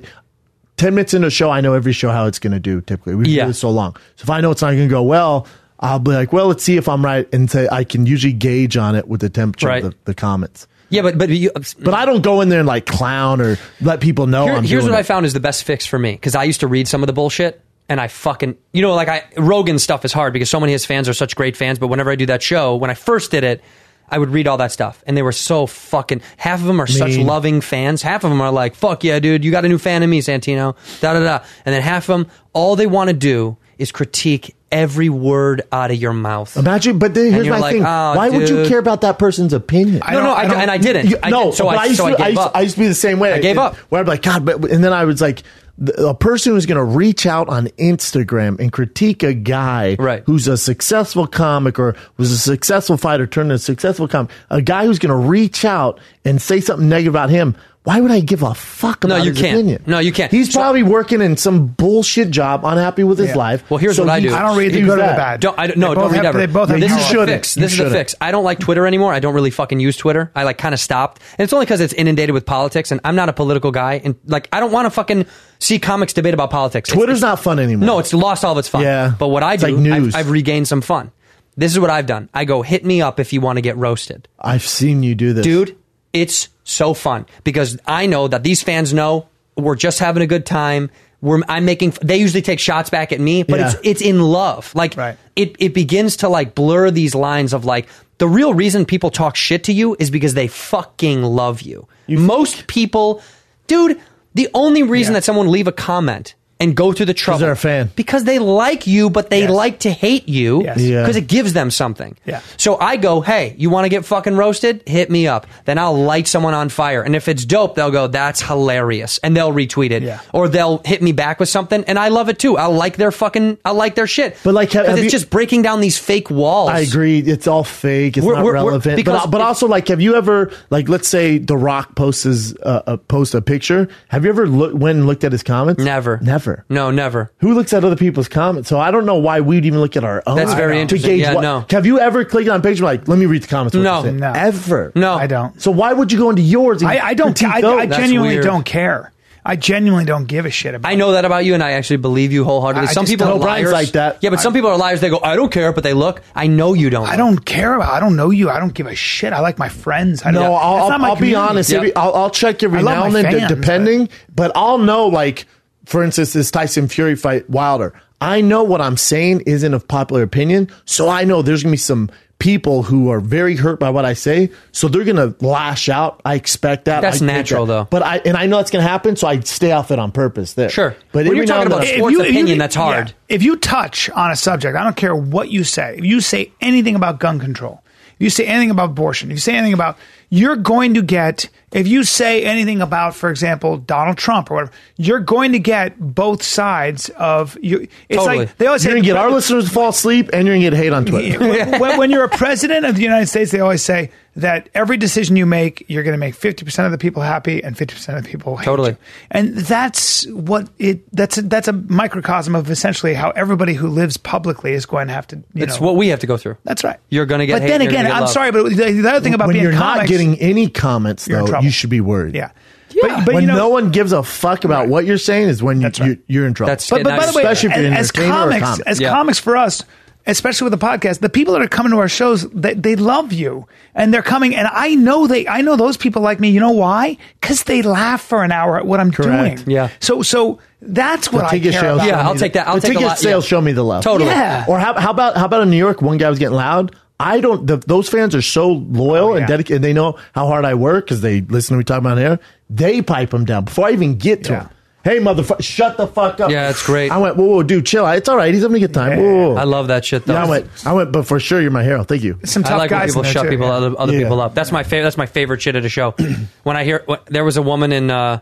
A: 10 minutes into a show, I know every show how it's going to do typically. We've
G: Yeah.
A: been doing this so long. So if I know it's not going to go well, I'll be like, well, let's see if I'm right. And say, I can usually gauge on it with the temperature
G: Right.
A: of the, the comments.
G: Yeah, but but you,
A: But I don't go in there and like clown or let people know
G: Here-
A: I'm
G: here's
A: doing
G: what I
A: it.
G: found is the best fix for me because I used to read some of the bullshit and I fucking you know like I Rogan stuff is hard because so many of his fans are such great fans. But whenever I do that show, when I first did it, I would read all that stuff and they were so fucking. Half of them are such
A: Mean.
G: loving fans. Half of them are like, "Fuck yeah, dude, you got a new fan in me, Santino." Da da da. And then half of them, all they want to do is critique every word out of your mouth.
A: Imagine, but then
G: And
A: here's
G: you're
A: my
G: like,
A: thing.
G: "Oh,
A: Why would you
G: dude."
A: care about that person's opinion?
G: No, no, I d- and I didn't. I
A: no,
G: didn't, so
A: but
G: I-
A: used
G: so I
A: to,
G: gave
A: used,
G: up.
A: I used to be the same way.
G: I gave up.
A: Where I'm like, God, but and then I was like, th- a person who's going to reach out on Instagram and critique a guy who's a successful comic or was a successful fighter turned into a successful comic, a guy who's going to reach out and say something negative about him. Why would I give a fuck
G: No,
A: about
G: you
A: his
G: can't.
A: opinion?
G: No, you can't.
A: He's probably working in some bullshit job, unhappy with his
G: Yeah.
A: life.
G: Well, here's
A: so
G: what I
A: he-
G: do.
A: he was that.
G: Don't, I don't, no, don't read ever. this is a
A: shouldn't.
G: fix.
A: You
G: This is a
A: shouldn't.
G: fix. I don't like Twitter anymore. I don't really fucking use Twitter. I like kind of stopped, and it's only because it's inundated with politics, and I'm not a political guy, and like I don't want to fucking see comics debate about politics. It's-
A: Twitter's not fun anymore.
G: no, it's lost all of its fun.
A: Yeah.
G: But what I
A: It's
G: do,
A: like news.
G: I've, I've regained some fun. This is what I've done. I go, hit me up if you want to get roasted.
A: I've seen you do this.
G: Dude, it's so fun because I know that these fans know we're just having a good time. We're, I'm making. They usually take shots back at me, but
A: Yeah.
G: it's it's in love. Like it it begins to like blur these lines of like the real reason people talk shit to you is because they fucking love you. Most people, dude, the only reason that someone leave a comment and go through the trouble they're a fan because they like you, but they like to hate you
A: Yes.
G: because
A: Yeah.
G: it gives them something.
A: Yeah.
G: So I go, hey, you want to get fucking roasted? Hit me up. Then I'll light someone on fire. And if it's dope, they'll go, that's hilarious. And they'll retweet it.
A: Yeah.
G: Or they'll hit me back with something. And I love it too. I like their fucking, I like their shit.
A: But like, have-
G: 'Cause
A: have
G: it's
A: you-
G: just breaking down these fake walls.
A: I agree. It's all fake. It's
G: oh, We're-
A: not
G: we're- we're-
A: relevant.
G: because
A: but but
G: if-
A: also, like, have you ever like let's say The Rock posts his, uh, uh, post a picture? Have you ever look, went and looked at his comments? Never. Never.
G: No, never.
A: Who looks at other people's comments? So I don't know why we'd even look at our own.
G: That's very
A: to
G: interesting.
A: gauge
G: Yeah,
A: what-
G: no.
A: Have you ever clicked on a page and like, let me read the comments? what
G: No.
A: they said?
G: No.
A: ever.
G: No,
B: I don't.
A: So why would you go into yours? And
B: I, I don't.
A: critique
B: I,
A: those?
B: I genuinely don't care. I genuinely don't give a shit about.
G: I know that about you, and I actually believe you wholeheartedly.
B: I- I
G: some
B: just
G: people
B: don't-
G: are
B: O'Brien's
G: liars.
B: like that.
G: Yeah, but some people are liars. They go, I don't care, but they look. I know you don't.
B: I don't care about. I don't know you. I don't give a shit. I like my friends. I
A: No,
B: don't, That's
A: I'll,
B: not
A: I'll,
B: my
A: I'll be
B: community.
A: honest. Every, I'll, I'll check every
B: I love
A: now and
B: my
A: then, de-
B: fans,
A: depending. But. I'll know, like, for instance, this Tyson Fury fight, Wilder. I know what I'm saying isn't of popular opinion, so I know there's gonna be some people who are very hurt by what I say, so they're gonna lash out. I expect that.
G: That's
A: I get
G: natural,
A: that.
G: though.
A: But I and I know that's gonna happen, so I stay off it on purpose. There, sure. But
G: When
A: every
G: you're
A: now
G: talking
A: and
G: about
A: then-
G: sports opinion, that's hard.
B: yeah. If you touch on a subject, I don't care what you say. If you say anything about gun control, if you say anything about abortion, if you say anything about, you're going to get. If you say anything about, for example, Donald Trump or whatever, you're going to get both sides of you. It's like they always
A: you're
B: say
A: gonna get our listeners to fall asleep, and you're gonna get hate on Twitter.
B: when, when- when you're a president of the United States, they always say that every decision you make, you're going to make 50% of the people happy and 50% of the people hate
G: Totally.
B: you. And that's what it that's a, that's a microcosm of essentially how everybody who lives publicly is going to have to, you
G: It's
B: know.
G: what we have to go through.
B: That's right.
G: You're going to get.
B: But
G: hate,
B: then
G: you're gonna
B: again,
G: get
B: I'm
G: love.
B: sorry, but the, the other thing about
A: when
B: being
A: you're not
B: comics-
A: getting any comments
B: You're in
A: though,
B: trouble.
A: you should be worried.
B: Yeah.
A: But, when no one gives a fuck about what you're saying is when you, you, you're in trouble.
B: But, but by the way,
A: especially if you're an
B: as
A: entertainer or a
B: comics,
A: comic.
B: as comics for us, especially with the podcast, the people that are coming to our shows, they, they love you, and they're coming. And I know they, I know those people like me. You know why? Because they laugh for an hour at what I'm
A: Correct.
B: doing. Yeah. So, so that's what
A: The
B: I
A: ticket
B: care
A: sales
B: about.
A: show me the- the ticket sales show me the love.
B: Totally. Yeah.
A: Or how, how about how about in New York? One guy was getting loud. I don't. The, those fans are so
G: Oh,
A: loyal and dedicated. and They know how hard I work because they listen to me talk about air. They pipe him down before I even get to him. Hey, motherfucker! Shut the fuck up.
G: Yeah, it's great.
A: I went. Whoa, whoa, dude, chill. It's all right. He's having a good time. Whoa.
G: I love that shit though.
A: Yeah, I went. I went. But for sure, you're my hero. Thank you.
G: I like when people shut people other, other people up. That's my favorite. That's my favorite shit at a show. when I hear when, there was a woman in uh,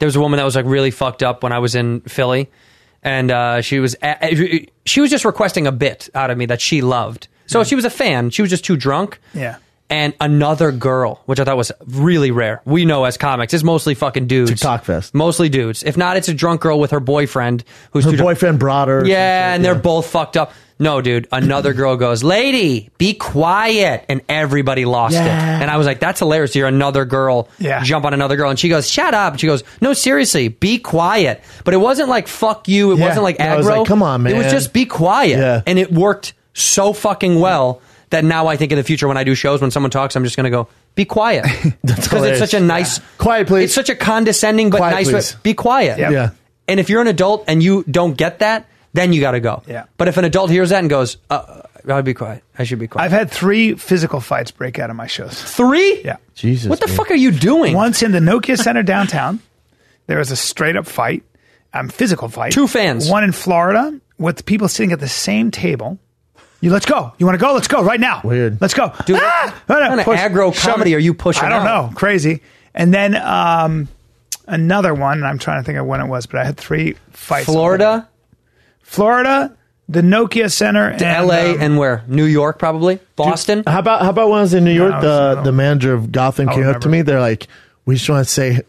G: there was a woman that was like really fucked up when I was in Philly, and uh, she was a- she was just requesting a bit out of me that she loved. So
A: Mm.
G: she was a fan. She was just too drunk.
B: Yeah.
G: And another girl, which I thought was really rare. We know as comics, it's mostly fucking dudes. TikTok
A: fest.
G: Mostly dudes. If not, it's a drunk girl with her boyfriend who's
A: Her
G: too drunk.
A: boyfriend brought her.
G: Yeah, and they're both fucked up. No, dude, another girl goes, Lady, be quiet. And everybody lost
B: Yeah.
G: it. And I was like, That's hilarious. You're another girl.
B: Yeah.
G: Jump on another girl. And she goes, Shut up. And she goes, No, seriously, be quiet. But it wasn't like, Fuck you. It
A: Yeah.
G: wasn't like
A: No,
G: aggro.
A: it was like, "Come on,
G: It was
A: man."
G: just be quiet.
A: Yeah.
G: And it worked so fucking well that now I think in the future when I do shows, when someone talks, I'm just going to go, Be quiet. Because it's
A: hilarious.
G: such a nice, quiet, please. It's such a condescending but
A: Quiet,
G: nice.
A: please.
G: Be quiet.
A: Yep. Yeah.
G: And if you're an adult and you don't get that, then you got to go.
B: Yeah.
G: But if an adult hears that and goes, uh, "I'd be quiet. I should be quiet."
B: I've had three physical fights break out of my shows.
G: Three?
B: Yeah.
A: Jesus.
G: What the fuck are you doing?
B: Once in the Nokia Center downtown, there was a straight up fight, um, physical fight.
G: Two fans.
B: One in Florida with people sitting at the same table. You let's go. You want to go? Let's go right now. Weird. Let's go.
G: Dude,
B: ah!
G: what
B: No, no,
G: kind of
B: push-
G: aggro
B: shove
G: comedy
B: it.
G: are you pushing
B: I don't
G: out?
B: know. Crazy. And then um, another one. And I'm trying to think of when it was, but I had three fights.
G: Florida,
B: Florida, the Nokia Center, and,
G: L.A.
B: um, uh,
G: and where? New York, probably. Boston.
A: How about how about when I was in New York,
B: No,
A: the the manager of Gotham came up to me. They're like, we just want to say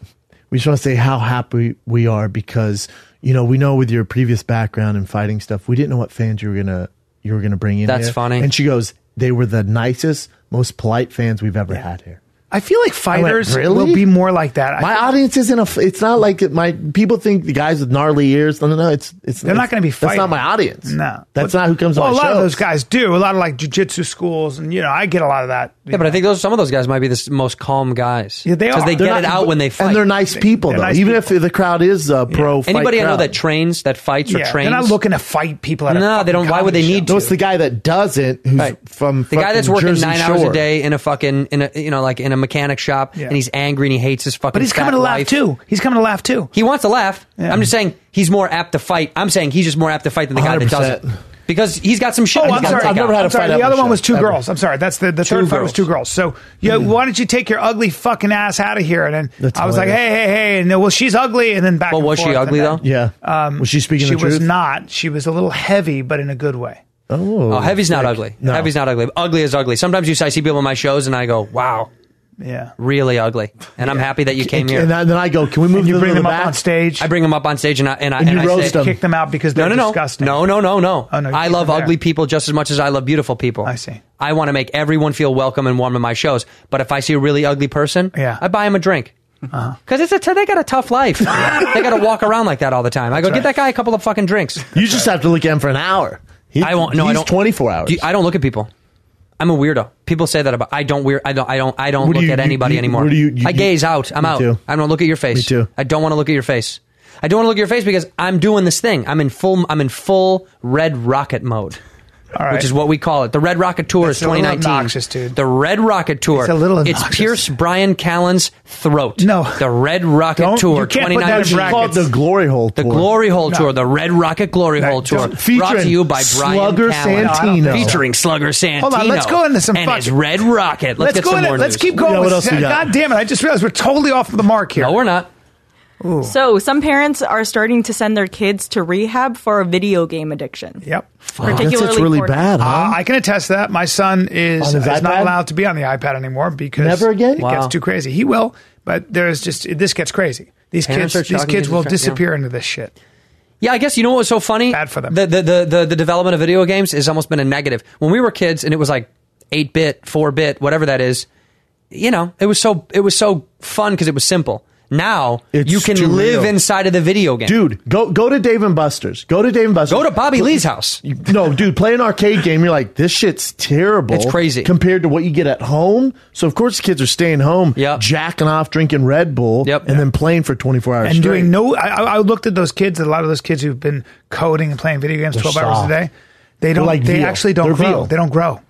A: we just want to say how happy we are because you know we know with your previous background and fighting stuff we didn't know what fans you were gonna you were gonna bring in.
G: That's
A: here.
G: funny.
A: And she goes, they were the nicest, most polite fans we've ever had here.
B: I feel like fighters
A: really?
B: will be more like that. I
A: My audience isn't a. It's not like it, my people think the guys with gnarly ears. No, no, no. It's it's.
B: They're not
A: it's-
B: going to be fighting.
A: That's not my audience.
B: No.
A: that's not who comes.
B: Well,
A: on
B: a
A: my
B: lot
A: shows.
B: of those guys do. A lot of like jujitsu schools, and you know, I get a lot of that.
G: Yeah, but I think those some of those guys might be the s- most calm guys.
B: Yeah, they
G: Because
B: are.
G: they
B: They're
G: get
B: not-
G: it out when they fight.
A: and they're nice people
G: They're
A: though.
G: nice
A: Even if the crowd is uh, pro, fight
G: Anybody I know
A: crowd.
G: that trains, that fights or trains,
B: they're not looking to fight people. At a
G: No, they
B: fucking
G: don't- why would they
B: comedy
G: need
B: show.
A: No, it's the guy that doesn't. Who's from
G: the guy that's
A: fucking
G: working
A: Jersey
G: nine hours
A: Shore.
G: a day in a fucking in a you know like in a mechanic shop
B: Yeah.
G: and he's angry and he hates his fucking.
B: But he's
G: fat
B: coming to laugh
G: life.
B: too. He's coming to laugh too.
G: He wants to laugh.
B: Yeah.
G: I'm just saying he's more apt to fight. I'm saying he's just more apt to fight than the guy that
A: 100%.
G: doesn't because he's got some shit.
B: Oh,
G: he's
B: I'm
G: gotta
B: sorry.
G: take
B: I've never
G: out.
B: had a fight. The
G: on
B: other
G: the
B: one was
G: show,
B: two
G: ever.
B: girls. I'm sorry. That's the the
G: Two
B: third fight was
G: girls.
B: two girls. So yeah, why don't you take your ugly fucking ass out of here? And then
A: Mm. That's
B: I was like, hey,
A: hilarious.
B: hey, hey. And then, well, she's ugly. And then back.
G: Well,
B: and
G: was she
B: forth, and
G: ugly,
B: then-
G: though?
A: Yeah. Um, was she speaking
B: She
A: the truth?
B: was not. She was a little heavy, but in a good way.
A: Oh,
G: Oh, heavy's not ugly. Heavy's not ugly. Ugly is ugly. Sometimes you I see people in my shows and I go, wow,
B: Yeah.
G: really ugly. And I'm happy that you came here.
A: And I- then I go, can we move
B: You
A: them to
B: bring
A: the
B: them up
A: back?
B: on stage.
G: I bring them up on stage and I and I
A: And you
G: I
A: roast
G: say,
A: them.
B: kick them out because
G: No,
B: they're
G: no, no,
B: disgusting.
G: no, no, no, no.
B: Oh, no, you
G: I
B: keep
G: love
B: them there.
G: ugly people just as much as I love beautiful people. I
B: see.
G: I want to make everyone feel welcome and warm in my shows. But if I see a really ugly person,
B: Yeah. Uh-huh.
G: I buy him a drink. Because it's a t- they got a tough life. they got to walk around like that all the time. I go get that guy a couple of fucking drinks.
A: You just have to look at him for an hour. He,
G: I won't. No,
A: he's
G: I don't.
A: 24 hours.
G: Do you- I don't look at people. I'm a weirdo. People say that about. I don't weird. I don't. I don't. I don't
A: What do
G: look
A: you-
G: at
A: you-
G: anybody
A: you-
G: anymore.
A: what do you- you-
G: I
A: you-
G: gaze out. I'm
A: Me
G: out.
A: too.
G: I don't look at your face.
A: Me too.
G: I don't want to look at your face. I don't want to look at your face because I'm doing this thing. I'm in full. I'm in full red rocket mode.
B: All right.
G: Which is what we call it. The Red Rocket Tour
B: That's
G: is
B: a little
G: 2019.
B: obnoxious, dude.
G: The Red Rocket Tour.
B: It's a little
G: It's
B: obnoxious.
G: Pierce Brian Callen's throat.
B: No.
G: The Red Rocket
B: Don't-
G: Tour
B: you can't put
G: 2019.
B: that in
A: It's called
B: brackets.
A: the glory hole.
G: The
A: tour.
G: Glory Hole
B: No.
G: Tour, the Red Rocket Glory Hole Tour,
A: Featuring
G: brought to you by Brian
A: Slugger
G: Callen.
A: Santino.
G: featuring Slugger Santino.
B: Hold on, let's go into some
G: and his
B: fucking-
G: Red Rocket.
B: Let's,
G: Let's, get
B: go
G: some
B: in.
G: more
B: it. Let's
G: news.
B: keep going.
A: Yeah, what
B: with-
A: else we got?
B: God damn it! I just realized we're totally off the mark here.
G: No, we're not.
C: So, some parents are starting to send their kids to rehab for a video game addiction.
B: Yep.
A: I guess it's
C: Particularly
A: really
C: for-
A: bad, huh?
B: Uh, I can attest to that. My son is,
A: On his
B: is not
A: iPad?
B: allowed to be on the iPad anymore because
A: Never again?
B: It
G: Wow.
B: gets too crazy. He will, but there's just this gets crazy. These
G: Parents
B: kids,
G: are
B: these
G: talking
B: kids
G: to
B: will
G: the- yeah.
B: disappear into this shit.
G: Yeah, I guess you know what was so funny?
B: Bad for them.
G: The, the, the, the, the development of video games has almost been a negative. When we were kids and it was like 8 bit, 4 bit, whatever that is, you know, it was so it was so fun because it was simple. Now
A: It's
G: you can
A: too
G: live
A: real.
G: inside of the video game.
A: Dude, go go to Dave and Buster's. Go to Dave and Buster's.
G: Go to Bobby
A: Pl-
G: Lee's house.
A: You- No, dude, play an arcade game. You're like, this shit's terrible.
G: It's crazy.
A: compared to what you get at home. So of course, kids are staying home,
G: Yep.
A: jacking off, drinking Red Bull,
G: Yep.
A: and then playing for 24 hours
B: And
A: straight.
B: doing no, I, I- I looked at those kids. A lot of those kids who've been coding and playing video games
A: They're
B: twelve hours a
A: soft.
B: day. They don't.
A: like
B: they
A: veal.
B: actually don't
A: They're
B: grow.
A: veal.
B: They don't grow.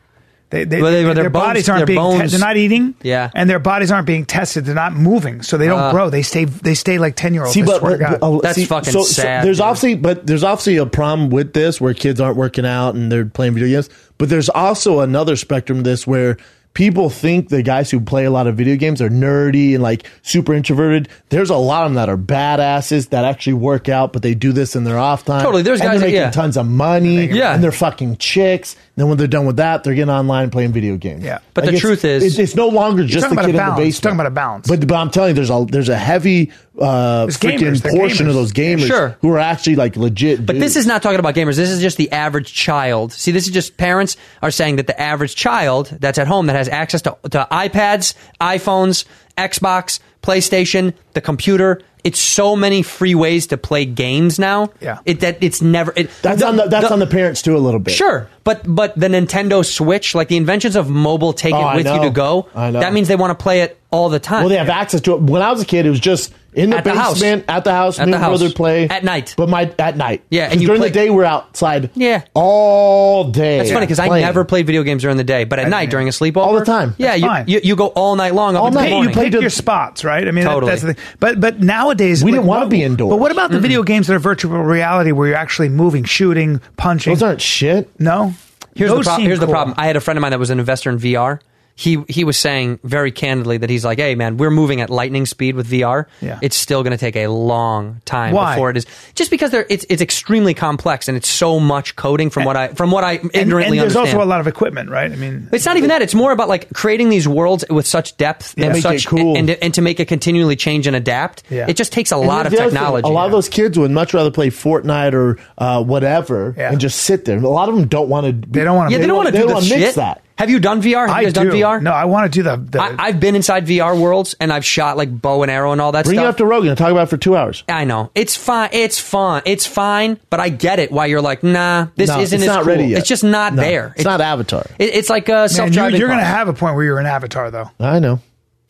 B: They, they,
G: Well, they-
B: they-
G: their
B: their,
G: bones-
B: bodies
G: their
B: aren't being. te-
G: bones-
B: they're not eating.
G: Yeah.
B: and their bodies aren't being tested. They're not moving, so they don't
G: Uh.
B: grow. They stay. They stay like ten year olds.
A: See, but, but- oh,
G: That's
A: see,
G: fucking
A: so,
G: sad,
A: So there's
G: dude.
A: obviously, but there's obviously a problem with this where kids aren't working out and they're playing video games. But there's also another spectrum of this where people think the guys who play a lot of video games are nerdy and like super introverted. There's a lot of them that are badasses that actually work out, but they do this in their off time.
G: Totally, there's
A: and
G: guys that-
A: they're making
G: yeah.
A: tons of money.
G: Yeah.
A: and they're fucking chicks. And then when they're done with that, they're getting online and playing video games.
B: Yeah.
G: But the
A: it's-
G: truth is-
A: it's, it's no longer just the kid
B: talking about a
A: in the
B: balance.
A: basement.
B: You're talking about a balance.
A: But but I'm telling you, there's a there's a heavy uh,
B: There's
A: freaking
B: gamers, they're
A: portion of
B: gamers.
A: those gamers
G: Sure.
A: who are actually like legit.
G: But this is not talking about gamers. This is just the average child. See, this is just parents are saying that the average child that's at home that has access to, to iPads, iPhones, Xbox, PlayStation, the computer. It's so many free ways to play games now.
B: Yeah.
G: it, that it's never. It,
A: that's on the that's on the parents too a little bit.
G: Sure, but but the Nintendo Switch, like the inventions of mobile, take
A: Oh,
G: it
A: I
G: with you
A: know.
G: to go.
A: I know.
G: That means they want to play it all the time.
A: Well, they have access to it. When I was a kid, it was just in the
G: At the house.
A: basement at the house.
G: At
A: me
G: the
A: and my brother
G: house.
A: play
G: At night.
A: But my at night,
G: Yeah, and
A: 'Cause
G: you
A: during
G: play-
A: the day we're outside.
G: Yeah.
A: all day.
G: That's funny because I
A: playing.
G: never played video games during the day, but at night during a sleepover,
A: All the time.
G: Yeah,
B: That's
G: you,
B: fine.
G: you you go all night long. Up
A: All
G: until
A: night. You
G: morning.
B: you
A: play
B: pick
A: to-
B: your spots, right? I mean, that-
G: Totally.
B: that's the thing. But but nowadays
A: We didn't wanna
B: what-
A: be indoors.
B: But what about the video games that are virtual reality where you're actually moving, shooting, punching?
A: Those aren't shit.
B: no.
G: Here's, the,
B: Those
G: pro-
B: seem
G: here's the
B: cool.
G: problem. I had a friend of mine that was an investor in VR, he he was saying very candidly that he's like, hey man, we're moving at lightning speed with VR.
B: Yeah.
G: It's still going to take a long time
B: Why?
G: before it is just because there it's it's extremely complex and it's so much coding from what I from what I
B: And,
G: ignorantly
B: and there's
G: understand.
B: also a lot of equipment, right? I mean,
G: It's not even that. It's more about like creating these worlds with such depth
B: Yeah.
G: and
B: Make it
G: such
B: cool.
G: and, and to make it continually change and adapt.
A: Yeah.
G: It just takes a
A: And
G: lot
A: the
G: of
A: other thing,
G: technology.
A: a lot of those kids would much rather play Fortnite or uh, whatever and just sit there. A lot of them don't want to. They don't
G: yeah, they, don't want to do this
A: mix
G: shit.
A: that.
G: Have you done VR? Have
A: I
G: you guys done
A: do.
G: VR? No,
B: I want to do the.
G: I, have been inside VR worlds and I've shot like bow and arrow and all that
A: Bring it
G: stuff.
A: up to Rogan and talk about it for two hours.
G: I know it's fine. It's fun. It's fine. But I get it. Why you're like, nah, this
A: No,
G: isn't
A: it's
G: as
A: not
G: cool.
A: ready yet.
G: It's just not
A: No,
G: there.
A: It's not Avatar.
G: It, it's like a
B: man, you,
G: self-driving.
B: you're going to
G: car.
B: have a point where you're an avatar, though.
A: I know.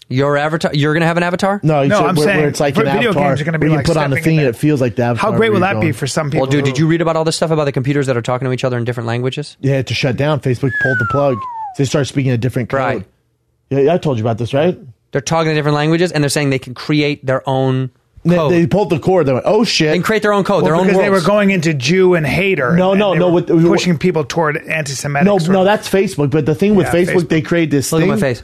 G: your avatar. You're gonna have an avatar.
A: you
B: No,
A: said
B: I'm
A: where,
B: saying
A: where it's like an
B: video
A: avatar,
B: games are gonna be
A: where you
B: like
A: put on a
B: stepping
A: thing
B: in
A: and
B: there.
A: it feels like the avatar.
B: great
A: where
B: will
A: you're
B: that be
A: going.
B: for some people
G: Well, dude,
B: who-
G: did you read about all this stuff about the computers that are talking to each other in different languages?
A: Yeah, to shut down, Facebook pulled the plug. They start speaking a different code.
G: Right.
A: Yeah, I told you about this, right?
G: They're talking in different languages, and they're saying they can create their own
A: They,
G: code
A: they pulled the cord. They went, "Oh shit!"
G: and create their own code,
B: Well,
G: their own
B: because
G: worlds.
B: they were going into Jew and hater.
A: No,
B: and
A: no,
B: they
A: no,
B: were
A: what- what-
B: pushing people toward anti-Semitic.
A: No,
B: sort
A: no,
B: of-
A: that's Facebook. But the thing with
B: Yeah,
A: Facebook,
B: Facebook.
A: they create this
B: Look at
A: thing.
B: my face.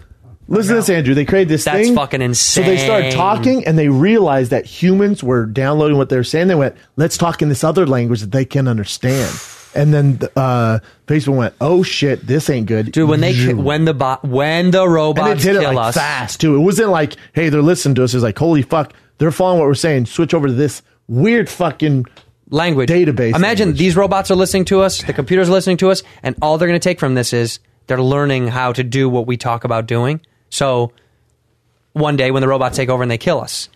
A: Listen to this, Andrew. They created this
G: That's
A: thing.
G: fucking
A: So they started
G: insane.
A: talking and they realized that humans were downloading what they were saying. They went, let's talk in this other language that they can understand. And then uh, Facebook went, oh shit, this ain't good.
G: Dude, when they ki-
A: Zoom.
G: when the bot when the
A: and it
G: robots
A: did it
G: kill
A: like
G: us,
A: fast too. It wasn't like, hey, they're listening to us. It's like, holy fuck, they're following what we're saying. Switch over to this weird fucking
G: language
A: database.
G: Imagine these robots are listening to us, the computers are listening to us, and all they're going to take from this is they're learning how to do what we talk about doing. So one day when the robots take over and they kill us,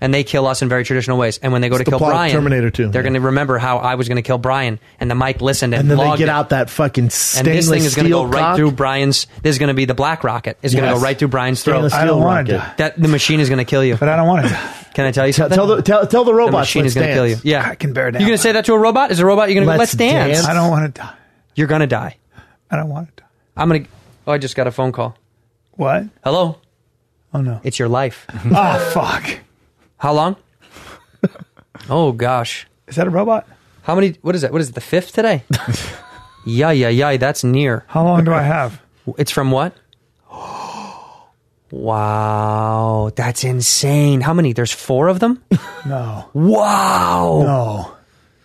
G: and they kill us in very traditional ways, and when they go
A: It's
G: to
A: the
G: kill
A: plot of
G: Brian,
A: Terminator 2,
G: they're going to remember how I was going to kill Brian, and the mic listened and,
A: and then they
G: logged
A: get
G: it.
A: out that fucking
G: And
A: stainless
G: this thing is going to
A: steel
G: go right
A: cock.
G: through Brian's. This is going to be the black rocket. It's going to
A: Yes.
G: go right through Brian's throat.
A: Stainless I don't steel wanna rocket. die.
G: That the machine is going to kill you. But
B: I don't want to.
G: Can I tell you something?
A: Tell the tell, tell the
G: the
A: robots.
G: machine
A: let's
G: is going to
A: dance.
G: kill you. Yeah,
B: I can bear down.
G: You're going to say that to a robot? Is a robot? You're going to go,
A: Let's
G: let's dance.
A: dance.
B: I don't want to die.
G: You're going to die.
B: I don't want to die.
G: I'm going to. Oh, I just got a phone call.
B: What?
G: Hello.
B: Oh no.
G: It's your life.
B: Oh fuck.
G: How long? oh gosh.
B: Is that a robot?
G: How many? What is that? What is it? The fifth today? yeah, yeah, yeah. That's near.
B: How long do I have?
G: It's from what? Wow, that's insane. How many? There's four of them?
B: No.
G: Wow.
B: No.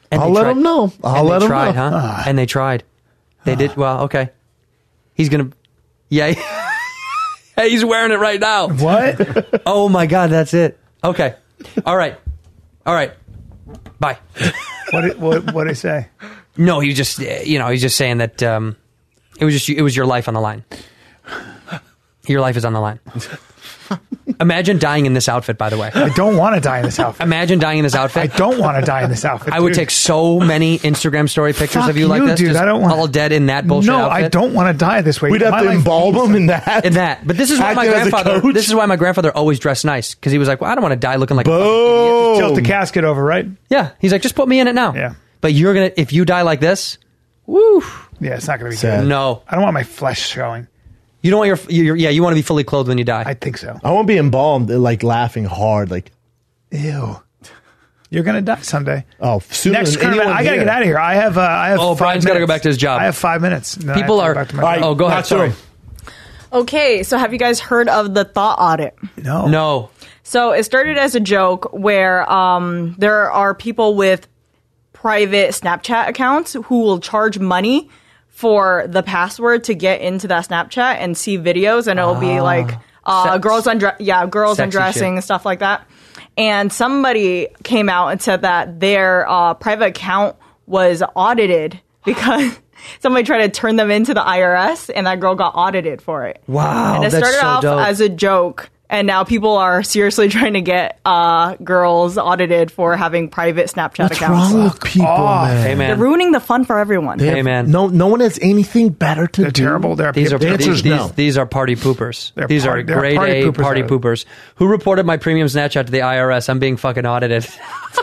G: And
A: I'll
G: they
A: let
G: tried-
A: him know. I'll
G: and
A: let
G: they
A: him
G: tried,
A: know.
G: huh?
A: Ah.
G: And they tried. They did. Well, okay. He's gonna. Yeah. hey, he's wearing it right now.
B: What?
G: oh my god, that's it. Okay. All right. All right. Bye.
B: What? Did, what? What did I say?
G: No, he was just. uh, You know, he's just saying that. Um, it was just. It was your life on the line. Your life is on the line. Imagine dying in this outfit. By the way,
B: I don't want to die in this outfit.
G: imagine dying in this outfit.
B: I don't want to die in this outfit.
G: I would
B: dude.
G: take so many Instagram story pictures
B: Fuck
G: of you like
B: you,
G: this,
B: dude.
G: just
B: I don't want-
G: all dead in that bullshit.
B: No, I
G: outfit.
B: don't want to die this way.
A: We'd have
B: My
A: to
B: life
A: embalm
B: means-
A: him in that.
G: in that. But this is why
A: Act
G: my
A: as a
G: grandfather.
A: coach.
G: This is why my grandfather always dressed nice because he was like, "Well, I don't want to die looking like." a fucking
A: Oh.
G: idiot."
B: Tilt the casket over, right?
G: Yeah, he's like, "Just put me in it now."
B: Yeah.
G: But you're gonna if you die like this, woo.
B: Yeah, it's not going to be
A: Sad.
B: good.
G: No,
B: I don't want my flesh showing.
G: you don't want your, your yeah. You want to be fully clothed when you die.
B: I think so.
A: I won't be embalmed uh, like laughing hard. Like
B: Ew. You're gonna die someday.
A: oh, sooner
B: Next
A: than
B: current,
A: anyone
B: I gotta
A: here.
B: get out of here. I have. Uh, I have.
G: Oh,
B: five
G: Brian's gotta go
B: minutes.
G: back to his job.
B: I have five minutes. Then I have
G: People
B: to
G: are.
B: Back to my job.
G: oh, go ahead.
A: Not soon.
G: Sorry.
C: Okay, so have you guys heard of the thought audit?
B: No.
G: No.
C: So it started as a joke where um, there are people with private Snapchat accounts who will charge money for the password to get into that Snapchat and see videos, and it'll be like uh,
G: Sex.
C: girls undress, yeah, girls
G: Ah. Sexy
C: undressing
G: shit.
C: and stuff like that. And somebody came out and said that their uh, private account was audited because somebody tried to turn them into the IRS, and that girl got audited for it.
G: Wow,
C: And it
G: Oh, that's
C: started
G: so
C: off
G: dope.
C: as a joke, and now people are seriously trying to get uh, girls audited for having private Snapchat
A: What's
C: accounts.
A: wrong with people, man?
G: Oh,
C: They're
G: Hey man.
C: ruining the fun for everyone.
A: They
G: Hey,
A: have-
G: man.
A: No, no one has anything better to
B: They're
A: do.
B: terrible. They're
G: These are
B: the
G: these,
B: answer's
G: these,
B: no.
G: these are party poopers.
B: They're
G: these
B: par-
G: are
B: they're
G: grade
B: party
G: A
B: poopers
G: party
B: out.
G: poopers. Who reported my premium Snapchat to the IRS? I'm being fucking audited.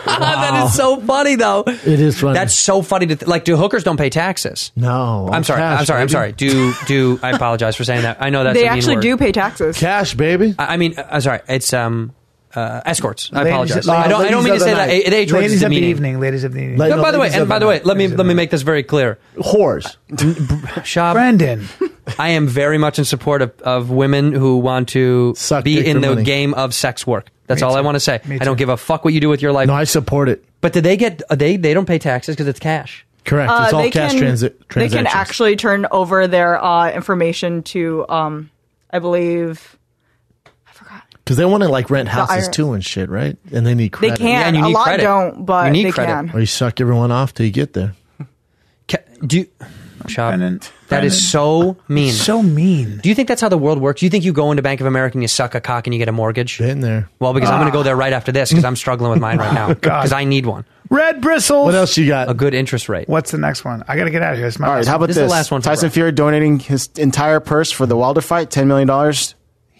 G: that is so funny though.
A: It is funny.
G: That's so funny to th- like. Do hookers don't pay taxes?
A: no.
G: I'm sorry.
A: cash,
G: I'm sorry. I'm
A: baby.
G: sorry. Do do I apologize for saying that? I know that's
C: they
G: a mean
C: actually
G: word.
C: do pay taxes.
A: Cash, baby.
G: I I mean, uh, I'm sorry. It's um uh, escorts. I
B: Ladies- ladies
G: apologize. I don't. I don't mean to
A: of the
G: say that.
A: night.
G: It, age word is
B: Ladies of the
G: demeaning.
B: evening. Ladies of the evening.
A: Like-
G: No,
A: No,
G: by the way,
A: ladies of
G: and by
A: the
G: the way, let me
B: Ladies of
G: let
B: the
G: me make this very clear.
A: Whores.
G: Shab,
B: Brandon.
G: I am very much in support of, of women who want to be
A: dick
G: in
A: for
G: the
A: money.
G: game of sex work. That's
A: Me
G: all I
A: too.
G: want to say.
A: Me
G: I don't
A: too.
G: give a fuck what you do with your life. No, I
A: support it.
G: But do they get uh, they they don't pay taxes because it's cash.
A: Correct. it's
C: Uh,
A: all
C: they
A: cash
C: can-
A: transi-
C: They can
A: transactions.
C: actually turn over their uh, information to, um, I believe,
A: Because they want to like rent
C: The
A: houses
C: IR
A: too and shit, right? And they need credit.
C: can. Oh. Yeah, and you A need lot credit. don't, but You need they credit. can.
A: Or you suck everyone off till you get there.
G: Do you, Shop. That
A: Brennan.
G: is so mean.
B: So mean.
G: Do you think that's how the world works? Do you think you go into Bank of America and you suck a cock and you get a mortgage?
A: Been there.
G: Well, because I'm going
B: Ah.
G: to go there right after this because I'm struggling with mine right now
B: God.
G: because I need one.
B: Red bristles. What else
A: you got?
G: A good interest rate.
B: What's the next one? I got to get out of here. It's my
H: All right,
B: last
H: how
B: one.
H: about this? Tyson Fury donating his entire purse for the Wilder fight, ten million dollars,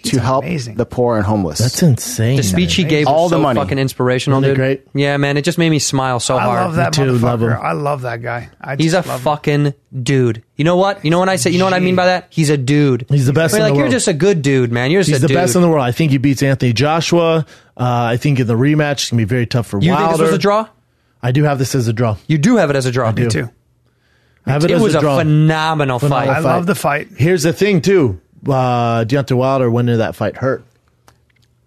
H: to help the poor and homeless. That's
A: insane.
G: The speech he gave
H: all
G: was
H: the
G: so
H: money.
G: fucking inspirational,
H: Wasn't
G: dude.
H: it great?
G: Yeah, man, it just made me smile so
B: I
G: hard.
B: love that motherfucker. I love that guy. I
G: He's a
B: just love him.
G: fucking dude. You know what? You know what I say? You know what I mean by that? He's a dude. He's
A: the best
G: Like
A: in the
G: you're
A: world.
G: just a good dude, man. You're just
A: He's
G: a
A: the
G: dude.
A: best in the world. I think he beats Anthony Joshua. Uh, I think in the rematch it's gonna be very tough for
G: You
A: Wilder.
G: think this was a draw?
A: I do have this as a draw.
G: You do have it as a draw.
A: I do.
G: Me too.
A: I have it,
G: It
A: as
G: was
A: a
G: a
A: draw.
G: phenomenal fight. I love the
B: fight.
A: Here's the thing, too. Uh, Deontay Wilder went into that fight hurt.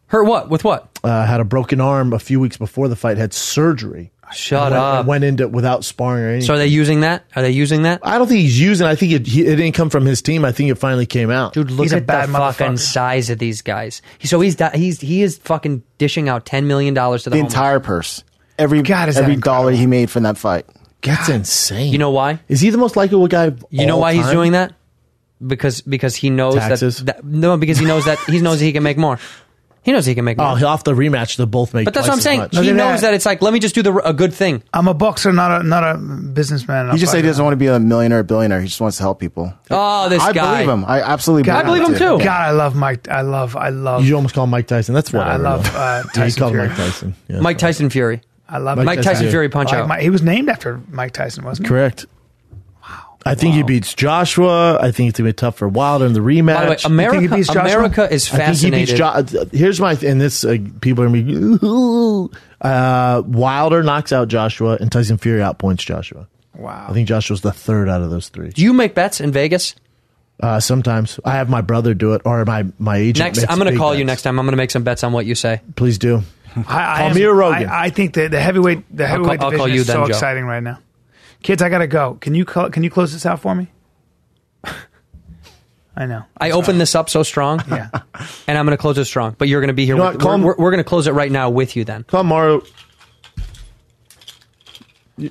G: Hurt what? With what?
A: Uh, had a broken arm a few weeks before the fight. Had surgery.
G: Shut
A: went,
G: up.
A: Went into without sparring or anything.
G: So are they using that? Are they using that?
A: I don't think he's using. I think it, he, it didn't come from his team. I think it finally came out.
G: Dude, look at the fucking size of these guys. So he's di- he's he is fucking dishing out ten million dollars to the,
H: the
G: homeless.
H: entire purse. Every
G: Oh God, is that
H: every dollar he made from that fight.
A: That's insane.
G: You know why?
A: Is he the most likable guy? of
G: You know
A: all
G: why he's
A: time?
G: doing that? Because because he knows
A: Taxes?
G: That, that no because he knows that he knows he can make more. He knows he can make more.
A: Oh, he'll off the rematch, they'll both make.
G: but that's
A: twice
G: what I'm
A: as
G: saying.
A: much.
G: He knows that. it's like let me just do the a good thing.
B: I'm a boxer, not a not a businessman. and
H: He
B: a
H: just said he
B: fighter.
H: doesn't want to be a millionaire or billionaire. He just wants to help people.
G: Oh,
B: this
H: I
B: guy.
H: believe him. I absolutely
B: God,
H: believe him. dude.
B: God, I love Mike. I love. I love.
A: You almost call him Mike Tyson. That's what
B: I
A: I,
B: love,
A: know. yeah,
B: uh,
A: you
B: Tyson
A: called him
B: Fury.
A: Mike Tyson. Yeah.
G: Mike Tyson Fury.
B: I love
A: Mike
G: Mike
A: Tyson
G: Tyson
A: Fury.
G: Fury punch
B: Like
G: out.
B: my- he was named after Mike Tyson, wasn't he?
A: Correct. I think he beats Joshua. I think it's gonna be tough for Wilder in the rematch.
G: By the way, America- You think he beats Joshua? America is
A: I think he beats Jo- Here's my and this uh, people are gonna be "Ooh." uh, Wilder knocks out Joshua and Tyson Fury outpoints Joshua.
B: Wow.
A: I think Joshua's the third out of those three.
G: Do you make bets in Vegas?
A: Uh, sometimes I have my brother do it or my my agent.
G: Next,
A: makes
G: I'm going to
A: big
G: call you
A: bets.
G: next time. I'm going to make some bets on what you say.
A: Please do.
B: I, I
A: Call
B: am-
A: me or Rogan.
B: I, I think that the heavyweight the
G: I'll
B: heavyweight
G: call- I'll
B: division
G: call you
B: is
G: then,
B: so
G: Joe.
B: exciting right now. Kids, I gotta go. Can you call, can you close this out for me? I know.
G: I opened this up so strong, yeah, and I'm going to close it strong. But you're going to be here.
A: You know
G: with,
A: what, call
G: we're
A: him-
G: we're, going to close it right now with you. Then
A: Call Mario. You,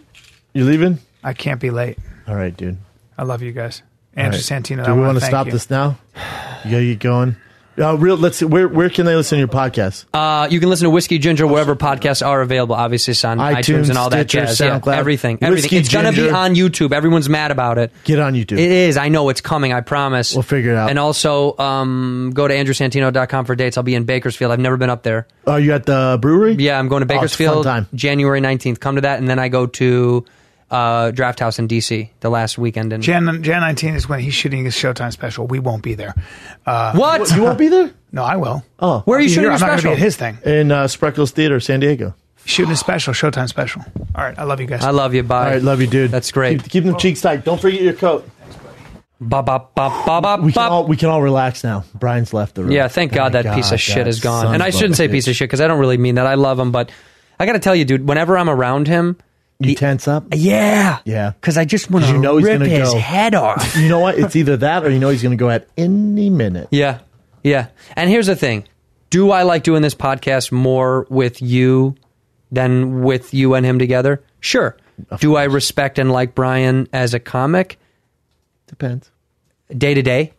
A: you leaving?
B: I can't be late.
A: All right, dude.
B: I love you guys, Andrew
A: All right.
B: Santino.
A: Do
B: I
A: we
B: want
A: wanna
B: to
A: stop this now? You gotta get going. Uh, real. Let's see. Where where can they listen to your podcast?
G: uh, you can listen to Whiskey Ginger wherever podcasts are available. Obviously, it's on iTunes,
A: iTunes,
G: and all that
A: Stitcher,
G: jazz. Yeah,
A: SoundCloud.
G: everything, everything.
A: Whiskey
G: it's going to be
A: Ginger.
G: on YouTube. Everyone's mad about it.
A: Get on YouTube.
G: It is. I know it's coming. I promise. We'll
A: figure it out.
G: And also, um, go to andrewsantino.com for dates. I'll be in Bakersfield. I've never been up there.
A: Are you at the brewery?
G: Yeah, I'm going to
A: Oh, it's a fun
G: Bakersfield
A: time.
G: January 19th. Come to that, and then I go to uh, Draft House in DC the last weekend. And
B: Jan Jan 19 is when he's shooting his Showtime special. We won't be there. Uh,
G: What?
A: You won't be there?
B: No, I will.
A: Oh,
B: Where are you I'll be shooting here. your I'm not gonna be special? at his thing
A: in uh, Spreckles Theater, San Diego.
B: Shooting his special, Showtime special. All right, I love you guys.
G: I love you. Bye.
A: All right, love you, dude. That's
G: great.
A: Keep, keep them cheeks tight. Don't forget your coat.
G: Ba ba ba ba ba.
A: We can all we can all relax now. Brian's left the room. Oh
G: Yeah, thank God that piece of shit is gone. And I shouldn't say piece
A: of
G: of shit because I don't really mean that. I love him, but I got to tell you, dude, whenever I'm around him,
A: you tense up.
G: Yeah,
A: yeah.
G: Because I just want to
A: you know he's
G: rip
A: gonna
G: his
A: go.
G: head off.
A: You know what? It's either that or you know he's going to go at any minute.
G: Yeah. Yeah. And here's the thing. Do I like doing this podcast more with you than with you and him together? Sure. Do I respect and like Brian as a comic
A: Depends.
G: day to day?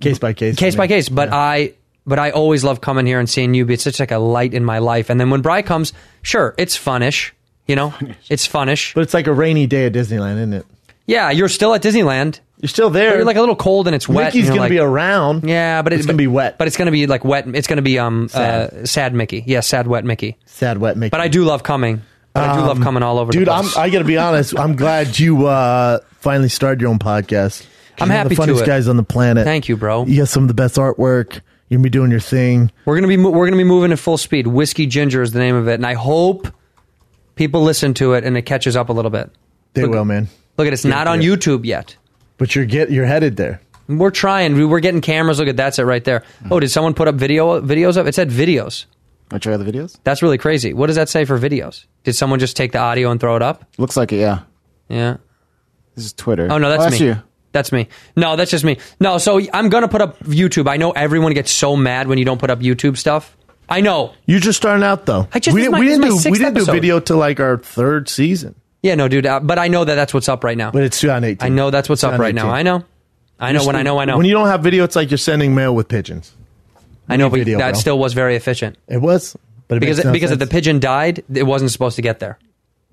A: Case by case.
G: Case by case, but I but I always love coming here and seeing you. It's such like a light in my life. And then when Bry comes, sure, it's funnish, you know? It's funnish.
A: But it's like a rainy day at Disneyland, isn't it?
G: Yeah, you're still at Disneyland.
A: You're still there.
G: You're like a little cold and it's wet.
A: Mickey's
G: and you're
A: going
G: like-
A: to be around.
G: Yeah, but
A: it's gonna be wet.
G: But it's gonna be like wet. It's gonna be um sad,
A: Sad.
G: uh, sad Mickey. Yeah, sad wet Mickey.
A: Sad wet Mickey.
G: But I do love coming. But I do love
A: Um,
G: coming all over.
A: Dude,
G: the
A: I'm,
G: place.
A: I got to be honest. I'm glad you uh, finally started your own podcast.
G: I'm
A: You're
G: happy
A: One of the funniest
G: to it.
A: guys on the planet.
G: Thank you, bro.
A: You got some of the best artwork. You're going to be doing your thing.
G: We're gonna be mo- we're gonna be moving at full speed. Whiskey Ginger is the name of it, and I hope people listen to it and it catches up a little bit.
A: They will, man.
G: Look at it, it's
A: Yeah,
G: not on
A: yeah.
G: YouTube yet.
A: But you're get you're headed there.
G: We're trying. We- We're getting cameras. Look at that's it right there.
H: Mm.
G: Oh, did someone put up video videos up? It said videos.
H: Want to try the videos?
G: That's really crazy. What does that say for videos? Did someone just take the audio and throw it up?
H: Looks like it. Yeah.
G: Yeah.
H: This is Twitter.
G: Oh no, that's,
H: that's
G: me.
H: you.
G: That's me. No, that's just me. No, so I'm gonna put up YouTube. I know everyone gets so mad when you don't put up YouTube stuff. I know.
A: You're just starting out though.
G: I just-
A: we
G: this
A: didn't,
G: is my-
A: we
G: this is
A: didn't
G: my
A: do we
G: sixth
A: didn't do
G: episode.
A: video till like our third season.
G: Yeah, no, dude. uh, But I know that that's what's up right now. But
A: it's 2018.
G: I know that's what's
A: It's
G: up right
A: 2018.
G: now. I know. I know
A: You're
G: when I
A: still-
G: know I know.
A: When you don't have video, it's like you're sending mail with pigeons.
G: I know,
A: need
G: but
A: video,
G: that
A: bro.
G: still was very efficient.
A: It was, but it
G: because
A: makes no
G: because
A: sense.
G: if the pigeon died, it wasn't supposed to get there.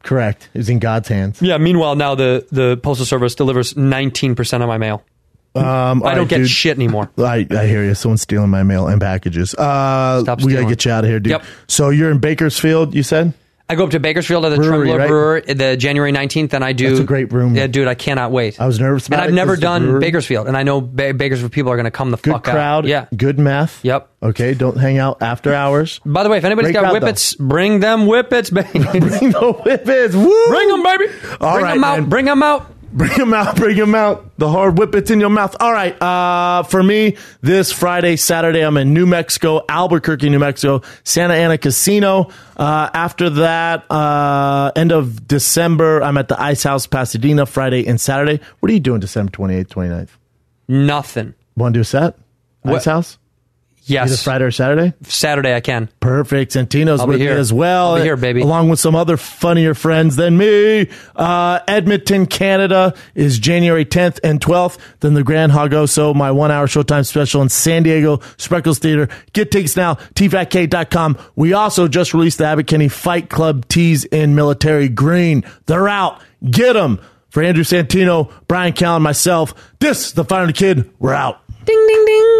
A: correct. It's in God's hands.
G: Yeah. Meanwhile, now the the postal service delivers 19 percent of my mail.
A: Um,
G: I
A: all
G: don't
A: right,
G: get
A: dude.
G: shit anymore.
A: I, I hear you. Someone's stealing my mail and packages. Uh, we gotta
G: stealing.
A: get you out of here, dude.
G: Yep.
A: So you're in Bakersfield, you said?
G: I go up to Bakersfield at the
A: Brewery,
G: Trembler
A: right?
G: Brewer the January 19th, and I do.
A: That's a great room.
G: Yeah, dude, I cannot wait.
A: I was nervous about
G: and
A: it
G: I've never
A: 'cause the
G: done
A: brewery-
G: Bakersfield, and I know ba- Bakersfield people are going to come the
A: Good
G: fuck
A: crowd.
G: out. Yeah.
A: Good math.
G: Yep.
A: Okay. Don't hang out after hours.
G: By the way, if anybody's
A: Great
G: got
A: crowd,
G: whippets, bring them whippets, baby.
A: bring the whippets. Woo!
G: Bring them, baby.
A: All
G: bring
A: right,
G: them out.
A: man.
G: Bring them out.
A: Bring them out, bring them out. The hard whippets in your mouth. All right. Uh, for me, this Friday, Saturday, I'm in New Mexico, Albuquerque, New Mexico, Santa Ana Casino. Uh, after that, uh, end of December, I'm at the Ice House, Pasadena, Friday and Saturday. What are you doing December 28th, 29th?
G: Nothing.
A: Want to do a set? Ice
G: What-
A: House?
G: Yes.
A: Either Friday or Saturday?
G: Saturday, I can.
A: Perfect. Santino's
G: I'll be
A: with me
G: here.
A: as well.
G: I'll be here, baby.
A: Along with some other funnier friends than me. Uh, Edmonton, Canada is January 10th and 12th. Then the Grand Hagoso, my one hour Showtime special in San Diego, Spreckles Theater. Get tickets now, tfatk.com. We also just released the Abbott Kenny Fight Club tees in military green. They're out. Get them. For Andrew Santino, Brian Callen, myself, this is the Final Kid. We're out.
J: Ding, ding, ding.